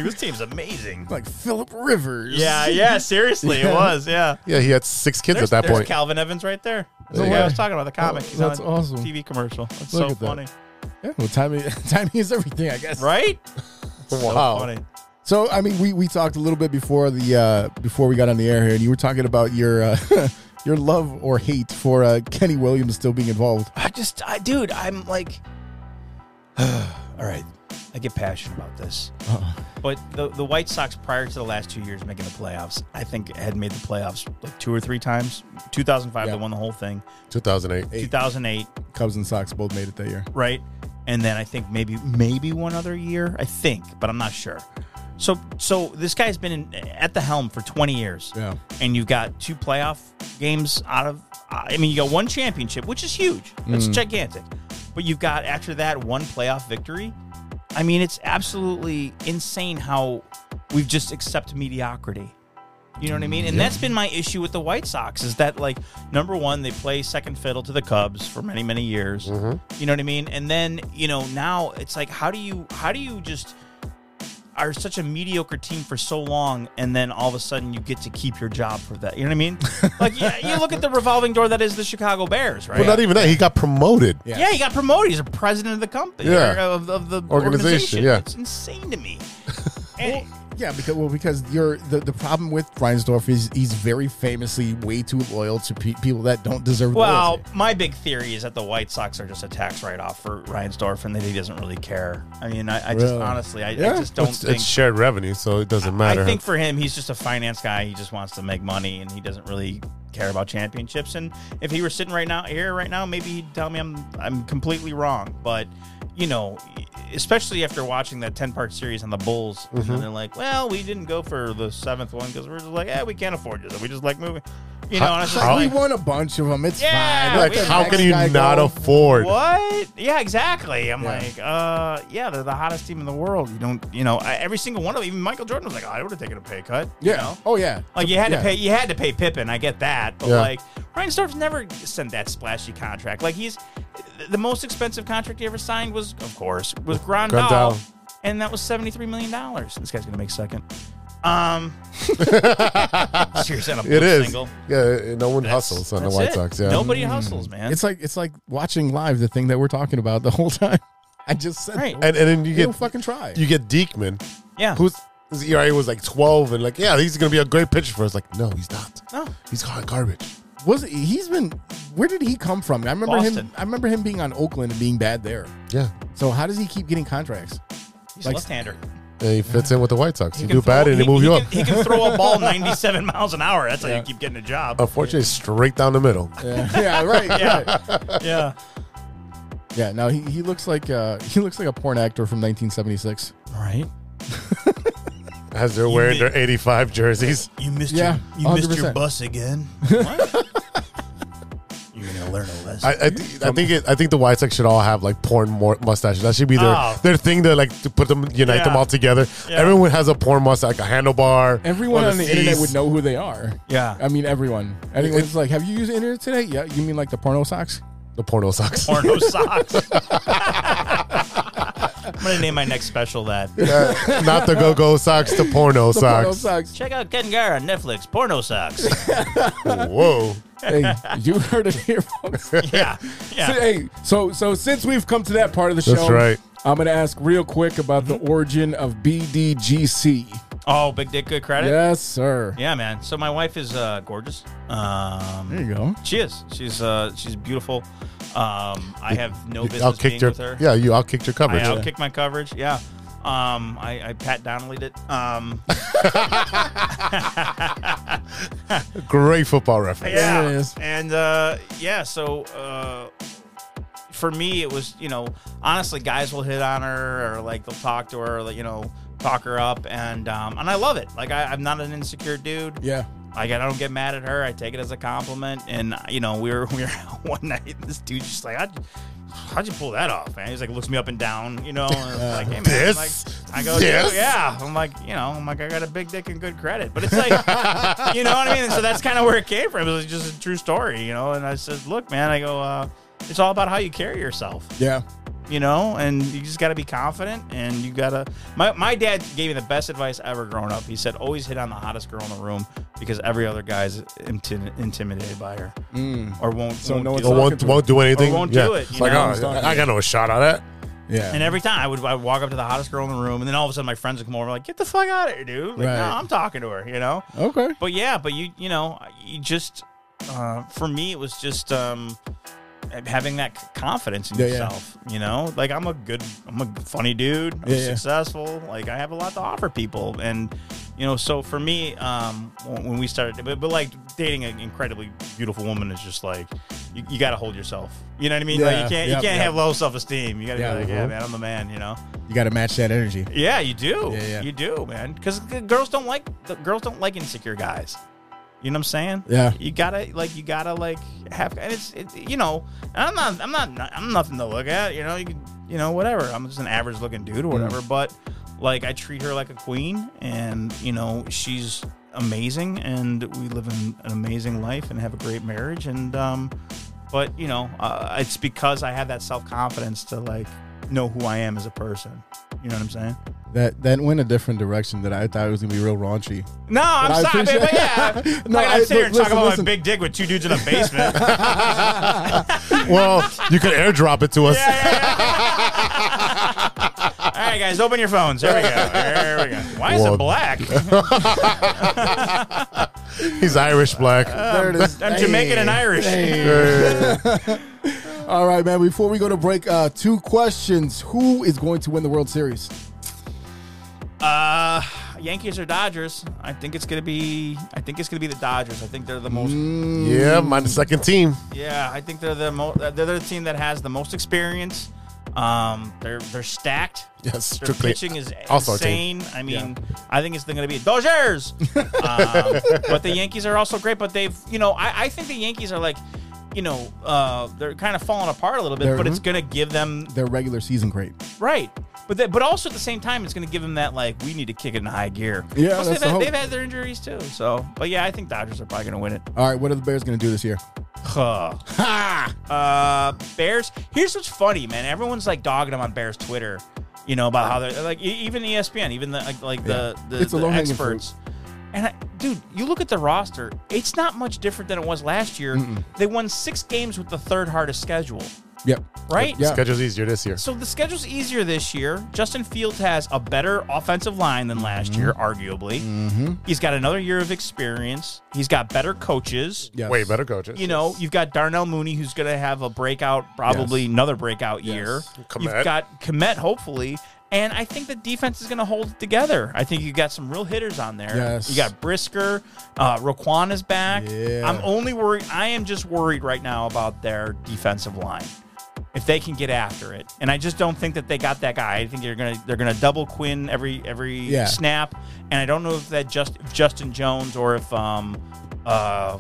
this team's amazing. like Philip Rivers. Yeah, yeah. Seriously, Yeah. it was. Yeah. Yeah, he had six kids There's, at that there's point. Calvin Evans right there. That's There the you guy go. I was talking about. The comic. He's That's on awesome. TV commercial. That's Look so at that. funny, Yeah, well, timing, timing is everything, I guess. right? So Wow. funny. So, I mean, we, we talked a little bit before the uh, before we got on the air here, and you were talking about your uh, your love or hate for uh, Kenny Williams still being involved. I just, I, dude, I'm like, all right, I get passionate about this. But the the White Sox prior to the last two years making the playoffs, I think had made the playoffs like two or three times. 2005, Yeah. they won the whole thing. 2008. 2008, Cubs and Sox both made it that year. right? And then I think maybe maybe one other year, I think, but I'm not sure. So so this guy's been in, at the helm for 20 years. Yeah. And you've got two playoff games out of I mean you got one championship, which is huge. That's gigantic. But you've got after that one playoff victory. I mean, it's absolutely insane how we've just accepted mediocrity. You know what I mean? And that's been my issue with the White Sox is that like number one, they play second fiddle to the Cubs for many many years. You know what I mean? And then you know now it's like how do you how do you just are such a mediocre team for so long, and then all of a sudden you get to keep your job for that. You know what I mean? like yeah, you look at the revolving door that is the Chicago Bears, right? Well, not even that. He got promoted. yeah. he got promoted. He's a president of the company, Yeah. or of, of the Organization, organization. yeah. it's insane to me. And- Yeah, because well, because you're the, the problem with Reinsdorf is he's very famously way too loyal to pe- people that don't deserve Well, loyalty. my big theory is that the White Sox are just a tax write-off for Reinsdorf, and that he doesn't really care. I mean, I, I just Really? honestly, I, Yeah. I just don't it's, think. it's shared revenue, so it doesn't matter. I think for him, he's just a finance guy. He just wants to make money, and he doesn't really care about championships. And if he were sitting right now here right now, maybe he'd tell me I'm I'm completely wrong. But you know, especially after watching that ten part series on the Bulls, and Mm-hmm. then they're like, "Well, we didn't go for the seventh one because we're just like, yeah, we can't afford you. So we just like moving." You know, and I was just How- we like, won a bunch of them. It's Yeah, fine. Let like, we- the how next can you guy not go. afford? What? Yeah, exactly. I'm Yeah. like, uh, yeah, they're the hottest team in the world. You don't, you know, I, every single one of them. Even Michael Jordan was like, I would have taken a pay cut. you Yeah. know? Oh yeah. Like you had Yeah. to pay, you had to pay Pippen. I get that, but Yeah. like Ryan Starf's never sent that splashy contract. Like he's the most expensive contract he ever signed was, of course, was Grandal, Grandal. and that was seventy three million dollars. This guy's gonna make second. Um, seriously, on a It blue is. single. Yeah, no one That's- hustles on the that's White it. Sox. Yeah. Mm. nobody hustles, man. It's like it's like watching live the thing that we're talking about the whole time. I just said Right. And, and then you you don't get fucking try. you get Diekman, yeah, who's his ERA was like 12, and like, yeah, he's going to be a great pitcher for us. Like, no, he's not. No. He's hot garbage. was he- he's been where did he come from? I remember him Boston. I remember him being on Oakland and being bad there. Yeah. So how does he keep getting contracts? he's like- left-hander. And he fits in with the White Sox. You He do can bad, throw- and they he- move he you can- up. He can throw a ball 97 miles an hour. That's how Yeah. you keep getting a job. Unfortunately, straight down the middle. Yeah, yeah right. Yeah. Right. yeah. Yeah, no, he, he looks like uh he looks like a porn actor from 1976. Right. As they're wearing their 85 jerseys. You missed Yeah, your you missed 100%. your bus again. What? You're gonna learn a lesson. I, I, th- I think it, I think the White Sox should all have like porn more mustaches. That should be their Oh. their thing to like to put them unite them Yeah. all together. Yeah. Everyone has a porn mustache, like a handlebar. Everyone on the internet C's. would know who they are. Yeah. I mean everyone. Anyone's like, "Have you used the internet today?" Yeah, you mean like the porno socks? the porno socks. Porno socks. I'm gonna name my next special that. Not the go go socks, the porno The porno socks. socks. Check out Ken Gar on Netflix. Porno socks. Whoa. hey, you heard it here, folks. Yeah. Yeah. So, hey, so so since we've come to that part of the That's show, right. Mm-hmm. I'm gonna ask real quick about the origin of BDGC. Oh, big dick, good credit. Yes, sir. Yeah, man. So my wife is uh, gorgeous. Um, There you go. She is. She's uh, she's beautiful. Um, I have no business being your with her. yeah. You outkicked your coverage. I outkicked my coverage. Yeah. Um, I, I Pat Donnelly'd it. Um, Great football reference. yeah. And uh, yeah, so uh, for me, it was you know honestly, guys will hit on her or like they'll talk to her, like you know, talk her up, and um, and I love it. Like I, I'm not an insecure dude. Yeah. Like I don't get mad at her. I take it as a compliment. And you know, we were we were out one night. And this dude's just like, how'd, how'd you pull that off, man? He's like, looks me up and down, you know. And I was like, hey man, This? Like, I go, This? yeah. I'm like, you know, I'm like, I got a big dick and good credit, but it's like, you know what I mean. And so that's kind of where it came from. It was just a true story, you know. And I said, look, man, I go, uh, it's all about how you carry yourself Yeah. you know, and you just got to be confident and you got to. My, my dad gave me the best advice ever growing up. He said, always hit on the hottest girl in the room because every other guy's inti- intimidated by her or Mm. won't. So won't no one's do it. Or won't, won't do anything. won't yeah. do it, It's you like, know? oh, I got no shot on that. Yeah. And every time I would, I would walk up to the hottest girl in the room, and then all of a sudden my friends would come over, like, "Get the fuck out of here, dude!" Like, Right. no, I'm talking to her, you know. Okay. But yeah, but you, you know, you just, uh, for me, it was just um, having that c- confidence in Yeah, yeah. yourself. You know, like I'm a good, I'm a funny dude. I'm Yeah, yeah. successful. Like I have a lot to offer people, and you know, so for me, um, when when we started, but, but like dating an incredibly beautiful woman is just like you, you got to hold yourself. You know what I mean? like Yeah, you can't, yep, you can't yep. have low self esteem. You got to Yeah, be like, yeah, mhm. man, I'm the man. You know. You got to match that energy. Yeah, you do. Yeah, yeah. You do, man. Because girls don't like the girls don't like insecure guys. You know what I'm saying? Yeah. You gotta like you gotta like have and it's it, you know and I'm not I'm not I'm nothing to look at you know you can, you know whatever I'm just an average looking dude Mm. or whatever but like I treat her like a queen and you know she's amazing and we live in an amazing life and have a great marriage and um but you know uh, it's because I have that self confidence to like know who I am as a person you know what I'm saying. That that went a different direction that I thought it was gonna be real raunchy. No, I'm I sorry, appreciate- but yeah. I'm No, not I- gonna sit here and look, talk about listen, my big dick with two dudes in a basement. Well, you could airdrop it to us. All right, guys, open your phones. There we go. There we go. Why is Whoa. it black? He's Irish black. There it is. I'm Jamaican and Irish. All right, man. Before we go to break, uh, two questions. Who is going to win the World Series? Uh, Yankees or Dodgers? I think it's gonna be. I think it's gonna be the Dodgers. I think they're the most. yeah, my second team. Yeah, I think they're the most. They're the team that has the most experience. Um, they're they're stacked. Yes, Their strictly. pitching is Also a team. insane. I mean, I think it's going to be Dodgers. um, but the Yankees are also great. But they've, you know, I, I think the Yankees are like, you know, uh, they're kind of falling apart a little bit. They're- but it's going to give them Their regular season great. right. But they, but also at the same time, it's going to give them that like we need to kick it in high gear. Yeah, that's Plus, they've, the had, hope. they've had their injuries too. So, but yeah, I think Dodgers are probably going to win it. All right, what are the Bears going to do this year? Huh. Uh, Bears. Here's what's funny, man. Everyone's like dogging them on Bears Twitter, you know, about how they're like e- even ESPN, even the like, like the the, It's a the low-hanging experts. And I, dude, you look at the roster; it's not much different than it was last year. They won six games with the third hardest schedule, Yep. right? Yeah. Schedule's easier this year. So the schedule's easier this year. Justin Fields has a better offensive line than last Mm-hmm. year, arguably. He's got another year of experience. He's got better coaches Yes. Way better coaches. you know, you've got Darnell Mooney who's going to have a breakout, probably Yes. another breakout year. Kmet. You've got Komet, hopefully. And I think the defense is going to hold it together. I think you got some real hitters on there. Yes. You got Brisker. Uh, Roquan is back. Yeah. I'm only worried. I am just worried right now about their defensive line. If they can get after it, and I just don't think that they got that guy. I think they're gonna they're gonna double Quinn every every Yeah. snap, and I don't know if that just if Justin Jones or if um uh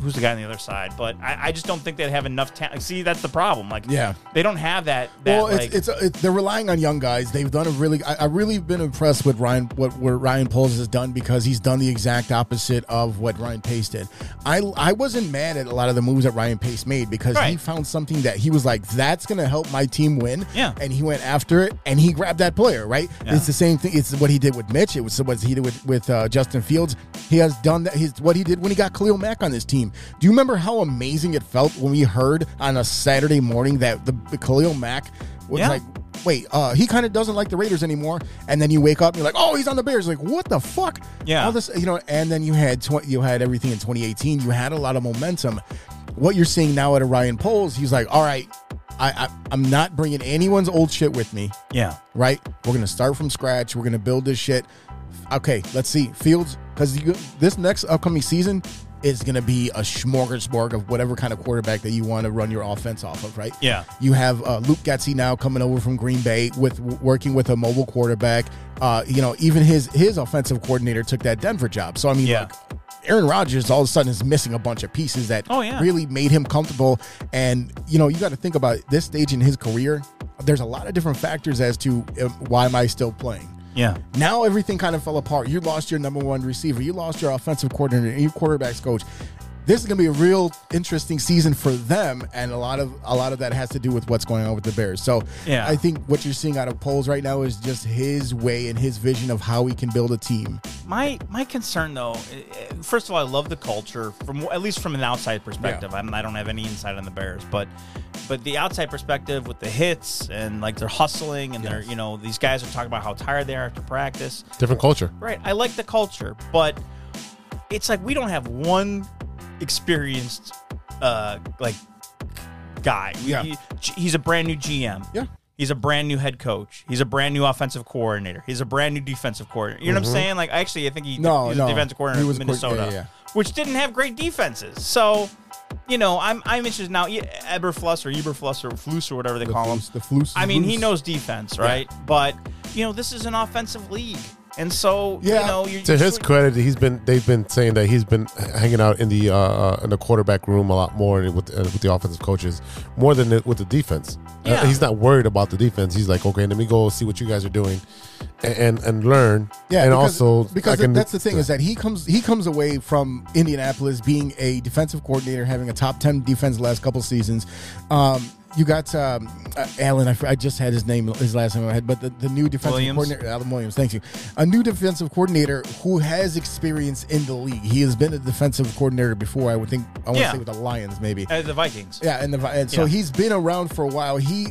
who's the guy on the other side, but I, I just don't think they have enough talent. See, that's the problem. Like, Yeah. they don't have that. that Well, like, it's, it's, it's they're relying on young guys. They've done a really. I, I really been impressed with Ryan what, what Ryan Poles has done because he's done the exact opposite of what Ryan Pace did. I I wasn't mad at a lot of the moves that Ryan Pace made because he Right. found something that he was like, that's gonna help my team win. Yeah. and he went after it and he grabbed that player. Right, Yeah. it's the same thing. It's what he did with Mitch. It was what he did with with uh, Justin Fields. He has done that. His what he did when he got Khalil Mack on this team. Do you remember how amazing it felt when we heard on a Saturday morning that the, the Khalil Mack was Yeah. like wait, uh, he kind of doesn't like the Raiders anymore. And then you wake up and you're like, oh, he's on the Bears. Like, what the fuck? Yeah. All this, you know. And then you had tw- you had everything in 2018. You had a lot of momentum. What you're seeing now at Orion Poles, he's like, all right, I, I I'm not bringing anyone's old shit with me Yeah. right? We're gonna start from scratch. We're gonna build this shit. Okay, let's see Fields because this next upcoming season is gonna be a smorgasbord of whatever kind of quarterback that you want to run your offense off of, right? Yeah. You have uh, Luke Getzey now coming over from Green Bay with working with a mobile quarterback. Uh, you know, even his his offensive coordinator took that Denver job. So I mean, Yeah. like. Aaron Rodgers all of a sudden is missing a bunch of pieces that Oh, yeah. really made him comfortable. And you know, you got to think about this stage in his career. There's a lot of different factors as to uh, why am I still playing. Yeah. Now everything kind of fell apart. You lost your number one receiver. You lost your offensive coordinator. Your quarterbacks coach. This is going to be a real interesting season for them, and a lot of a lot of that has to do with what's going on with the Bears. So, Yeah. I think what you're seeing out of polls right now is just his way and his vision of how he can build a team. My my concern though, eh, eh, first of all, I love the culture from at least from an outside perspective. I'm, I don't have any insight on the Bears, but but the outside perspective with the hits and like they're hustling and they're you know these guys are talking about how tired they are after practice. Different culture. Right. I like the culture, but it's like we don't have one experienced uh like guy. We- Yeah. he- he's a brand new GM. Yeah. He's a brand new head coach. He's a brand new offensive coordinator. He's a brand new defensive coordinator. You know what I'm saying? Like actually I think he Mm-hmm. No, he's no. a defensive coordinator He was in a coor- Minnesota. yeah, yeah, Which didn't have great defenses. So you know, I'm I'm interested now. E- Eberfluss or Eberfluss or Flus or whatever they The call him. Flus- the Flus- I mean, he Flus. knows defense, right? But you know, this is an offensive league, and so Yeah. you know, you're, To you're his sort- credit, he's been they've been saying that he's been hanging out in the uh, uh, in the quarterback room a lot more with uh, with the offensive coaches more than the, with the defense. Uh, Yeah. he's not worried about the defense. He's like, okay, let me go see what you guys are doing, and and, and learn. Yeah, and because, also because I can- that's the thing is that he comes he comes away from Indianapolis being a defensive coordinator, having a top ten defense the last couple seasons. Um, you got um, uh, Allen. I, fr- I just had his name, his last name in my head, but the, the new defensive Williams. coordinator, Allen Williams. Thank you. A new defensive coordinator who has experience in the league. He has been a defensive coordinator before. I would think. I want to Yeah. say with the Lions, maybe. Uh, the Vikings. Yeah, and the Vi- and so Yeah. he's been around for a while. He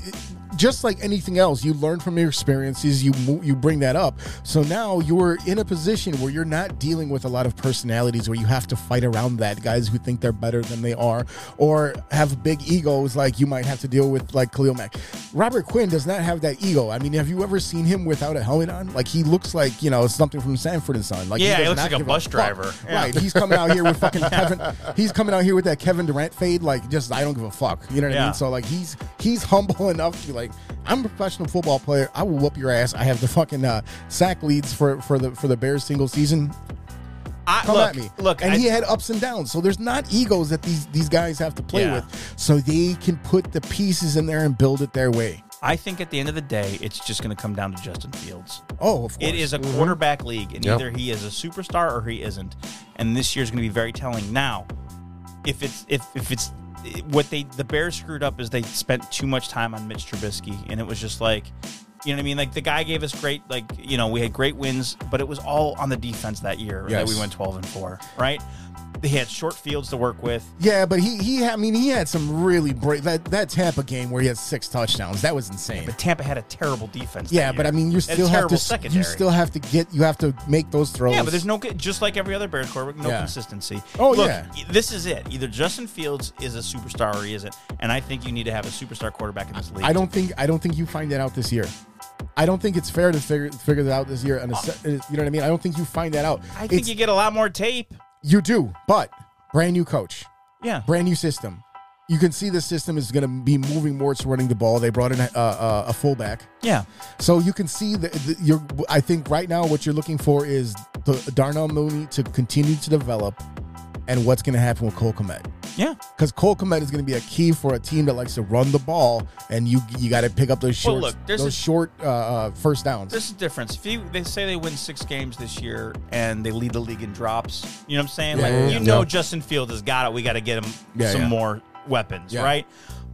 just like anything else, you learn from your experiences. You mo- you bring that up. So now you're in a position where you're not dealing with a lot of personalities where you have to fight around that guys who think they're better than they are or have big egos like you might have to deal with like Khalil Mack. Robert Quinn does not have that ego. I mean, have you ever seen him without a helmet on? Like he looks like you know something from Sanford and Son. Like Yeah, he does looks not like a give bus fuck. driver. Yeah. Right, he's coming out here with fucking Kevin. He's coming out here with that Kevin Durant fade. Like, just I don't give a fuck. You know what I Yeah. mean? So like, he's he's humble enough to be like, I'm a professional football player. I will whoop your ass. I have the fucking uh, sack leads for for the for the Bears single season. I, Come look, at me. Look, and I, he had ups and downs. So there's not egos that these these guys have to play Yeah. with. So they can put the pieces in there and build it their way. I think at the end of the day, it's just going to come down to Justin Fields. Oh, of course. It is a quarterback league, and Yep. either he is a superstar or he isn't. And this year's going to be very telling. Now, if it's if if it's what they the Bears screwed up is they spent too much time on Mitch Trubisky, and it was just like, you know what I mean? Like the guy gave us great, like you know, we had great wins, but it was all on the defense that year that Yes. we went twelve and four, right? They had short fields to work with. Yeah, but he he I mean he had some really brave that that Tampa game where he had six touchdowns. That was insane. But Tampa had a terrible defense. Yeah, that but year. I mean, you And a still have to. terrible secondary. You still have to get. You have to make those throws. yeah, but there's no just like every other Bears quarterback, no Yeah. consistency. Oh, Look, yeah. this is it. Either Justin Fields is a superstar or he isn't, and I think you need to have a superstar quarterback in this league. I don't think. I don't think you find that out this year. I don't think it's fair to figure figure that out this year. And it's- you know what I mean. I don't think you find that out. Oh. I think It's- you get a lot more tape. you do, but brand new coach. Yeah, brand new system. You can see the system is going to be moving more to running the ball. They brought in a, a, a fullback, yeah, so you can see that the, you're. I think right now what you're looking for is the Darnell Mooney to continue to develop, and what's going to happen with Cole Komet. yeah. because Cole Komet is going to be a key for a team that likes to run the ball, and you you got to pick up those Well, short look, there's those a- short uh, uh, first downs. There's a difference. If you, they say they win six games this year and they lead the league in drops, you know what I'm saying? like yeah, yeah. you know, Yeah. Justin Fields has got it. We got to get him Yeah, some yeah. more weapons, Yeah. right?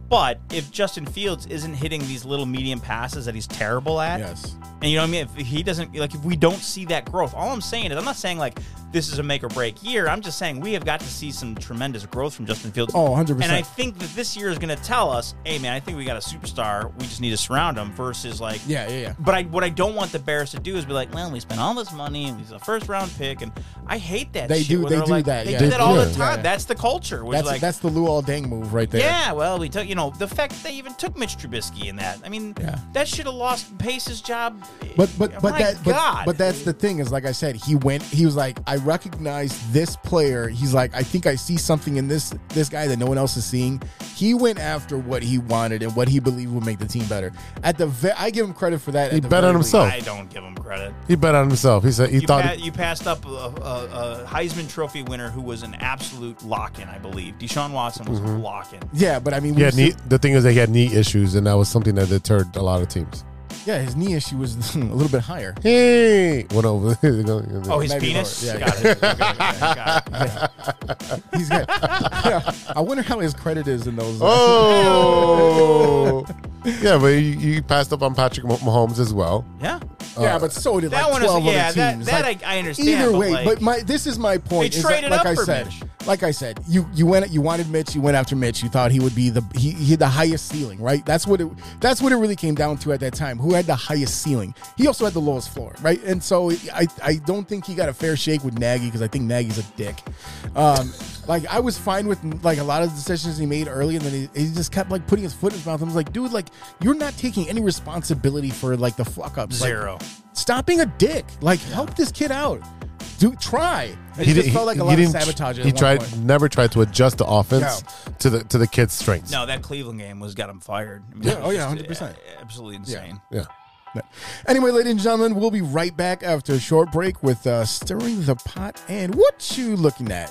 But if Justin Fields isn't hitting these little medium passes that he's terrible at, yes, And you know what I mean? If he doesn't like, if we don't see that growth, all I'm saying is, I'm not saying like this is a make or break year. I'm just saying we have got to see some tremendous growth from Justin Fields. Oh, 100%. And I think that this year is going to tell us, hey, man, I think we got a superstar. We just need to surround him versus like. Yeah, yeah, yeah. But I, what I don't want the Bears to do is be like, well, we spent all this money and he's a first round pick. And I hate that They shit do- where they they're do like- that, They yeah. do They that do. all the Yeah, time. yeah. That's the culture. Which That's like, that's the Luol Deng move right there. yeah, well, we took you know the fact that they even took Mitch Trubisky in that. I mean, that should have lost Pace's job. But but but My that but, God. but that's the thing is like I said he went he was like I recognize this player he's like I think I see something in this this guy that no one else is seeing he went after what he wanted and what he believed would make the team better at the ve- I give him credit for that He at the bet very on least. himself. I don't give him credit. He bet on himself. He said he you, thought. pa- you passed up a, a, a Heisman Trophy winner who was an absolute lock-in, I believe. Deshaun Watson was a Mhm. lock-in. Mm-hmm. yeah but I mean he had we've seen- knee, the thing is that he had knee issues, and that was something that deterred a lot of teams. yeah his knee issue was a little bit higher Hey, what over? Oh, his Maybe penis. lower. Yeah, Got yeah. it. Okay, got it. Got it. he's got yeah I wonder how his credit is in those uh, Oh, yeah, but you, you passed up on Patrick Mah- Mahomes as well. Yeah. yeah but so did That like one is- twelve other yeah, teams that- that Like, I- I understand, either but, way like- but my this is my point They is that, traded like up I for said Mitch. like I said, you you went you wanted Mitch, you went after Mitch. You thought he would be the he, he had the highest ceiling, right? That's what it that's what it really came down to at that time. Who had the highest ceiling? He also had the lowest floor, right? And so I I don't think he got a fair shake with Nagy because I think Nagy's a dick. Um, like I was fine with like a lot of the decisions he made early, and then he, he just kept like putting his foot in his mouth. I was like, dude, like you're not taking any responsibility for like the fuck ups. Like, Zero. stop being a dick. Like help this kid out. Do try. It just didn't- felt like a he lot of didn't- sabotage. at He one tried point. never tried to adjust the offense to the to the kid's strengths. No, that Cleveland game was got him fired. I mean, Yeah, it was oh, yeah, just, 100%. uh, Absolutely insane. Yeah. Anyway, ladies and gentlemen, we'll be right back after a short break with uh, stirring the pot and what you looking at.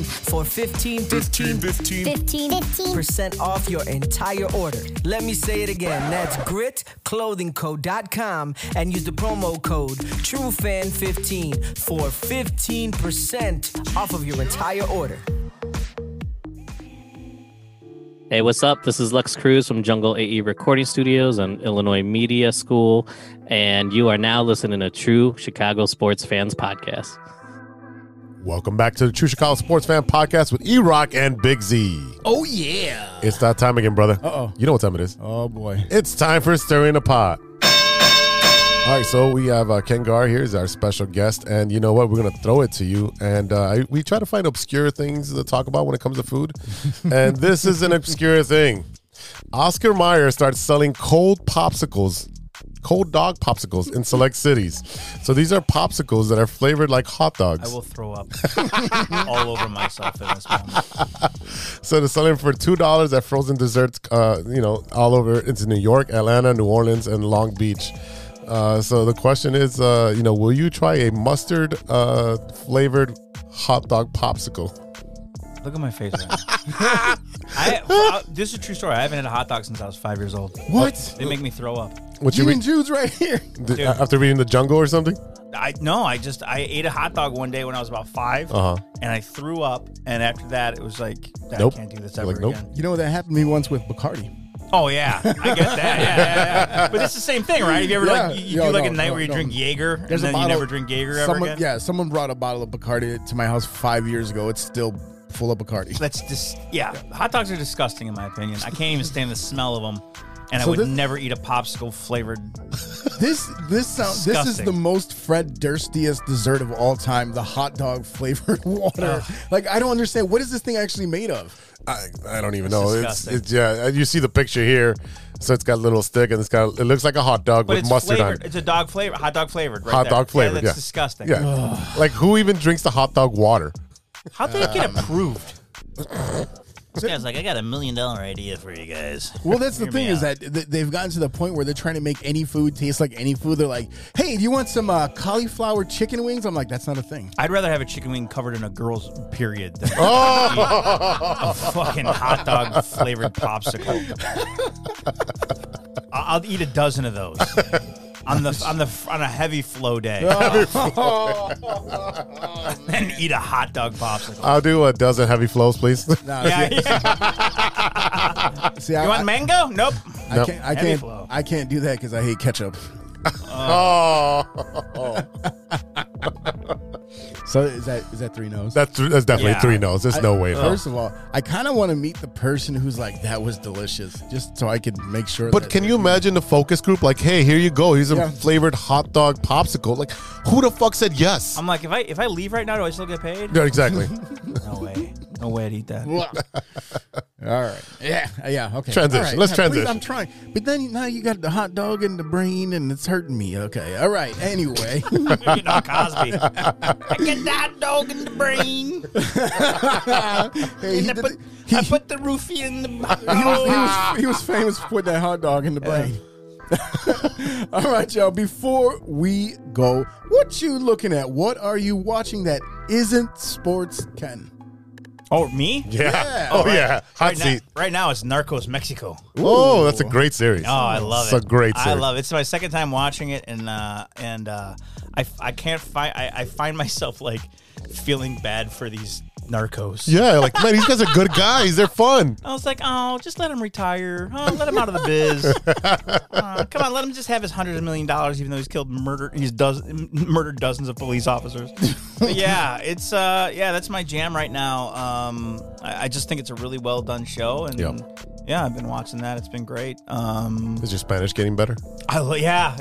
for 15 15 15 percent off your entire order. Let me say it again. That's gritclothingco.com and use the promo code TrueFan15 for 15% off of your entire order. Hey, what's up? This is Lex Cruz from Jungle AE Recording Studios and Illinois Media School, and you are now listening to True Chicago Sports Fans Podcast. Welcome back to the True Chicago Sports Fan Podcast with E Rock and Big Z. Oh yeah. It's that time again, brother. Uh oh. You know what time it is. Oh boy. It's time for stirring the pot. All right, so we have uh, Ken Gar here is our special guest, and you know what? We're gonna throw it to you, and uh, I- we try to find obscure things to talk about when it comes to food, and this is an obscure thing. Oscar Mayer starts selling cold popsicles, cold dog popsicles in select cities. So these are popsicles that are flavored like hot dogs. I will throw up all over myself in this moment. So they're selling for two dollars at frozen desserts, uh, you know, all over into New York, Atlanta, New Orleans, and Long Beach. Uh, so the question is, uh, you know, will you try a mustard uh, flavored hot dog popsicle? Look at my face right now. I, I- this is a true story. I haven't had a hot dog since I was five years old. What? They make me throw up. What you You read- and Jude's right here. Did- after reading the jungle or something? I no, I just I ate a hot dog one day when I was about 5 Uh-huh. and I threw up. And after that, it was like I Nope. can't do this You're ever like, nope. again. You know that happened to me once with Bacardi. Oh yeah, I get that. Yeah, yeah, yeah. But it's the same thing, right? Have you ever Yeah. like you, you Yo, do like no, a night no, where you no. drink Jaeger and then you never drink Jaeger ever someone, again? Yeah, someone brought a bottle of Bacardi to my house five years ago. It's still full of Bacardi. That's just yeah. Hot dogs are disgusting in my opinion. I can't even stand the smell of them, and I So would this- never eat a popsicle flavored This this sounds this is Disgusting. the most Fred Durstiest dessert of all time. The hot dog flavored water. Like I don't understand what is this thing actually made of. I, I don't even It's know. It's, disgusting. it's yeah. uh, You see the picture here, so it's got a little stick, and it's got it looks like a hot dog But with it's mustard flavored. on it. It's a dog flavor, hot dog flavored, right? hot there. dog flavored. Yeah, Yeah, that's disgusting. Yeah, like who even drinks the hot dog water? How'd they get approved? This guy's like, I got a million dollar idea for you guys. Well, that's the Hear thing me is out. that th- they've gotten to the point where they're trying to make any food taste like any food. They're like, "Hey, do you want some uh, cauliflower chicken wings?" I'm like, "That's not a thing." I'd rather have a chicken wing covered in a girl's period than Oh! a fucking hot dog flavored popsicle. I- I'll eat a dozen of those on the on the on a heavy flow day. Heavy then eat a hot dog popsicle. I'll do a dozen heavy flows, please. yeah, yeah. See, you I- want I- mango? Nope. I can't. I Heavy can't. flow. I can't do that because I hate ketchup. Oh. so is that is that three no's? That's- that's definitely Yeah. three no's. There's I- no way, no. First of all, I kind of want to meet the person who's like, "That was delicious," just so I could make sure. But that- can you imagine the focus group? Like, hey, here you go. Here's a Yeah. flavored hot dog popsicle. Like, who the fuck said yes? I'm like, if I if I leave right now, do I still get paid? Yeah, exactly. no way. No way I'd eat that. all right. Yeah. Yeah. Okay. Transition. All Let's right. Yeah, please, transition. I'm trying, but then now you got the hot dog and the brain, and it's hurting me. Okay. All right. Anyway. you know, Cosby. I get that dog in the brain. Hey, he and I did put, I put the roofie in the he, was, he, was, he was famous for putting that hot dog in the brain. All right, y'all. Before we go, what you looking at? What are you watching that isn't sports, Ken? Oh, me? Yeah. Oh, right- yeah. Hot right seat. Now, right now, it's Narcos Mexico. Oh, that's a great series. Oh, I love it. It's a great I series. love it. It's my second time watching it, and uh, and uh, I I can't find I, I find myself like feeling bad for these narcos. Yeah, like man, these guys are good guys. They're fun. I was like, oh, just let him retire. Oh, let him out of the biz. Uh, come on, let him just have his hundreds of million dollars, even though he's killed, murdered, he's does, m- murdered dozens of police officers. But yeah, it's uh, yeah, that's my jam right now. Um, I, I just think it's a really well done show, and Yep. yeah, I've been watching that. It's been great. Um, Is your Spanish getting better? I lo- yeah,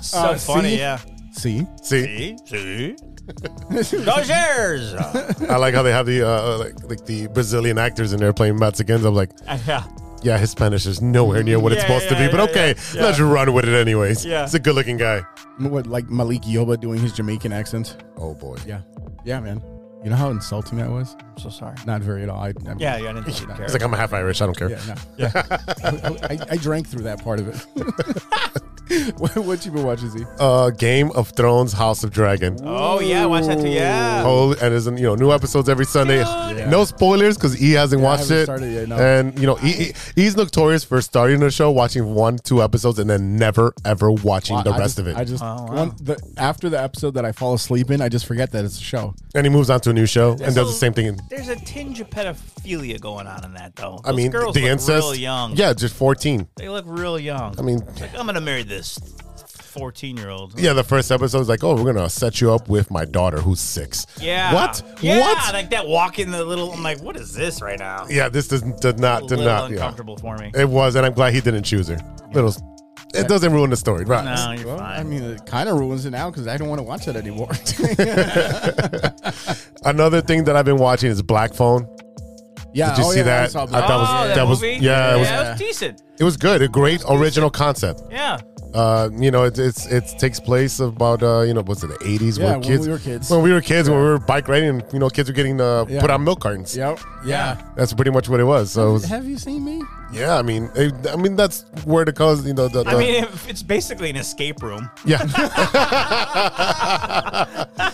so Uh, funny. see? Eh? Yeah, See, see, see, Dodgers. I like how they have the uh, like, like the Brazilian actors in there playing Mexicans. I'm like, yeah. yeah, his Spanish is nowhere near what it's Yeah, supposed to yeah, be. But yeah, okay, yeah, let's yeah. run with it anyways. Yeah. he's a good-looking guy. What like Malik Yoba doing his Jamaican accent? Oh boy, yeah, yeah, man. You know how insulting that was? I'm so sorry. Not very at all. I, I mean- Yeah, yeah, I didn't think you'd care. He's like, I'm half Irish. I don't care. Yeah, no. I, I drank through that part of it. what, what you been watching, Z? Uh, Game of Thrones, House of Dragon. Oh yeah, watch that too. Yeah. Holy, and there's you know new episodes every Sunday. No spoilers because he hasn't Yeah, I watched haven't it. started yet, no. And you know he, he- he's notorious for starting the show, watching one, two episodes, and then never ever watching Well, the I rest just- of it. I just one- the, after the episode that I fall asleep in, I just forget that it's a show. and he moves on to a new show and does the same thing. There's a tinge of pedophilia going on in that, though. I Those mean, girls the look incest. real young. Yeah, just fourteen. they look real young. I mean- It's like, I'm gonna marry this 14 year old. Yeah, the first episode is like, oh, we're gonna set you up with my daughter who's six. Yeah. What? Yeah, What? like that walk in the little. I'm like, what is this right now? Yeah, this does, did not A did little not yeah. uncomfortable for me. It was, and I'm glad he didn't choose her. Little, it doesn't ruin the story, right? No, you're Well, fine. I mean, it kind of ruins it now because I don't want to watch it anymore. Another thing that I've been watching is Black Phone. Yeah, did you oh, see yeah, I that? saw Black thought Phone. Oh, that movie? yeah, yeah, it was, it was decent. it was good. A great original concept. Yeah. Uh, you know, it, it's it takes place about uh, you know, what's it, the eighties? Yeah, when when kids we were kids. When we were kids, when we were bike riding, and you know, kids were getting uh, Yeah. put on milk cartons. Yep. Yeah. That's pretty much what it was. So, it was- Have you seen me? yeah, I mean, it, I mean, that's where the cause, you know, the, I the- mean, if it's basically an escape room. yeah.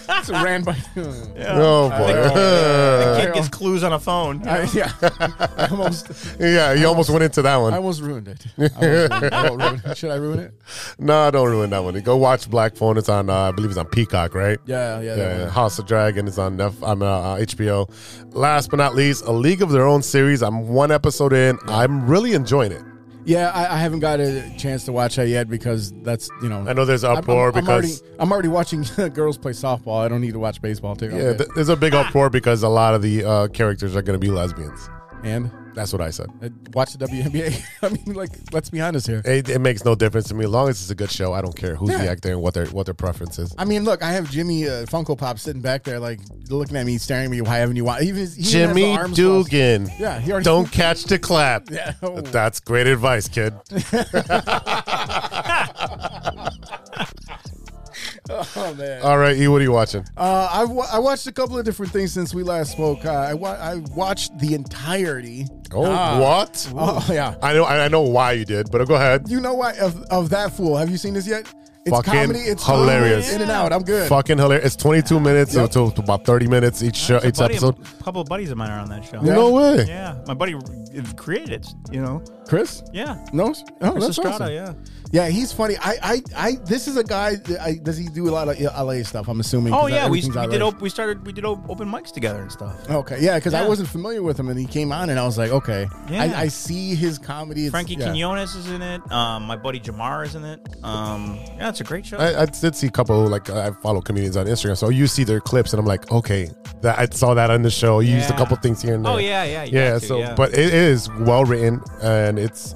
It's ran by. Oh boy. Oh, The kid gets clues on a phone. I, yeah. I almost, yeah, you almost went into that one. I almost ruined it. I almost ruined it. I won't ruin it. Should I ruin it? No, don't ruin that one. Go watch Black Phone. It's on, uh, I believe it's on Peacock, right? Yeah, yeah, that one. House of Dragon is on Nef- I'm, uh, uh, HBO. Last but not least, A League of Their Own series. I'm one episode in. I'm really enjoying it. Yeah, I, I haven't got a chance to watch that yet because that's you know. I know there's I'm- uproar I'm, I'm because- already, I'm already watching girls play softball. I don't need to watch baseball too. Yeah, th- there's a big uproar because a lot of the uh, characters are going to be lesbians. And That's what I said. Uh, watch the WNBA. I mean, like, let's be honest here. It, it makes no difference to me. As long as it's a good show, I don't care who's the Yeah. actor and what their what their preference is. I mean, look, I have Jimmy uh, Funko Pop sitting back there, like looking at me, staring at me. Why haven't you watched? Even he even has the Jimmy arms crossed. Dugan. Yeah, he already- don't catch the clap. Yeah. oh. That's great advice, kid. Oh man. All right, E, what are you watching? Uh, I wa- I watched a couple of different things since we last spoke. Uh, I wa- I watched the entirety. Uh, Oh, what? Oh yeah. I know. I know why you did, but go ahead. You know what? Of, of that fool. Have you seen this yet? It's Fucking comedy. It's hilarious. comedy, In and out. I'm good. Fucking hilarious. It's 22 minutes Yep. to, to about 30 minutes each show, A each buddy- episode. A couple of buddies of mine are on that show. No way. Yeah, my buddy uh, created it. You know, Chris. Yeah. No. Oh, Chris that's Estrada, awesome. yeah. Yeah, he's funny. I, I, I. This is a guy. that I, does he do a lot of LA stuff? I'm assuming. Oh 'cause yeah, we, everything's we out did. there. Op- we started. We did op- open mics together and stuff. Okay, yeah, because I Yeah. wasn't familiar with him, and he came on, and I was like, okay, Yeah. I, I see his comedy. It's- Frankie yeah. Quinones is in it. Um, my buddy Jamar is in it. Um, yeah, it's a great show. I, I did see a couple like I follow comedians on Instagram, so you see their clips, and I'm like, okay, that I saw that on the show. You used a Yeah. couple things here and there. Oh, yeah, yeah, you yeah. have to, so, yeah. but it is well written, and it's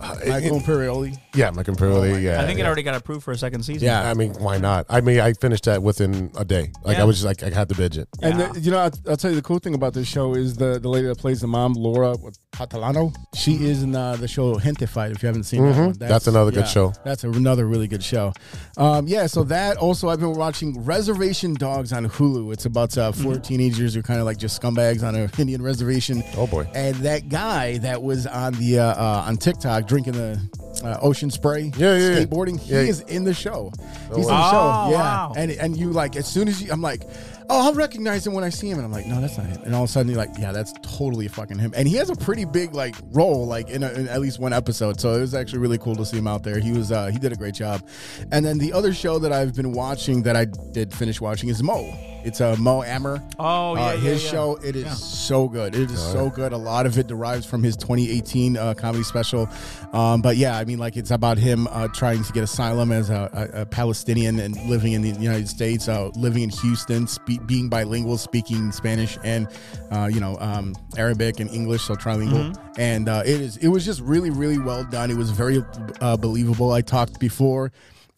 uh, it- Michael it- Imperioli. yeah, Michael Imperioli. yeah, I think yeah. it already got approved for a second season. Yeah, I mean, why not? I mean, I finished that within a day. Like Yeah. I was just like, I had to binge it. And the, you know, I'll, I'll tell you the cool thing about this show is the the lady that plays the mom, Laura Catalano. Mm-hmm. She is in uh, the show Gente Fight. If you haven't seen that Mhm. one, That's another good show. That's another really good show. Um, yeah, so that also I've been watching Reservation Dogs on Hulu. It's about Mm-hmm. uh, 4 teenagers who are kind of like just scumbags on an Indian reservation. Oh boy! And that guy that was on the uh, uh, on TikTok drinking the uh, ocean spray, Yeah, yeah, yeah. skateboarding. Yeah. He is in the show. Oh, He's in wow. the Oh, show, yeah. wow. And and you like as soon as you, I'm like, oh, I'll recognize him when I see him, and I'm like, no, that's not him. And all of a sudden you're like, yeah, that's totally fucking him. And he has a pretty big like role, like in, a, in at least one episode. So it was actually really cool to see him out there. He was uh, he did a great job. And then the other show that I've been watching that I did finish watching is Mo. It's uh, Mo Ammer. Oh, yeah, uh, yeah, his yeah. show. It is Yeah. so good. It is All so right. good. A lot of it derives from his 2018 uh, comedy special. Um, but yeah, I mean, like it's about him uh, trying to get asylum as a, a, a Palestinian and living in the United States, uh, living in Houston, spe- being bilingual, speaking Spanish and uh, you know um, Arabic and English, so trilingual. Mm-hmm. And uh, it is. It was just really, really well done. It was very uh, believable. I talked before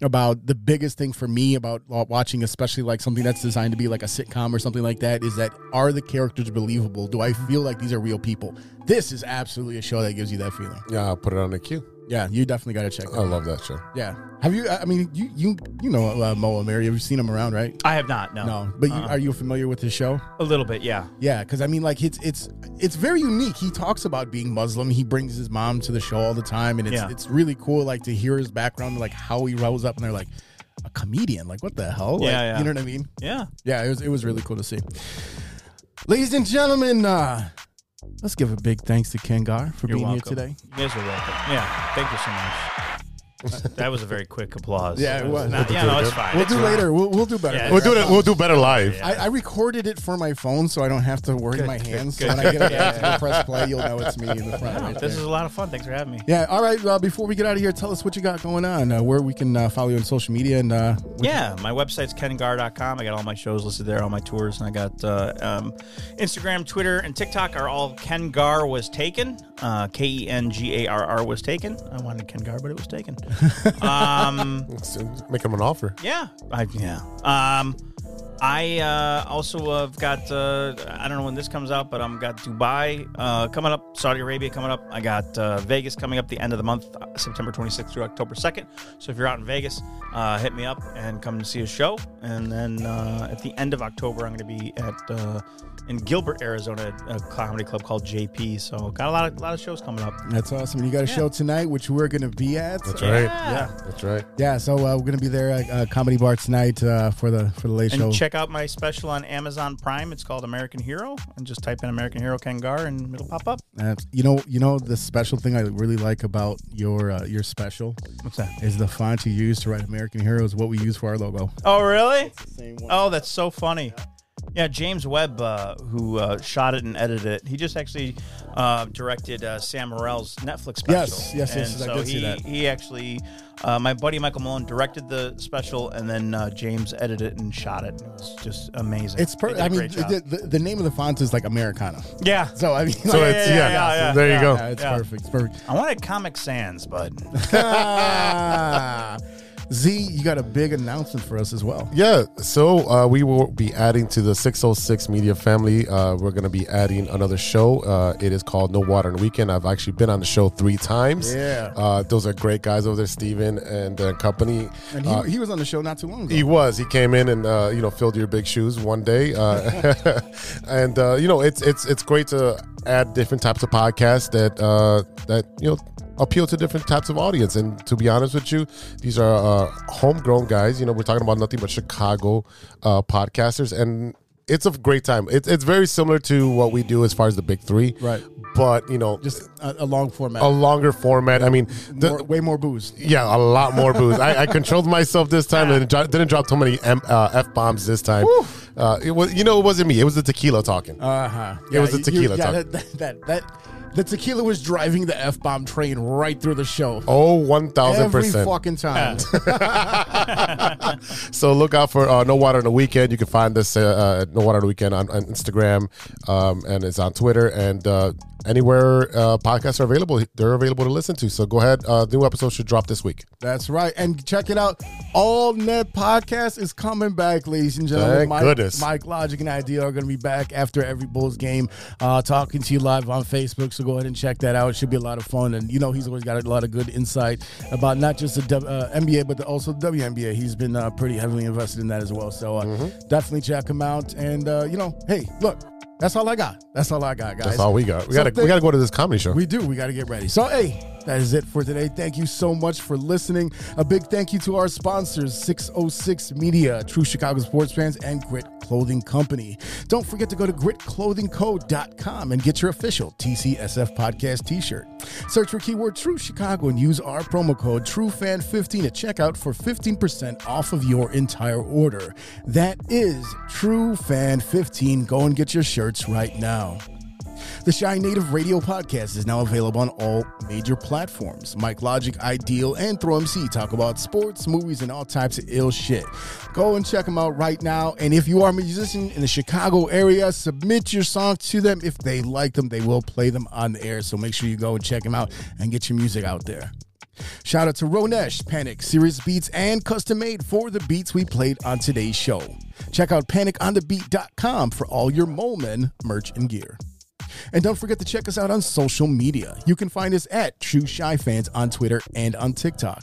about the biggest thing for me about wa- watching especially like something that's designed to be like a sitcom or something like that is that are the characters believable do i feel like these are real people this is absolutely a show that gives you that feeling Yeah, I'll put it on the queue. yeah you definitely got to check that Uh, I out. love that show. yeah have you i I mean you you you know uh, moa mary have you seen him around right I have not. No. no but you, Uh-uh. are you familiar with his show a little bit. Yeah. yeah, because I mean, like it's it's it's very unique. He talks about being Muslim. He brings his mom to the show all the time, and it's Yeah. it's really cool. Like to hear his background, like how he rose up, and they're like a comedian. Like what the hell? Like, Yeah, yeah. You know what I mean? Yeah. Yeah, it was it was really cool to see. Ladies and gentlemen, uh, let's give a big thanks to Ken Gar for You're being welcome. here today. You guys are welcome. Yeah. Thank you so much. that was a very quick applause. Yeah, it was. Not, yeah, no, it's fine. We'll It's do fine. later. We'll, we'll do better. Yeah, We'll do it. We'll do better live. I, I recorded it for my phone, so I don't have to worry my hands. so good, when I good. get up to press play, you'll know it's me in the front. Yeah, right this there. is a lot of fun. Thanks for having me. Yeah. All right. Uh, before we get out of here, tell us what you got going on, uh, where we can uh, follow you on social media, and uh, Yeah, my website's kengar.com. I got all my shows listed there, all my tours, and I got uh, um, Instagram, Twitter, and TikTok are all Ken Gar was taken. Uh, K E N G A R R was taken. I wanted Ken Gar, but it was taken. um, So Make him an offer. yeah, I, yeah. Um, I uh, also have got uh, I don't know when this comes out, but I'm got Dubai uh, coming up, Saudi Arabia coming up. I got uh, Vegas coming up the end of the month, uh, September 26th through October 2nd. So if you're out in Vegas, uh, hit me up and come see a show. And then uh, at the end of October, I'm going to be at uh, in Gilbert, Arizona, at a comedy club called JP. So got a lot of lot of shows coming up. that's awesome. And you got a show tonight, which we're going to be at. That's Uh, right. Yeah. That's right. Yeah. So uh, we're going to be there at uh, Comedy Bar tonight uh, for the for the late And show. check out my special on Amazon Prime. It's called American Hero. And just type in American Hero Kengar and it'll pop up. Uh, you know, you know the special thing I really like about your uh, your special What's that? is the font you use to write American Heroes. What we use for our logo. Oh, really? Oh, that's so funny. Yeah, James Webb, uh, who uh, shot it and edited it, he just actually uh, directed uh, Sam Morrill's Netflix special. Yes, yes, yes, And yes, I so did he, see that. he actually, uh, my buddy Michael Mullen directed the special, and then uh, James edited it and shot it. It was just amazing. It's They perfect. did a I mean, great job. the, the, the name of the font is like Americana. yeah. So I mean, So like- it's yeah. yeah, yeah, there yeah. you go. Yeah, it's Yeah. perfect. It's perfect. I wanted Comic Sans, bud. Ah. Z, you got a big announcement for us as well. Yeah, so uh, we will be adding to the 606 Media family. Uh, we're going to be adding another show. Uh, it is called No Water on the Weekend. I've actually been on the show three times. Yeah. Uh, those are great guys over there, Steven and uh, company. And he, Uh, he was on the show not too long ago. He was. He came in and uh, you know filled your big shoes one day, uh, and uh, you know it's it's it's great to add different types of podcasts that uh, that you know appeal to different types of audience. And to be honest with you, these are uh, homegrown guys. You know, we're talking about nothing but Chicago uh, podcasters, and it's a great time. It's it's very similar to what we do as far as the big three, Right. But you know, Just a, a long format. a longer format. I mean, the, More- way more booze. yeah, a lot more booze. I, I controlled myself this time and dro- didn't drop too many M- uh, f bombs this time. Uh, it was, you know, it wasn't me. It was the tequila talking. Uh huh. It was the tequila yeah, talk. that, that, that, that- the tequila was driving the f bomb train right through the show. Oh, one thousand Every percent. fucking time. So look out for uh, No Water on the Weekend. You can find us uh, uh, at No Water on the Weekend on, on Instagram, um, and it's on Twitter and uh, anywhere uh, podcasts are available. They're available to listen to. So go ahead. Uh, new episode should drop this week. That's right. And check it out. All Net Podcast is coming back, ladies and gentlemen. Thank Mike, goodness. Mike Logic and Idea are going to be back after every Bulls game, uh, talking to you live on Facebook. So go ahead and check that out. It should be a lot of fun. And, you know, he's always got a lot of good insight about not just the W- uh, NBA, but the, also the WNBA. He's been uh, pretty heavily invested in that as well. So uh, Mm-hmm. definitely check him out. And, uh, you know, hey, look. That's all I got. That's all I got, guys. That's all we got. We got So to we thank- got to go to this comedy show. we do. We got to get ready. So, hey, that is it for today. Thank you so much for listening. A big thank you to our sponsors, 606 Media, True Chicago Sports Fans, and Grit Clothing Company. Don't forget to go to gritclothingco.com and get your official TCSF podcast t shirt. Search for keyword True Chicago and use our promo code TrueFan15 at checkout for 15% off of your entire order. That is TrueFan15. Go and get your shirts right now. The Shy Native Radio podcast is now available on all major platforms. Mike Logic, Ideal, and Throw MC talk about sports, movies, and all types of ill shit. Go and check them out right now. And if you are a musician in the Chicago area, submit your song to them. If they like them, they will play them on the air. So make sure you go and check them out and get your music out there. Shout out to Ronesh, Panic, Serious Beats, and Custom Made for the beats we played on today's show. Check out paniconthebeat.com for all your Moleman merch and gear. And don't forget to check us out on social media. You can find us at True Shy Fans on Twitter and on TikTok.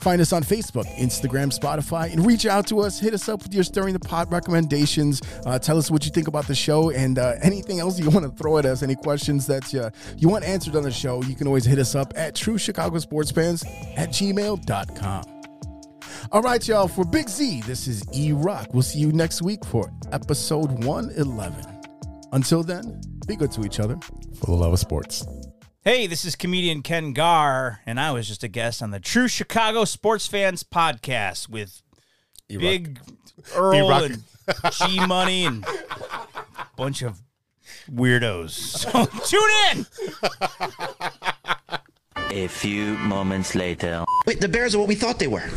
Find us on Facebook, Instagram, Spotify, and reach out to us. Hit us up with your stirring the pot recommendations. Uh, tell us what you think about the show and uh, anything else you want to throw at us. Any questions that uh, you want answered on the show, you can always hit us up at True Chicago Sports Fans at gmail.com. All right, y'all. For Big Z, this is E Rock. We'll see you next week for episode 111. Until then, be good to each other. For the love of sports. Hey, this is comedian Ken Gar, and I was just a guest on the True Chicago Sports Fans podcast with Big Earl E-Rock. and G Money and a bunch of weirdos. So tune in. A few moments later. Wait, the Bears are what we thought they were.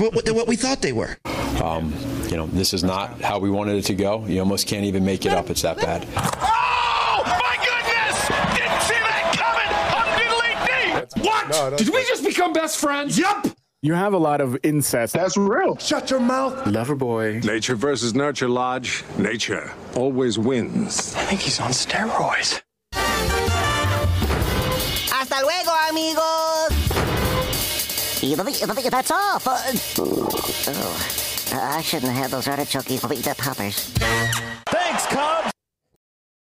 What, what, what we thought they were. Um, you know, this is not how we wanted it to go. You almost can't even make it up. It's that bad. Oh, Didn't see that coming. What? No, that's Did we just become best friends? Yup. You have a lot of incest. That's real. Shut your mouth. Loverboy. Nature versus nurture, Lodge. Nature always wins. I think he's on steroids. Hasta luego, amigos. That's all. For... Oh, I shouldn't have had those artichoke the poppers. Thanks, Cubs.